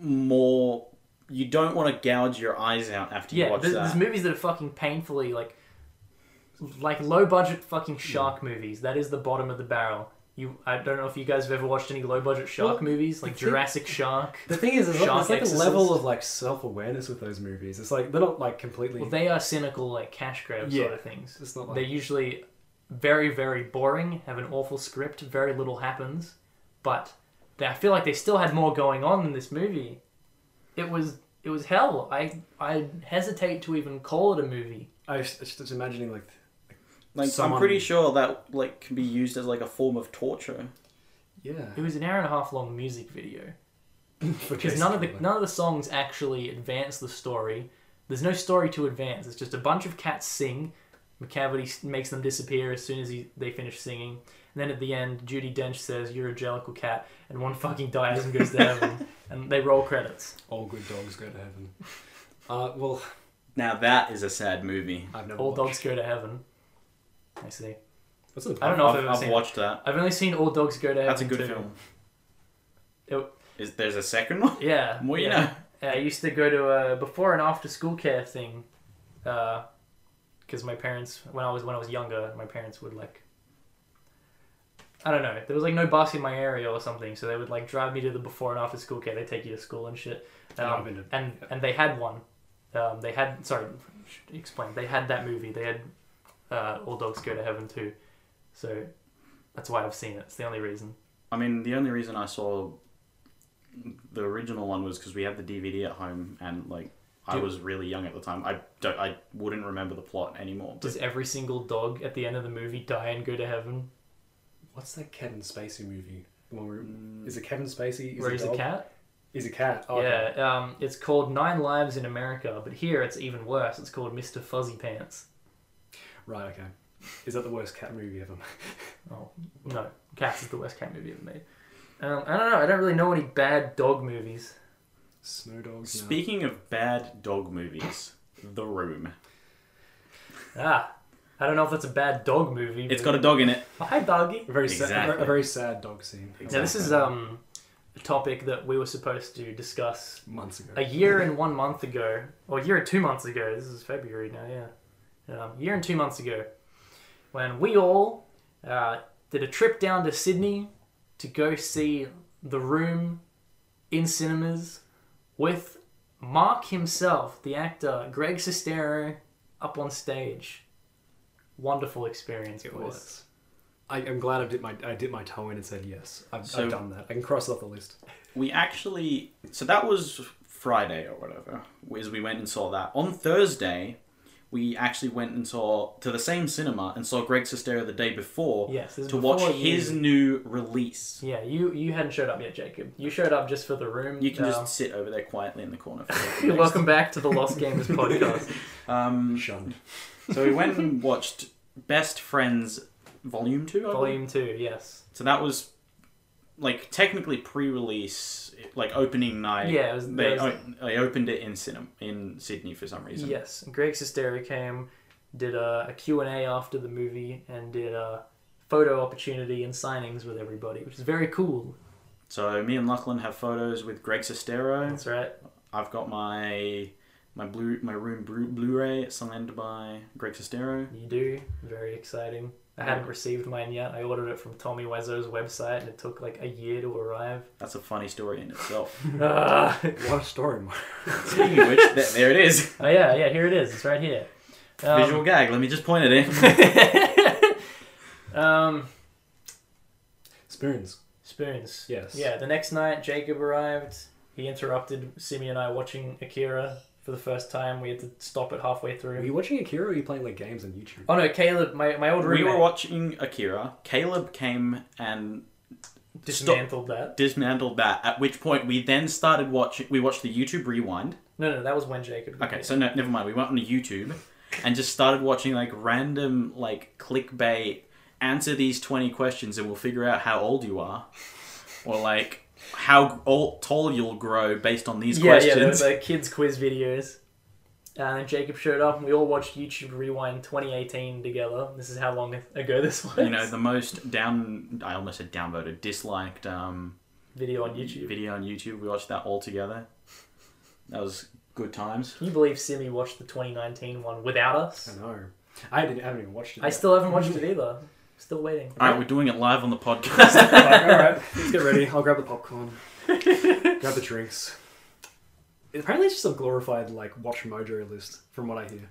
S3: more. You don't want to gouge your eyes out after you
S5: yeah,
S3: watch
S5: there's,
S3: that.
S5: there's movies that are fucking painfully, like, like low budget
S3: Hmm.
S5: fucking shark movies. That is the bottom of the barrel. You, I don't know if you guys have ever watched any low budget shark
S1: Well,
S5: movies, like
S1: the thing-
S5: Jurassic Shark.
S1: The thing is, there's like,
S5: Shark
S1: there's like a
S5: Exorcist.
S1: level of like self awareness with those movies. It's like they're not like completely.
S5: Well, they are cynical, like cash grab sort
S1: Yeah.
S5: of things.
S1: it's not
S5: They're
S1: like
S5: usually very, very boring, have an awful script, very little happens, but they, I feel like they still had more going on in this movie. It was it was hell. I I hesitate to even call it a movie.
S1: I was just just imagining like
S3: like I'm
S1: someone-
S3: pretty sure that like can be used as like a form of torture.
S1: yeah
S5: It was an hour and a half long music video because
S1: because
S5: none of the none of the songs actually advance the story. There's no story to advance. It's just a bunch of cats sing. McCavity s- makes them disappear as soon as he, they finish singing. And then at the end, Judy Dench says, "You're a jellicle cat," and one fucking dies and goes to heaven, and they roll credits.
S1: all good dogs go to heaven. Uh, well,
S3: Now that is a sad movie.
S1: I've never
S5: All dogs
S1: watched.
S5: go to heaven. I see.
S1: What's it
S5: I don't know if I've
S3: I've,
S5: ever
S3: I've
S5: seen. it.
S3: watched that.
S5: I've only seen All Dogs Go to Heaven.
S3: That's a good
S5: too.
S3: film.
S5: It-
S3: Is there's a second one?
S5: Yeah.
S3: More you
S5: yeah.
S3: know.
S5: Yeah, I used to go to a before and after school care thing, because my parents when I was when I was younger, my parents would like. I don't know. There was like no bus in my area or something, so they would like drive me to the before and after school care. They take you to school and shit.
S1: No, I've
S5: Um,
S1: been to-
S5: and
S1: yeah.
S5: and they had one. Um, they had sorry, should explain. They had that movie. They had uh, All Dogs Go to Heaven too, so that's why I've seen it. It's the only reason.
S3: I mean, the only reason I saw the original one was because we had the DVD at home, and like I
S5: Dude.
S3: was really young at the time. I don't, I wouldn't remember the plot anymore. But
S5: Does every single dog at the end of the movie die and go to heaven?
S1: What's that Kevin Spacey movie? The one where, is it Kevin Spacey? Is
S5: Mm. Where
S1: it
S5: is the
S1: dog?
S5: cat?
S1: He's a cat. Oh, okay.
S5: Yeah, um, it's called Nine Lives in America, but here it's even worse. It's called Mr. Fuzzy Pants.
S1: Right. Okay. Is that the worst cat movie ever?
S5: Oh no, Cats is the worst cat movie ever made. Um, I don't know. I don't really know any bad dog movies.
S1: Snow dogs. no.
S3: speaking of bad dog movies, The Room.
S5: Ah, I don't know if that's a bad dog movie.
S3: It's
S5: but- Oh,
S3: got a dog in it.
S5: hi doggy.
S1: A very sad. a ver-
S3: Exactly.
S1: A very sad dog scene.
S5: Now this is um, a topic that we were supposed to discuss
S1: months ago.
S5: a year and one month ago, or a year and two months ago. This is February now, yeah. Um, a year and two months ago, when we all uh, did a trip down to Sydney to go see The Room in cinemas with Mark himself, the actor Greg Sestero, up on stage. Wonderful experience
S1: It
S5: for us.
S1: was. I, I'm glad I dipped my I dipped my toe in and said yes. I've,
S3: So-
S1: I've done that. I can cross it off the list.
S3: We actually so that was Friday or whatever. Is we went and saw that on Thursday. We actually went and saw to the same cinema and saw Greg Sestero the day before
S5: Yes, this is
S3: to watch
S5: before you-
S3: his new release.
S5: Yeah, you you hadn't showed up yet, Jacob. You showed up just for the room.
S3: You can
S5: Uh,
S3: just sit over there quietly in the corner. For
S5: You're welcome back to the Lost Gamers podcast.
S3: Um,
S1: Shunned.
S3: so we went and watched Best Friends Volume Two. I believe.
S5: Volume two, yes.
S3: So that was like technically pre-release, like opening night.
S5: Yeah, it was-
S3: they
S5: it was-
S3: o- they opened it in cinema in Sydney for some reason.
S5: Yes, Greg Sestero came, did a, a Q and A after the movie, and did a photo opportunity and signings with everybody, which is very cool.
S3: So me and Lachlan have photos with Greg Sestero.
S5: That's right.
S3: I've got my my blue my room blu- Blu-ray signed by Greg Sestero.
S5: You do very exciting. I hadn't received mine yet. I ordered it from Tommy Wiseau's website, and it took like a year to arrive.
S3: That's a funny story in itself. Oh,
S5: Ah.
S1: What a story, Mark.
S3: Speaking of which, th- there it is.
S5: oh yeah, yeah. Here it is. It's right here. Um,
S3: Visual gag. Let me just point it in.
S5: um,
S1: Spoons.
S5: spoons.
S1: Yes.
S5: Yeah, the next night, Jacob arrived. He interrupted Simi and I watching Akira for the first time. We had to stop it halfway
S1: Were
S5: through.
S1: you watching Akira or were you playing like games on YouTube?
S5: Oh no, Caleb, my, my old
S3: We
S5: roommate,
S3: were watching Akira. Caleb came and
S5: dismantled that.
S3: dismantled that. At which point, we then started watching. We watched the YouTube rewind.
S5: No, no, that was when Jacob. got
S3: Okay,
S5: it.
S3: so no, never mind. We went on YouTube and just started watching like random like clickbait. Answer these twenty questions, and we'll figure out how old you are, or like how old, tall you'll grow based on these
S5: yeah, yeah, there
S3: questions.
S5: was like kids quiz videos. Uh, And then Jacob showed up, and we all watched YouTube Rewind 2018 together. This is how long ago this was.
S3: you know, the most down. I almost said downvoted, disliked um,
S5: video on YouTube.
S3: video on YouTube. We watched that all together. That was good times.
S5: Can you believe Simi watched the 2019 one without
S1: I
S5: us?
S1: know. I, didn't, I haven't even watched it.
S5: I
S1: yet.
S5: still haven't watched it either. Still waiting.
S3: All right, we're doing it live on the podcast.
S1: Like, all right, let's get ready. I'll grab the popcorn, grab the drinks. Apparently, it's just a glorified like Watch Mojo list, from what I hear.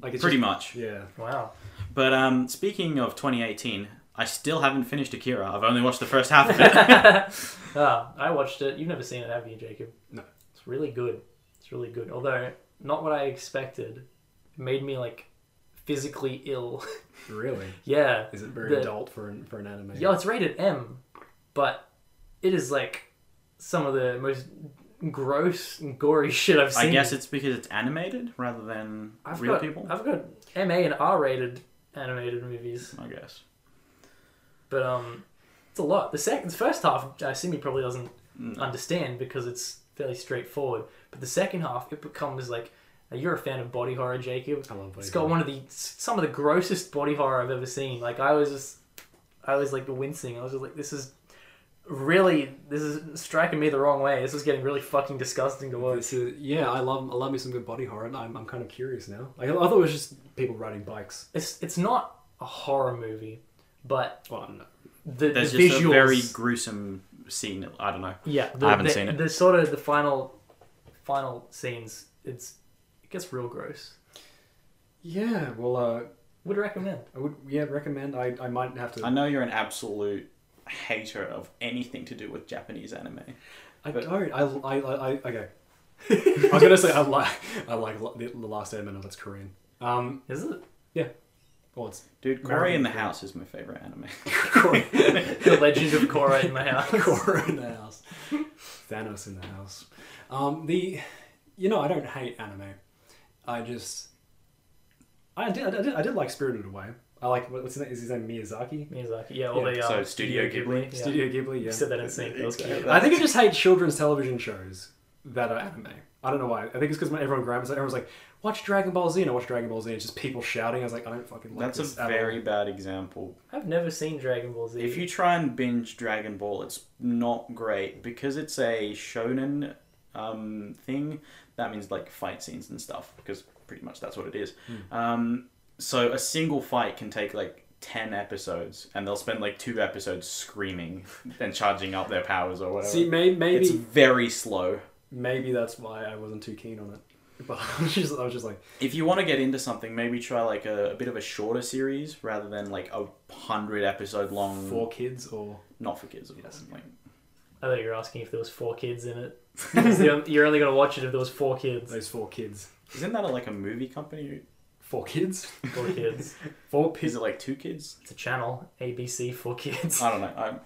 S1: Like it's
S3: Pretty
S1: just-
S3: much.
S1: Yeah.
S5: Wow.
S3: But um, speaking of 2018, I still haven't finished Akira. I've only watched the first half of it.
S5: Ah, I watched it. You've never seen it, have you, Jacob?
S1: No.
S5: It's really good. It's really good. Although, not what I expected. It made me, like, physically ill.
S1: Really.
S5: yeah.
S1: Is it very
S5: The-
S1: adult for an, for an anime?
S5: Yeah, it's rated M, but it is like some of the most gross and gory shit I've seen.
S3: I guess it's because it's animated rather than
S5: I've
S3: real
S5: got,
S3: people.
S5: I've got MA and R rated animated movies,
S3: I guess.
S5: but um, it's a lot. The second, the first half, uh, Simi probably doesn't understand because it's fairly straightforward. But the second half, it becomes like uh, you're a fan of body horror, Jacob.
S1: I love
S5: It's
S1: it.
S5: got one of the some of the grossest body horror I've ever seen. Like I was just, I was like wincing. I was just like, this is really this is striking me the wrong way. This is getting really fucking disgusting to watch.
S1: This is, yeah, I love I love me some good body horror. and I'm, I'm kind of curious now. Like, I thought it was just people riding bikes.
S5: It's it's not a horror movie, but
S1: Well, no.
S5: the,
S3: There's
S5: the
S3: just
S5: visuals.
S3: a very gruesome scene. I don't know.
S5: yeah, the,
S3: I haven't
S5: the-
S3: seen it.
S5: The sort of the final final scenes. It's it gets real gross.
S1: Yeah. Well, uh,
S5: Would recommend.
S1: I would yeah recommend. I, I might have to.
S3: I know you're an absolute hater of anything to do with Japanese anime.
S1: I
S3: But-
S1: don't. I, I, I, I okay. I was gonna say I like I like lo- the, the last Airbender. That's Korean. Um,
S5: Is it
S1: well, it's
S3: Dude, Quarry in the House is my favorite anime.
S1: Korean.
S5: the Legend of Korra in my house?
S1: Korra in the house. Thanos in the house. Um, the, you know, I don't hate anime. I just, I did, I did, I did like Spirited Away. I like what's his name? Is his name Miyazaki?
S5: Miyazaki. Yeah, all
S1: Yeah,
S5: the
S3: so
S5: um,
S3: Studio Ghibli.
S5: Yeah.
S1: Studio Ghibli. Yeah.
S5: You said that in sync. That was cute.
S1: I think I just hate children's television shows that are anime. I don't know why. I think it's because when everyone grabs it, everyone's like, "Watch Dragon Ball Z," and I watch Dragon Ball Z. And it's just people shouting. I was like, I don't fucking like
S3: That's a
S1: this at
S3: very bad example
S5: I've never seen Dragon Ball Z.
S3: If you try and binge Dragon Ball, it's not great because it's a shonen um, thing. That means like fight scenes and stuff because pretty much that's what it is.
S1: Hmm.
S3: Um, so a single fight can take like ten episodes, and they'll spend like two episodes screaming and charging up their powers or
S1: all.
S3: whatever.
S1: See, may, maybe
S3: It's very slow.
S1: maybe that's why I wasn't too keen on it. But I was just, I was just like,
S3: If you want to get into something, maybe try like a, a bit of a shorter series rather than like a hundred episode long.
S1: four kids or
S3: Not for kids, of
S1: Yes.
S3: course. Like,
S5: I thought you were asking if there was four kids in it. 'Cause you're you're only gonna watch it if there was four kids.
S1: those four kids,
S3: isn't that a, like a movie company?
S1: four kids,
S5: Four kids.
S1: four
S3: Is
S1: kids.
S3: it like two kids?
S5: It's a channel. ABC for kids.
S3: I don't know. I'm,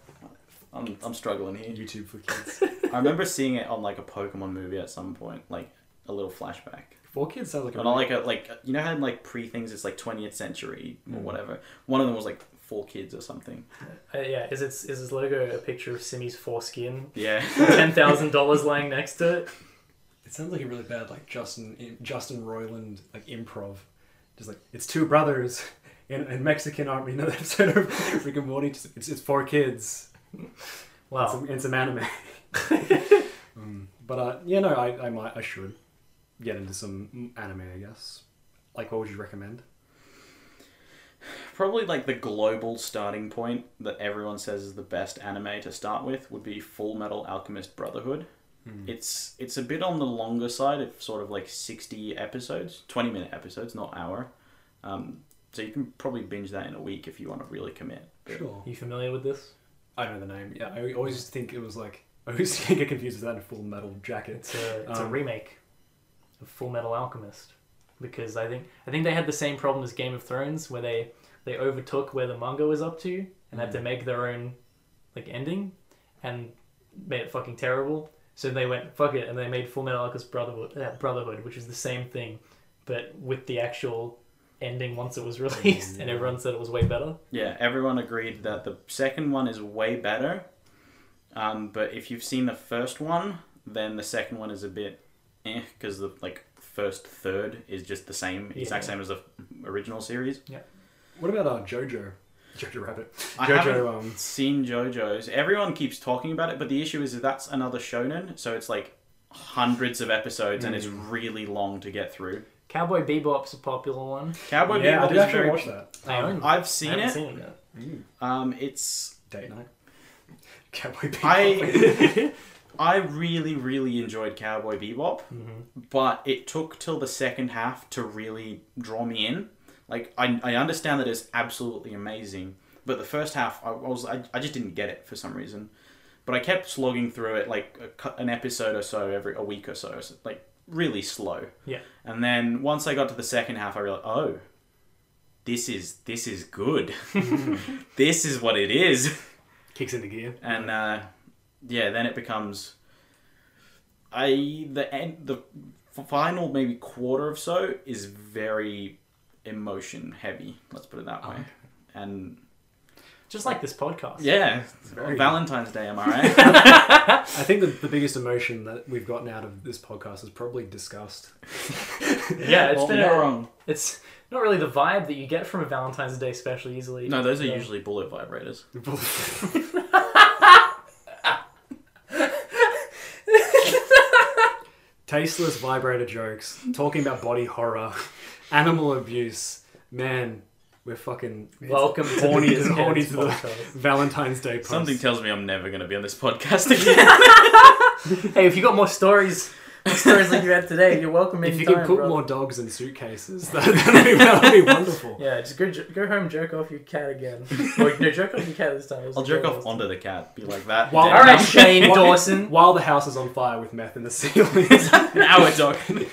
S3: I'm, I'm struggling here.
S1: YouTube for kids.
S3: I remember seeing it on like a Pokemon movie at some point, like a little flashback.
S1: Four kids sounds like a
S3: But not like a like you know how in like pre things it's like 20th century or whatever. One of them was like four kids or something.
S5: Uh, yeah. Is its is its logo a picture of Simi's foreskin?
S3: Yeah.
S5: Ten thousand dollars lying next to it.
S1: It sounds like a really bad like Justin Justin Roiland like improv, just like it's two brothers in a Mexican army. You know that episode of Rick and Morty? Just, it's it's four kids. It's,
S5: Wow.
S1: some- it's some anime. Mm. But uh, yeah, no, I, I might I should get into some anime, I guess. Like, what would you recommend?
S3: Probably like the global starting point that everyone says is the best anime to start with would be Full Metal Alchemist Brotherhood. It's it's a bit on the longer side of sort of like 60 episodes, 20 minute episodes, not hour. Um, so you can probably binge that in a week if you want to really commit. But
S1: Sure.
S5: You familiar with this?
S1: I know the name. Yeah, I always just think it was like I always get confused with that in Full Metal
S5: It's
S1: Jacket.
S5: a it's a
S1: Um,
S5: remake of Full Metal Alchemist because I think I think they had the same problem as Game of Thrones where they they overtook where the manga was up
S3: Mm.
S5: to and had to make their own like ending and made it fucking terrible. So they went fuck it, and they made Full Metal Alchemist Brotherhood, uh, Brotherhood, which is the same thing, but with the actual ending once it was released, and everyone said it was way better.
S3: Yeah, everyone agreed that the second one is way better. Um, but if you've seen the first one, then the second one is a bit eh, because the like first third is just the same, exact
S5: Yeah.
S3: same as the original series.
S1: What about uh, JoJo? JoJo Rabbit.
S3: I haven't-
S1: JoJo. Um,
S3: Seen JoJo's. Everyone keeps talking about it, but the issue is that that's another shonen, so it's like hundreds of episodes and it's
S5: Mm.
S3: really long to get through.
S5: Cowboy Bebop's a popular one.
S3: Cowboy
S1: yeah, I
S3: Bebop
S1: did
S3: is
S1: actually
S3: very-
S1: watch that.
S5: I own it.
S3: Um, I've seen
S5: I haven't
S3: it.
S5: seen it yet.
S3: Um, it's
S1: Date night. Cowboy Bebop.
S3: I I really really enjoyed Cowboy Bebop,
S1: Mm-hmm.
S3: but it took till the second half to really draw me in. Like I, I understand that it's absolutely amazing, but the first half I, I was I, I just didn't get it for some reason. But I kept slogging through it like a, cu- an episode or so every a week or so, so like really slow.
S5: Yeah.
S3: And then once I got to the second half, I realized, oh, this is this is good. this is what it is
S1: Kicks into gear.
S3: and uh, yeah, then it becomes I the end the f- final maybe quarter of so is very emotion heavy. Let's put it that way. And
S5: Just like this podcast.
S3: yeah,
S1: very-
S3: Valentine's Day, am I right?
S1: I think the, the biggest emotion that we've gotten out of this podcast is probably disgust.
S5: Yeah, it's
S3: Well,
S5: been
S3: you're
S5: a,
S3: wrong.
S5: It's not really the vibe that you get from a Valentine's Day special easily.
S3: No, those are
S5: Yeah.
S3: usually bullet vibrators.
S1: Tasteless vibrator jokes, talking about body horror, animal abuse. Man, we're fucking
S5: Welcome to
S1: horny-
S5: the Discount
S1: horny to the-
S5: Podcast.
S1: Valentine's Day. Post.
S3: Something tells me I'm never going to be on this podcast again.
S5: Hey, if you got more stories, more stories like you had today, you're welcome.
S1: if you
S5: anytime,
S1: can put
S5: brother.
S1: more dogs in suitcases, that would be, that'd be wonderful.
S5: Yeah, just go go home, jerk off your cat again. or, no, jerk off your cat this time. It was
S3: I'll
S5: a
S3: jerk
S5: joke
S3: off
S5: last time.
S3: onto the cat. Be like that.
S1: Well,
S3: Damn,
S5: All right,
S3: now-
S5: Shane Dawson.
S1: While the house is on fire with meth in the ceilings.
S3: Now we're talking.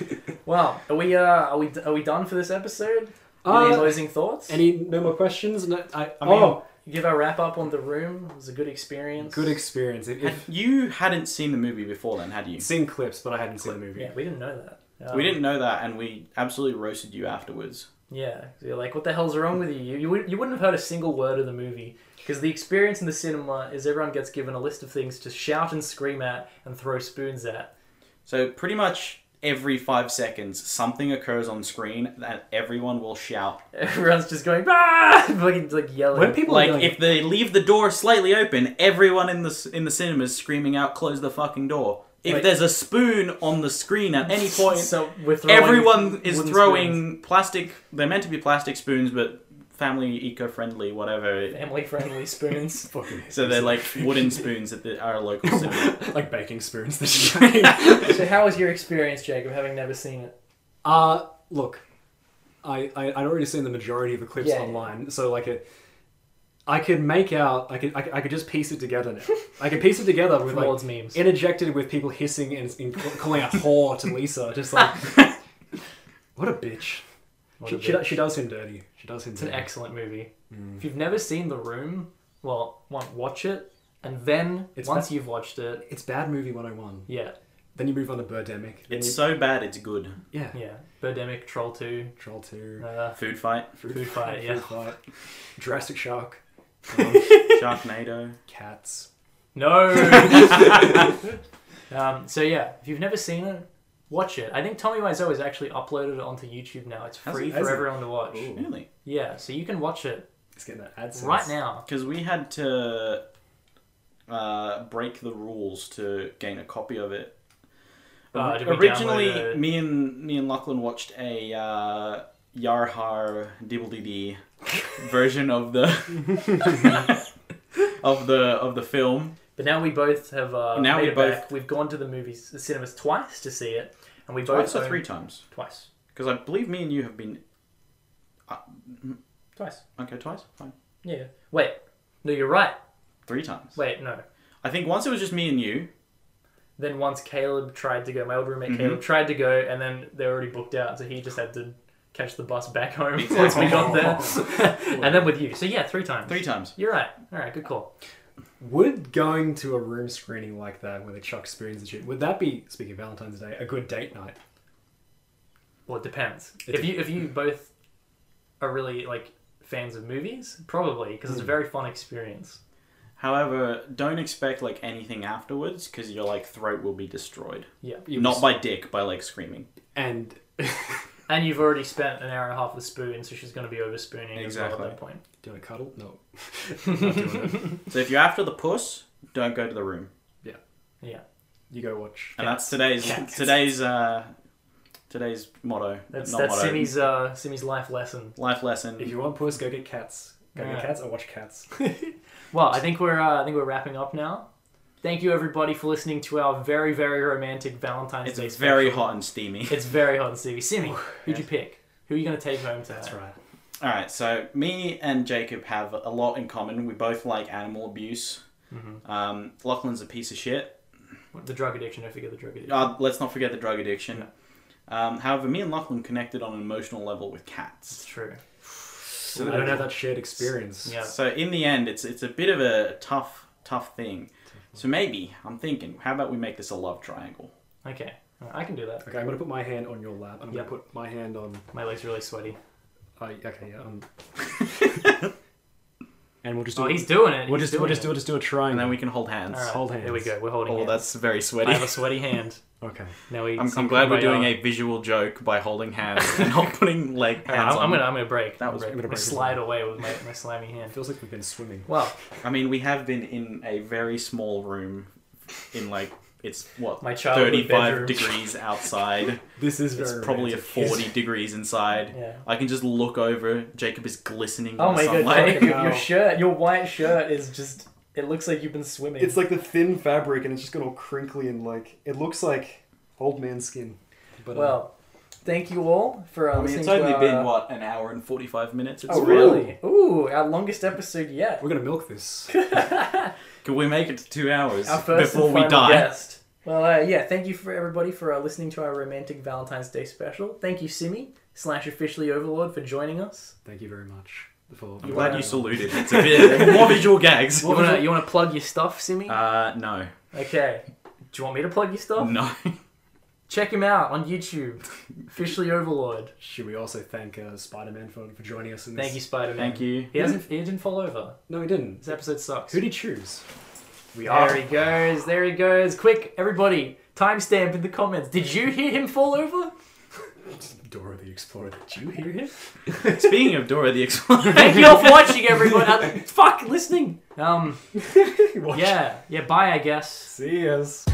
S5: Wow, are we uh are we are we done for this episode? Any
S1: Uh,
S5: closing thoughts?
S1: any no more questions? No, I,
S3: I mean-
S1: oh,
S5: Give our wrap up on the room. It was a good experience.
S1: good experience. If,
S3: Had-
S1: if
S3: You hadn't seen the movie before then, had you?
S1: seen clips, but I hadn't seen the movie.
S5: Yeah, we didn't know that. Um,
S3: We didn't know that, and we absolutely roasted you afterwards.
S5: Yeah, so you're like, what the hell's wrong with you? You, you, would- you wouldn't have heard a single word of the movie because the experience in the cinema is everyone gets given a list of things to shout and scream at and throw spoons at.
S3: So pretty much every five seconds, something occurs on screen that everyone will shout.
S5: Everyone's just going ah, fucking like yelling.
S1: When people are
S3: Like
S1: yelling-
S3: if they leave the door slightly open, everyone in the s- in the cinema is screaming out, "Close the fucking door!" If
S5: Like-
S3: there's a spoon on the screen at any point,
S5: so we're throwing
S3: everyone is
S5: wooden
S3: throwing
S5: spoons.
S3: plastic. They're meant to be plastic spoons, but family eco-friendly, whatever.
S5: family friendly spoons.
S1: Fucking
S3: So they're like wooden spoons at the, our local cinema.
S1: like baking spoons. This shit.
S5: so how was your experience, Jacob, having never seen it?
S1: Uh, look, I, I I'd already seen the majority of the clips
S5: Yeah, yeah.
S1: online, so like it, I could make out. I could I, could- I could just piece it together now. I could piece it together with
S5: Towards
S1: like
S5: memes.
S1: interjected with people hissing and, and ca- calling out whore to Lisa, just like what a bitch.
S5: What
S1: She,
S5: a
S1: she, do-
S5: bitch.
S1: she does him dirty. She does him
S5: It's an
S1: dirty.
S5: excellent movie. If you've never seen The Room, well, one, watch it, and then
S1: It's
S5: once you've watched it,
S1: It's bad movie 101.
S5: yeah,
S1: Then you move on to Birdemic. Then
S3: It's
S1: you,
S3: so bad, it's good.
S1: yeah.
S5: yeah, Birdemic, Troll Two,
S1: Troll 2.
S5: uh,
S3: Food fight,
S5: Food Fight, yeah.
S1: Food Fight. Jurassic Shark.
S3: Sharknado.
S1: Cats.
S5: No. um, so yeah, if you've never seen it, watch it. I think Tommy Wiseau has actually uploaded it onto YouTube now. It's
S3: Has
S5: free
S1: it?
S5: for
S1: Has it?
S5: everyone to watch.
S1: Ooh.
S3: Really?
S5: Yeah, so you can watch it
S1: It's getting that AdSense.
S5: right now.
S3: Because we had to uh, break the rules to gain a copy of it.
S5: Uh, did we
S3: Originally,
S5: download a-
S3: me and me and Lachlan watched a uh, Yarhar Dibble Dee version of the of the of the film.
S5: But now we both have uh,
S3: Now
S5: made
S3: we
S5: it
S3: both-
S5: back. We've gone to the movies, the cinemas twice to see it, and we
S3: Twice
S5: both
S3: or
S5: own-
S3: three times?
S5: twice,
S3: Because I believe me and you have been
S5: twice.
S3: okay twice, fine,
S5: Yeah. Wait. No, you're right.
S3: three times.
S5: Wait, no.
S3: I think once it was just me and you.
S5: Then once Caleb tried to go, my old roommate Caleb tried to go, and then they were already booked out, so he just had to catch the bus back home once we got there. and then with you. So yeah, three times.
S3: Three times.
S5: You're right. All right, good call.
S1: Would going to a room screening like that where they chuck spoons and shit, would that be, speaking of Valentine's Day, a good date night?
S5: Well, it depends.
S1: It
S5: if you if you both are really like fans of movies, probably because
S3: Hmm.
S5: it's a very fun experience.
S3: However, don't expect like anything afterwards because your like throat will be destroyed.
S5: Yeah,
S1: You
S3: Not
S1: was-
S3: by dick, by like screaming.
S1: And
S5: and you've already spent an hour and a half with spoon, so she's going to be over spooning as
S3: Exactly.
S5: well at that point.
S1: do you want to cuddle? No. Not doing it.
S3: So if you're after the puss, don't go to the room.
S5: Yeah,
S1: You go watch.
S3: And that's today's
S5: Cats.
S3: today's uh today's motto.
S5: that's
S3: not
S5: that's
S3: motto.
S5: Simi's uh, Simi's life lesson.
S3: life lesson.
S1: If you want puss, go get cats. Go
S5: Yeah.
S1: get cats or watch cats.
S5: Well, I think we're uh, I think we're wrapping up now. Thank you everybody for listening to our very very romantic Valentine's
S3: it's
S5: Day.
S3: very
S5: special.
S3: hot and steamy.
S5: It's very hot and Simi. Simi, who'd you pick? Who are you going to take home tonight?
S1: That's right.
S3: All right, so me and Jacob have a lot in common. We both like animal abuse. Um, Lachlan's a piece of shit.
S5: The drug addiction. Don't forget the drug addiction.
S3: Uh, let's not forget the drug addiction. Um, however, me and Lachlan connected on an emotional level with
S5: It's
S3: cats.
S5: true.
S1: I don't have that shared experience.
S5: Yeah.
S3: So in the end, it's it's a bit of a tough tough thing. So maybe I'm thinking, how about we make this a love triangle?
S5: Okay, Uh, I can do that.
S1: Okay, I'm gonna put my hand on your lap. I'm
S5: Yep.
S1: gonna put my hand on.
S5: My legs really sweaty.
S1: I okay, yeah. Um, and we'll just do.
S5: Oh,
S1: it-
S5: he's doing it.
S1: We'll
S5: He's
S1: just we'll
S5: doing
S1: just do it. Just do a triangle.
S3: And then we can hold hands.
S5: All right,
S1: hold
S5: There we
S1: hands.
S5: go. We're holding.
S3: Oh,
S5: hands.
S3: that's very
S5: I
S3: sweaty.
S5: have a sweaty hand.
S1: Okay.
S5: Now we.
S3: I'm,
S5: see
S3: I'm glad we're
S5: everybody
S3: doing
S5: else.
S3: a visual joke by holding hands and not putting leg hands
S5: All right, I'm,
S3: on.
S5: I'm gonna. I'm gonna break.
S3: That
S5: I'm
S3: was-
S5: break.
S1: I'm gonna
S5: I'm gonna
S1: break as
S5: slide away with my, my slimy
S1: It
S5: hand.
S1: feels like we've been swimming.
S5: Well,
S3: I mean, we have been in a very small room, in like it's what
S5: My childhood
S3: 35
S5: bedroom.
S3: degrees outside.
S1: This is
S3: it's
S1: very
S3: probably a
S1: romantic.
S3: 40 degrees inside.
S5: yeah.
S3: I can just look over. Jacob is glistening.
S5: Oh
S3: in the
S5: my god,
S3: sunlight.
S5: Jacob,
S1: Wow.
S5: your shirt, your white shirt is just. It looks like you've been swimming.
S1: It's like the thin fabric, and it's just got all crinkly and like it looks like old man skin. But, uh,
S5: well, thank you all for
S3: I
S5: uh,
S3: mean,
S5: listening
S3: it's
S5: to
S3: only
S5: our-
S3: been what an hour and 45 minutes. It's
S5: Oh really? Ooh, our longest episode yet.
S1: we're gonna milk this.
S3: Can we make it to two hours
S5: Our first
S3: before
S5: and
S3: we
S5: final
S3: die?
S5: guest. Well, uh, yeah, thank you for everybody for uh, listening to our romantic Valentine's Day special. Thank you, Simi slash officially Overlord, for joining us.
S1: Thank you very much. For,
S3: I'm glad
S5: Yeah.
S3: you saluted. It's a bit more visual gags.
S5: You wanna, you wanna plug your stuff, Simi?
S3: Uh, no,
S5: okay. Do you want me to plug your stuff?
S3: no.
S5: Check him out on YouTube. Officially Overlord.
S1: Should we also thank uh, Spider Man for, for joining us in this?
S5: Thank you, Spider Man.
S3: Thank you.
S5: He hasn't. He didn't fall over.
S1: No, he didn't.
S5: This episode sucks.
S1: Who did he choose? We
S5: There he goes. There he goes. Quick, everybody. Timestamp in the comments. Did you hear him fall over?
S1: Dora the Explorer. Did you hear him?
S3: Speaking of Dora the Explorer,
S5: Thank you all for watching, everyone. Uh, Fuck listening. Um.
S1: Watch.
S5: Yeah. Yeah. Bye. I guess.
S1: See us.